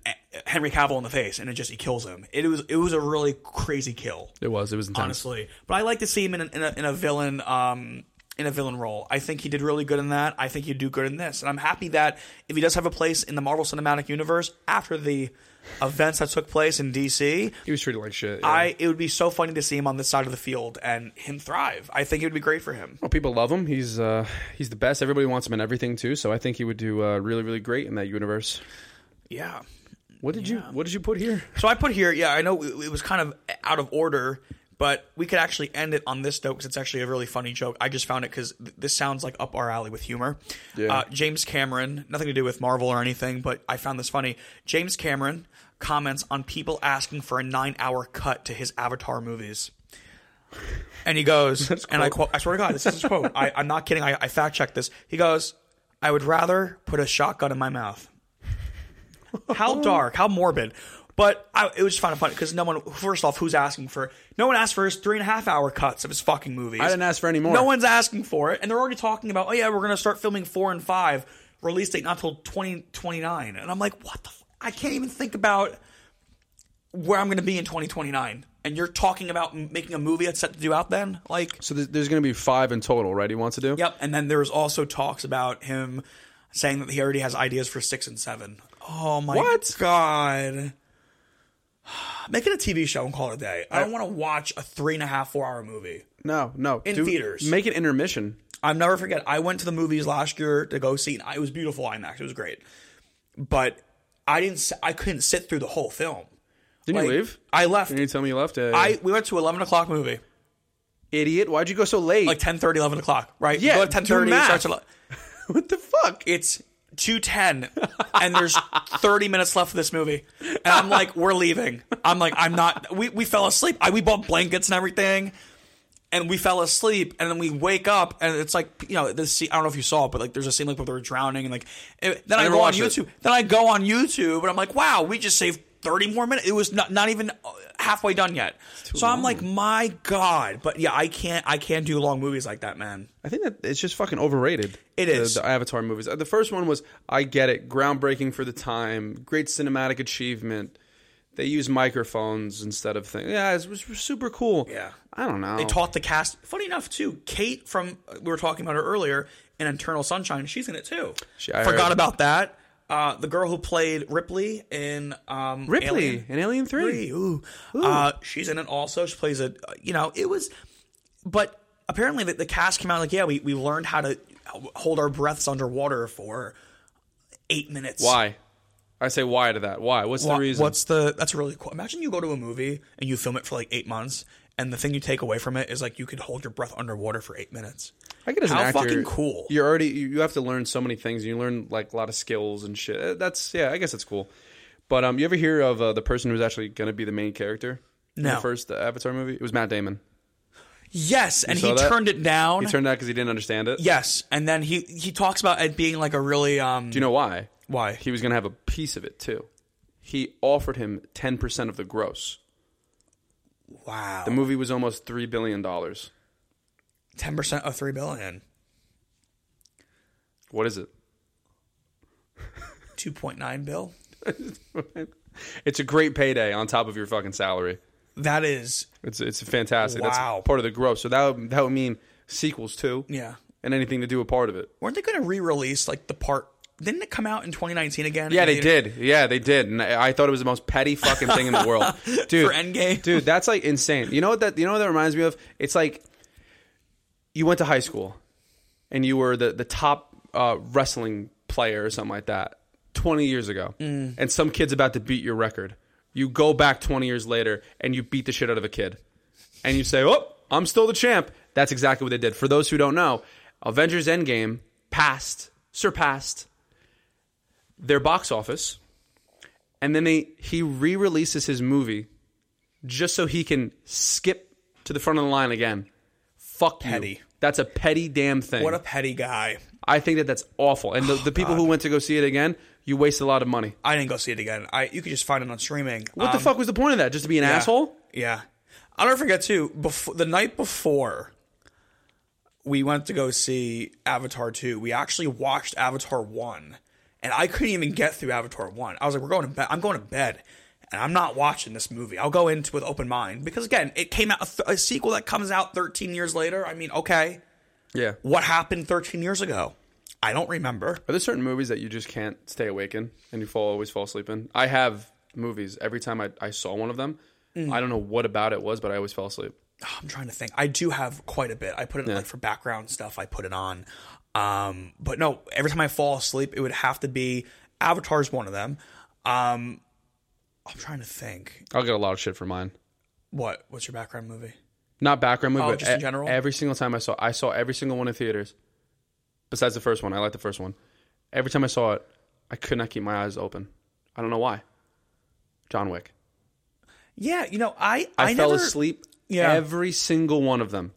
[SPEAKER 1] Henry Cavill in the face, and it just he kills him. It was it was a really crazy kill
[SPEAKER 2] It was. It was intense.
[SPEAKER 1] honestly. But I like to see him in a, in a, in a villain um, in a villain role. I think he did really good in that. I think he'd do good in this, and I'm happy that if he does have a place in the Marvel Cinematic Universe after the events that took place in DC,
[SPEAKER 2] He was treated like shit. yeah.
[SPEAKER 1] I it would be so funny to see him on this side of the field and him thrive. I think it would be great for him.
[SPEAKER 2] Well, people love him. He's uh, he's the best. Everybody wants him in everything too. So I think he would do uh, really, really great in that universe.
[SPEAKER 1] Yeah.
[SPEAKER 2] What did you What did you put here?
[SPEAKER 1] So I put here. Yeah, I know it it was kind of out of order. But we could actually end it on this note because it's actually a really funny joke. I just found it because th- this sounds like up our alley with humor.
[SPEAKER 2] Yeah.
[SPEAKER 1] Uh, James Cameron, nothing to do with Marvel or anything, but I found this funny. James Cameron comments on people asking for a nine hour cut to his Avatar movies. And he
[SPEAKER 2] (laughs)
[SPEAKER 1] goes, and I quote, I swear to God, this is his quote. I, I'm not kidding. I, I fact checked this. He goes, I would rather put a shotgun in my mouth.
[SPEAKER 2] (laughs)
[SPEAKER 1] How dark, how morbid. But I, it was just kind of funny because no one, first off, who's asking for, no one asked for his three and a half hour cuts of his fucking movies.
[SPEAKER 2] I didn't ask for any more.
[SPEAKER 1] No one's asking for it. And they're already talking about, oh yeah, we're going to start filming four and five, release date not till 2029. And I'm like, what the, f- I can't even think about where I'm going to be in 2029. And you're talking about m- making a movie that's set to do out then? Like,
[SPEAKER 2] So there's, there's going to be five in total, right? He wants to do.
[SPEAKER 1] Yep. And then there's also talks about him saying that he already has ideas for six and seven. Oh my
[SPEAKER 2] What?
[SPEAKER 1] god. (sighs) Make it a TV show and call it a day. I don't want to watch a three and a half, four hour movie.
[SPEAKER 2] No, no. In
[SPEAKER 1] theaters.
[SPEAKER 2] Make it intermission.
[SPEAKER 1] I'll never forget. I went to the movies last year to go see. It was beautiful IMAX. It was great, but I didn't. s- I couldn't sit through the whole film.
[SPEAKER 2] Didn't
[SPEAKER 1] Like,
[SPEAKER 2] you leave?
[SPEAKER 1] I left.
[SPEAKER 2] Didn't you tell me you left? Uh,
[SPEAKER 1] I we went to eleven o'clock movie,
[SPEAKER 2] idiot. Why'd you go so late?
[SPEAKER 1] like 10, 11 o'clock. Right?
[SPEAKER 2] Yeah,
[SPEAKER 1] You go at
[SPEAKER 2] do
[SPEAKER 1] ten thirty.
[SPEAKER 2] math.
[SPEAKER 1] Starts at. ele-
[SPEAKER 2] (laughs) what the fuck?
[SPEAKER 1] it's 210 and there's 30 minutes left of this movie and i'm like we're leaving i'm like i'm not we, we fell asleep I, we bought blankets and everything and we fell asleep and then we wake up and it's like you know this scene, i don't know if you saw it but like there's a scene like where they're drowning and like it- then i,
[SPEAKER 2] never
[SPEAKER 1] go on
[SPEAKER 2] watched it.
[SPEAKER 1] youtube then i go on youtube and i'm like wow we just saved 30 more minutes it was not, not even uh, halfway done yet so i'm like my god but yeah i can't i can't do long movies like that man
[SPEAKER 2] I think that it's just fucking overrated.
[SPEAKER 1] It
[SPEAKER 2] the-
[SPEAKER 1] is.
[SPEAKER 2] the, Avatar movies. Uh, The first one was I get it, groundbreaking for the time, great cinematic achievement. They use microphones instead of things. Yeah, it was super cool.
[SPEAKER 1] Yeah.
[SPEAKER 2] I don't know.
[SPEAKER 1] They taught the cast. Funny enough, too, Kate from uh, we were talking about her earlier in Internal Sunshine. She's in it too.
[SPEAKER 2] She- I
[SPEAKER 1] Forgot
[SPEAKER 2] heard.
[SPEAKER 1] about that. Uh, the girl who played Ripley in um,
[SPEAKER 2] Ripley
[SPEAKER 1] Alien
[SPEAKER 2] in Alien
[SPEAKER 1] Three,
[SPEAKER 2] Three.
[SPEAKER 1] Ooh, Uh, she's in it also. She plays a. uh, You know, it was, but apparently the, the cast came out like, yeah, we we learned how to hold our breaths underwater for eight minutes.
[SPEAKER 2] Why? I say why to that. Why? What's
[SPEAKER 1] Wha-
[SPEAKER 2] the reason?
[SPEAKER 1] Uh, What's the? That's really cool. Imagine you go to a movie and you film it for like eight months, and the thing you take away from it is like you could hold your breath underwater for eight minutes.
[SPEAKER 2] I get as an
[SPEAKER 1] how
[SPEAKER 2] actor,
[SPEAKER 1] fucking cool.
[SPEAKER 2] You're already you you have to learn so many things. You learn like a lot of skills and shit. Uh, That's yeah, I guess it's cool. But um, you ever hear of uh, the person who's actually going to be the main character? in
[SPEAKER 1] No.
[SPEAKER 2] the first uh, Avatar movie. It was Matt Damon.
[SPEAKER 1] Yes, and
[SPEAKER 2] saw
[SPEAKER 1] he
[SPEAKER 2] that?
[SPEAKER 1] turned it down.
[SPEAKER 2] He turned out because he didn't understand it.
[SPEAKER 1] yes, and then he he talks about it being like a really um.
[SPEAKER 2] Do you know why?
[SPEAKER 1] why?
[SPEAKER 2] He was going to have a piece of it too. He offered him 10% of the gross.
[SPEAKER 1] wow,
[SPEAKER 2] The movie was almost $3 billion. What
[SPEAKER 1] ten percent of three billion.
[SPEAKER 2] is it?
[SPEAKER 1] 2.9 bill
[SPEAKER 2] It's a great payday on top of your fucking salary.
[SPEAKER 1] that is
[SPEAKER 2] It's it's fantastic.
[SPEAKER 1] Wow.
[SPEAKER 2] That's part of the gross. So that would, that would mean sequels too.
[SPEAKER 1] yeah
[SPEAKER 2] And anything to do with part of it.
[SPEAKER 1] weren't they going to re-release like the part didn't it come out in 2019 again
[SPEAKER 2] Yeah,
[SPEAKER 1] And
[SPEAKER 2] they did. Yeah, they did. And I, I thought it was the most petty fucking thing in the world,
[SPEAKER 1] (laughs)
[SPEAKER 2] dude.
[SPEAKER 1] For Endgame.
[SPEAKER 2] dude, that's like insane. You know what that? You know what that reminds me of? It's like you went to high school and you were the the top uh, wrestling player or something like that twenty years ago,
[SPEAKER 1] Mm.
[SPEAKER 2] and some kid's about to beat your record. You go back twenty years later and you beat the shit out of a kid, and you say, "Oh, I'm still the champ." That's exactly what they did. For those who don't know, Avengers Endgame passed, surpassed their box office, and then they he re-releases his movie just so he can skip to the front of the line again.
[SPEAKER 5] fuck you.
[SPEAKER 1] Petty.
[SPEAKER 5] That's a petty damn thing.
[SPEAKER 1] What a petty guy.
[SPEAKER 5] I think that that's awful. And the, the people who went to go see it again, you waste a lot of money.
[SPEAKER 1] I didn't go see it again. I you could just find it on streaming.
[SPEAKER 5] What the fuck was the point of that? Just to be an asshole?
[SPEAKER 1] Um, Yeah. I'll never forget too, before the night before we went to go see Avatar 2, we actually watched Avatar 1. And I couldn't even get through Avatar 1. I was like, we're going to bed. I'm going to bed. And I'm not watching this movie. I'll go into it with open mind. Because again, it came out a, th- a sequel that comes out 13 years later. I mean, okay.
[SPEAKER 5] Yeah.
[SPEAKER 1] What happened 13 years ago? I don't remember.
[SPEAKER 5] Are there certain movies that you just can't stay awake in and you fall always fall asleep in? I have movies. Every time I, I saw one of them,
[SPEAKER 1] Mm.
[SPEAKER 5] I don't know what about it was, but I always fell asleep.
[SPEAKER 1] I'm trying to think. I do have quite a bit. I put it like for background stuff. I put it on. Um, but no, every time I fall asleep, it would have to be Avatar's one of them. Um, I'm trying to think.
[SPEAKER 2] I'll get a lot of shit for mine.
[SPEAKER 1] What? What's your background movie?
[SPEAKER 2] Not background movie,
[SPEAKER 1] Oh,
[SPEAKER 2] but
[SPEAKER 1] just in
[SPEAKER 2] e-
[SPEAKER 1] general?
[SPEAKER 2] every single time I saw, I saw every single one in theaters. Besides the first one, I like the first one. Every time I saw it, I could not keep my eyes open. I don't know why. John Wick.
[SPEAKER 1] Yeah, you know, I
[SPEAKER 2] I,
[SPEAKER 1] I,
[SPEAKER 2] fell
[SPEAKER 1] never,
[SPEAKER 2] asleep
[SPEAKER 1] Yeah.
[SPEAKER 2] every single one of them.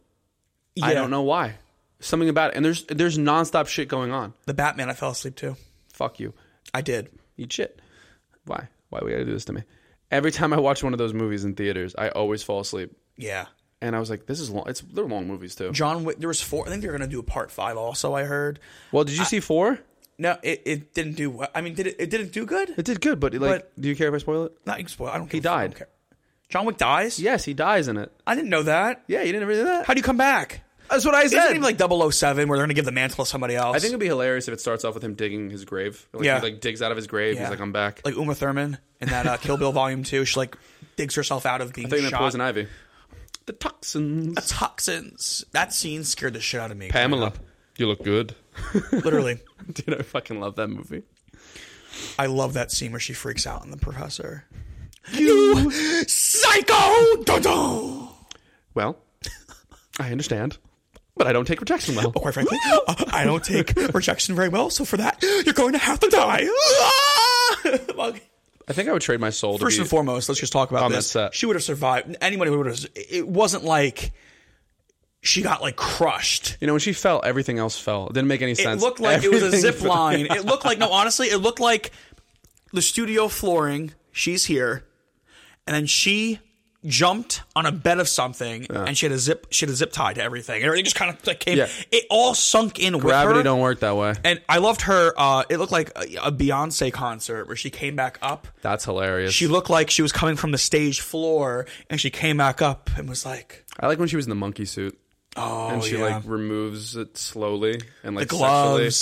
[SPEAKER 1] Yeah.
[SPEAKER 2] I don't know why. Something about it. And there's there's nonstop shit going on.
[SPEAKER 1] The Batman. I fell asleep too.
[SPEAKER 2] Fuck you.
[SPEAKER 1] I did.
[SPEAKER 2] Eat shit. Why? Why we gotta do this to me? Every time I watch one of those movies in theaters, I always fall asleep.
[SPEAKER 1] Yeah.
[SPEAKER 2] And I was like, this is long. It's they're long movies too.
[SPEAKER 1] John Wick. There was four. I think they're gonna do a part five. Also, I heard.
[SPEAKER 2] Well, did you see four?
[SPEAKER 1] No, it, it didn't do well. I mean, did it? It didn't do good.
[SPEAKER 2] It did good, but like, do you care if I spoil it?
[SPEAKER 1] Not you can spoil. I don't. He
[SPEAKER 2] died.
[SPEAKER 1] John Wick dies.
[SPEAKER 2] Yes, he dies in it.
[SPEAKER 1] I didn't know that.
[SPEAKER 2] Yeah, you didn't read that.
[SPEAKER 1] How do you come back?
[SPEAKER 2] That's what I
[SPEAKER 1] It's not even like 007 where they're going to give the mantle to somebody else.
[SPEAKER 2] I think it'd be hilarious if it starts off with him digging his grave. Like,
[SPEAKER 1] Yeah.
[SPEAKER 2] he like digs out of his grave.
[SPEAKER 1] Yeah.
[SPEAKER 2] He's like, I'm back.
[SPEAKER 1] like Uma Thurman in that uh, Kill Bill Volume 2. She like digs herself out of being
[SPEAKER 2] Taking that
[SPEAKER 1] shot.
[SPEAKER 2] poison ivy. The toxins.
[SPEAKER 1] Toxins. That scene scared the shit out of me.
[SPEAKER 2] (laughs) Pamela, you look good.
[SPEAKER 1] (laughs) Literally.
[SPEAKER 2] (laughs) Dude, I fucking love that movie.
[SPEAKER 1] I love that scene where she freaks out on the professor. You psycho! Dun, dun.
[SPEAKER 2] Well, I understand, but I don't take rejection well.
[SPEAKER 1] But quite
[SPEAKER 2] (gasps)
[SPEAKER 1] frankly, uh, I don't take rejection very well, so for that, you're going to have to die. (laughs) Ah! Like,
[SPEAKER 2] I think I would trade my soul
[SPEAKER 1] First
[SPEAKER 2] to
[SPEAKER 1] and
[SPEAKER 2] be.
[SPEAKER 1] foremost, let's just talk about
[SPEAKER 2] On that
[SPEAKER 1] this.
[SPEAKER 2] set.
[SPEAKER 1] She would have survived. Anybody would have. It wasn't like she got like crushed.
[SPEAKER 2] you know, when she fell, everything else fell. It didn't make any
[SPEAKER 1] It
[SPEAKER 2] sense.
[SPEAKER 1] looked like it was a
[SPEAKER 2] Everything
[SPEAKER 1] zip
[SPEAKER 2] fell.
[SPEAKER 1] line. It looked like no, honestly, it looked like the studio flooring. She's here, and then she jumped on a bed of something, and she had a zip. She had a zip tie to everything. Everything just kind of like came.
[SPEAKER 2] Yeah.
[SPEAKER 1] It all sunk in with
[SPEAKER 2] (laughs) Gravity
[SPEAKER 1] her.
[SPEAKER 2] don't work that way.
[SPEAKER 1] and I loved her. Uh, it looked like a, a Beyonce concert where she came back up.
[SPEAKER 2] That's hilarious.
[SPEAKER 1] She looked like she was coming from the stage floor, and she came back up and was like,
[SPEAKER 2] I like when she was in the monkey suit.
[SPEAKER 1] "Oh,
[SPEAKER 2] and she
[SPEAKER 1] yeah.
[SPEAKER 2] like removes it slowly and like
[SPEAKER 1] gloves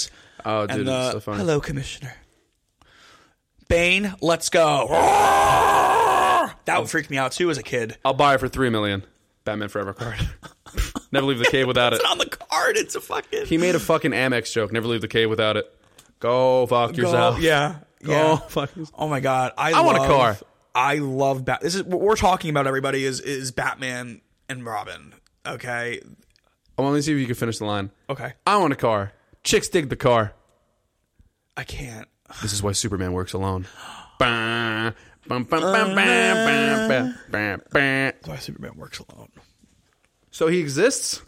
[SPEAKER 2] sexually. Oh, dude,
[SPEAKER 1] and
[SPEAKER 2] it's
[SPEAKER 1] the,
[SPEAKER 2] so funny.
[SPEAKER 1] hello, Commissioner Bane. Let's go." That would freak me out too as a kid.
[SPEAKER 2] I'll buy it for three million. Batman Forever card. (laughs) never leave the cave without it.
[SPEAKER 1] It's on the card. It's a fucking. (laughs)
[SPEAKER 2] He made a fucking Amex joke. Never leave the cave without it. Go fuck yourself. (laughs)
[SPEAKER 1] yeah.
[SPEAKER 2] Go
[SPEAKER 1] Yeah.
[SPEAKER 2] fuck yourself.
[SPEAKER 1] Oh my god. I,
[SPEAKER 2] I want a
[SPEAKER 1] love-
[SPEAKER 2] car.
[SPEAKER 1] I love Bat. This is what we're talking about. Everybody is is Batman and Robin. Okay.
[SPEAKER 2] I want to see if you can finish the line.
[SPEAKER 1] Okay.
[SPEAKER 2] I want a car. Chicks dig the car.
[SPEAKER 1] I can't.
[SPEAKER 2] This is why Superman
[SPEAKER 1] (gasps)
[SPEAKER 2] works alone. Bam, bam, bam, bam, bam, bam, bam, bam.
[SPEAKER 1] Why Superman works alone.
[SPEAKER 2] So he exists.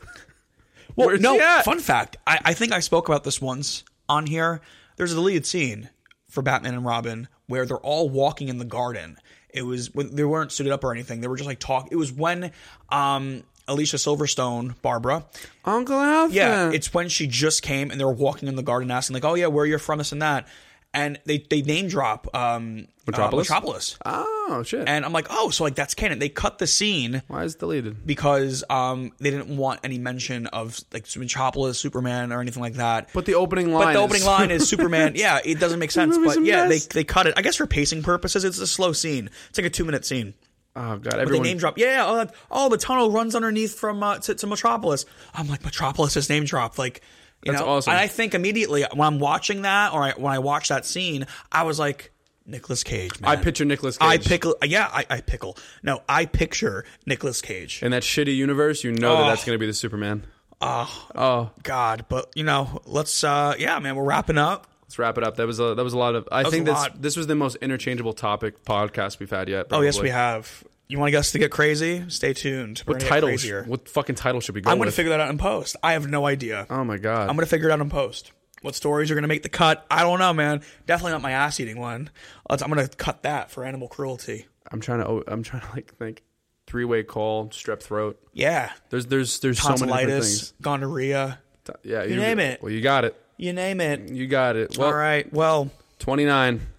[SPEAKER 1] Well,
[SPEAKER 2] Where's
[SPEAKER 1] no.
[SPEAKER 2] he at?
[SPEAKER 1] Fun fact: I, I think I spoke about this once on here. There's a deleted scene for Batman and Robin where they're all walking in the garden. It was when they weren't suited up or anything. They were just like talk. It was when um, Alicia Silverstone, Barbara.
[SPEAKER 2] Uncle Alfred.
[SPEAKER 1] Yeah, it's when she just came and they were walking in the garden, asking like, "Oh yeah, where you're from?" This and that. And they they name drop um,
[SPEAKER 2] Metropolis?
[SPEAKER 1] Uh, Metropolis.
[SPEAKER 2] oh shit.
[SPEAKER 1] And I'm like, oh, so like that's canon. They cut the scene
[SPEAKER 2] why is it deleted?
[SPEAKER 1] because um, they didn't want any mention of like Metropolis, Superman, or anything like that.
[SPEAKER 2] But the opening line.
[SPEAKER 1] But the
[SPEAKER 2] is-
[SPEAKER 1] opening line
[SPEAKER 2] (laughs)
[SPEAKER 1] is Superman. Yeah, it doesn't make sense.
[SPEAKER 2] movie's
[SPEAKER 1] But
[SPEAKER 2] a
[SPEAKER 1] yeah, they,
[SPEAKER 2] mess.
[SPEAKER 1] they cut it. I guess for pacing purposes, it's a slow scene. It's like a two minute scene.
[SPEAKER 2] Oh god,
[SPEAKER 1] They
[SPEAKER 2] everyone.
[SPEAKER 1] name drop. Yeah, yeah, oh, that- oh, the tunnel runs underneath from uh, to, to Metropolis. I'm like Metropolis is name dropped. Like you
[SPEAKER 2] That's
[SPEAKER 1] know?
[SPEAKER 2] awesome.
[SPEAKER 1] And I think immediately when I'm watching that or I, when I watch that scene, I was like Nicolas Cage. Man.
[SPEAKER 2] I picture Nicolas Cage.
[SPEAKER 1] I pickle. Yeah, I, I pickle. No, I picture Nicolas Cage.
[SPEAKER 2] in that shitty universe. You know that that's gonna be the Superman.
[SPEAKER 1] God, but you know, let's. uh Yeah, man, we're wrapping up.
[SPEAKER 2] Let's wrap it up. That was a that was a lot of. I think
[SPEAKER 1] a
[SPEAKER 2] that's
[SPEAKER 1] lot.
[SPEAKER 2] this was the most interchangeable topic podcast we've had yet.
[SPEAKER 1] Oh yes, we have. You want us to get crazy? Stay tuned. We're
[SPEAKER 2] What
[SPEAKER 1] gonna get
[SPEAKER 2] title?
[SPEAKER 1] crazier.
[SPEAKER 2] What fucking title should we go
[SPEAKER 1] I'm going to
[SPEAKER 2] with?
[SPEAKER 1] figure that out in post. I have no idea.
[SPEAKER 2] oh my god.
[SPEAKER 1] I'm going to figure it out in post. What stories are going to make the cut? I don't know, man. Definitely not my ass eating one. Let's- I'm going to cut that for animal cruelty.
[SPEAKER 2] I'm trying to. oh, I'm trying to like think. Three way call, strep throat.
[SPEAKER 1] Yeah.
[SPEAKER 2] There's there's there's so many different
[SPEAKER 1] Tonsillitis,
[SPEAKER 2] things.
[SPEAKER 1] gonorrhea,
[SPEAKER 2] Yeah, you,
[SPEAKER 1] name it.
[SPEAKER 2] Well, you got it.
[SPEAKER 1] you name it.
[SPEAKER 2] You got it. Well,
[SPEAKER 1] All right. Well,
[SPEAKER 2] Twenty nine.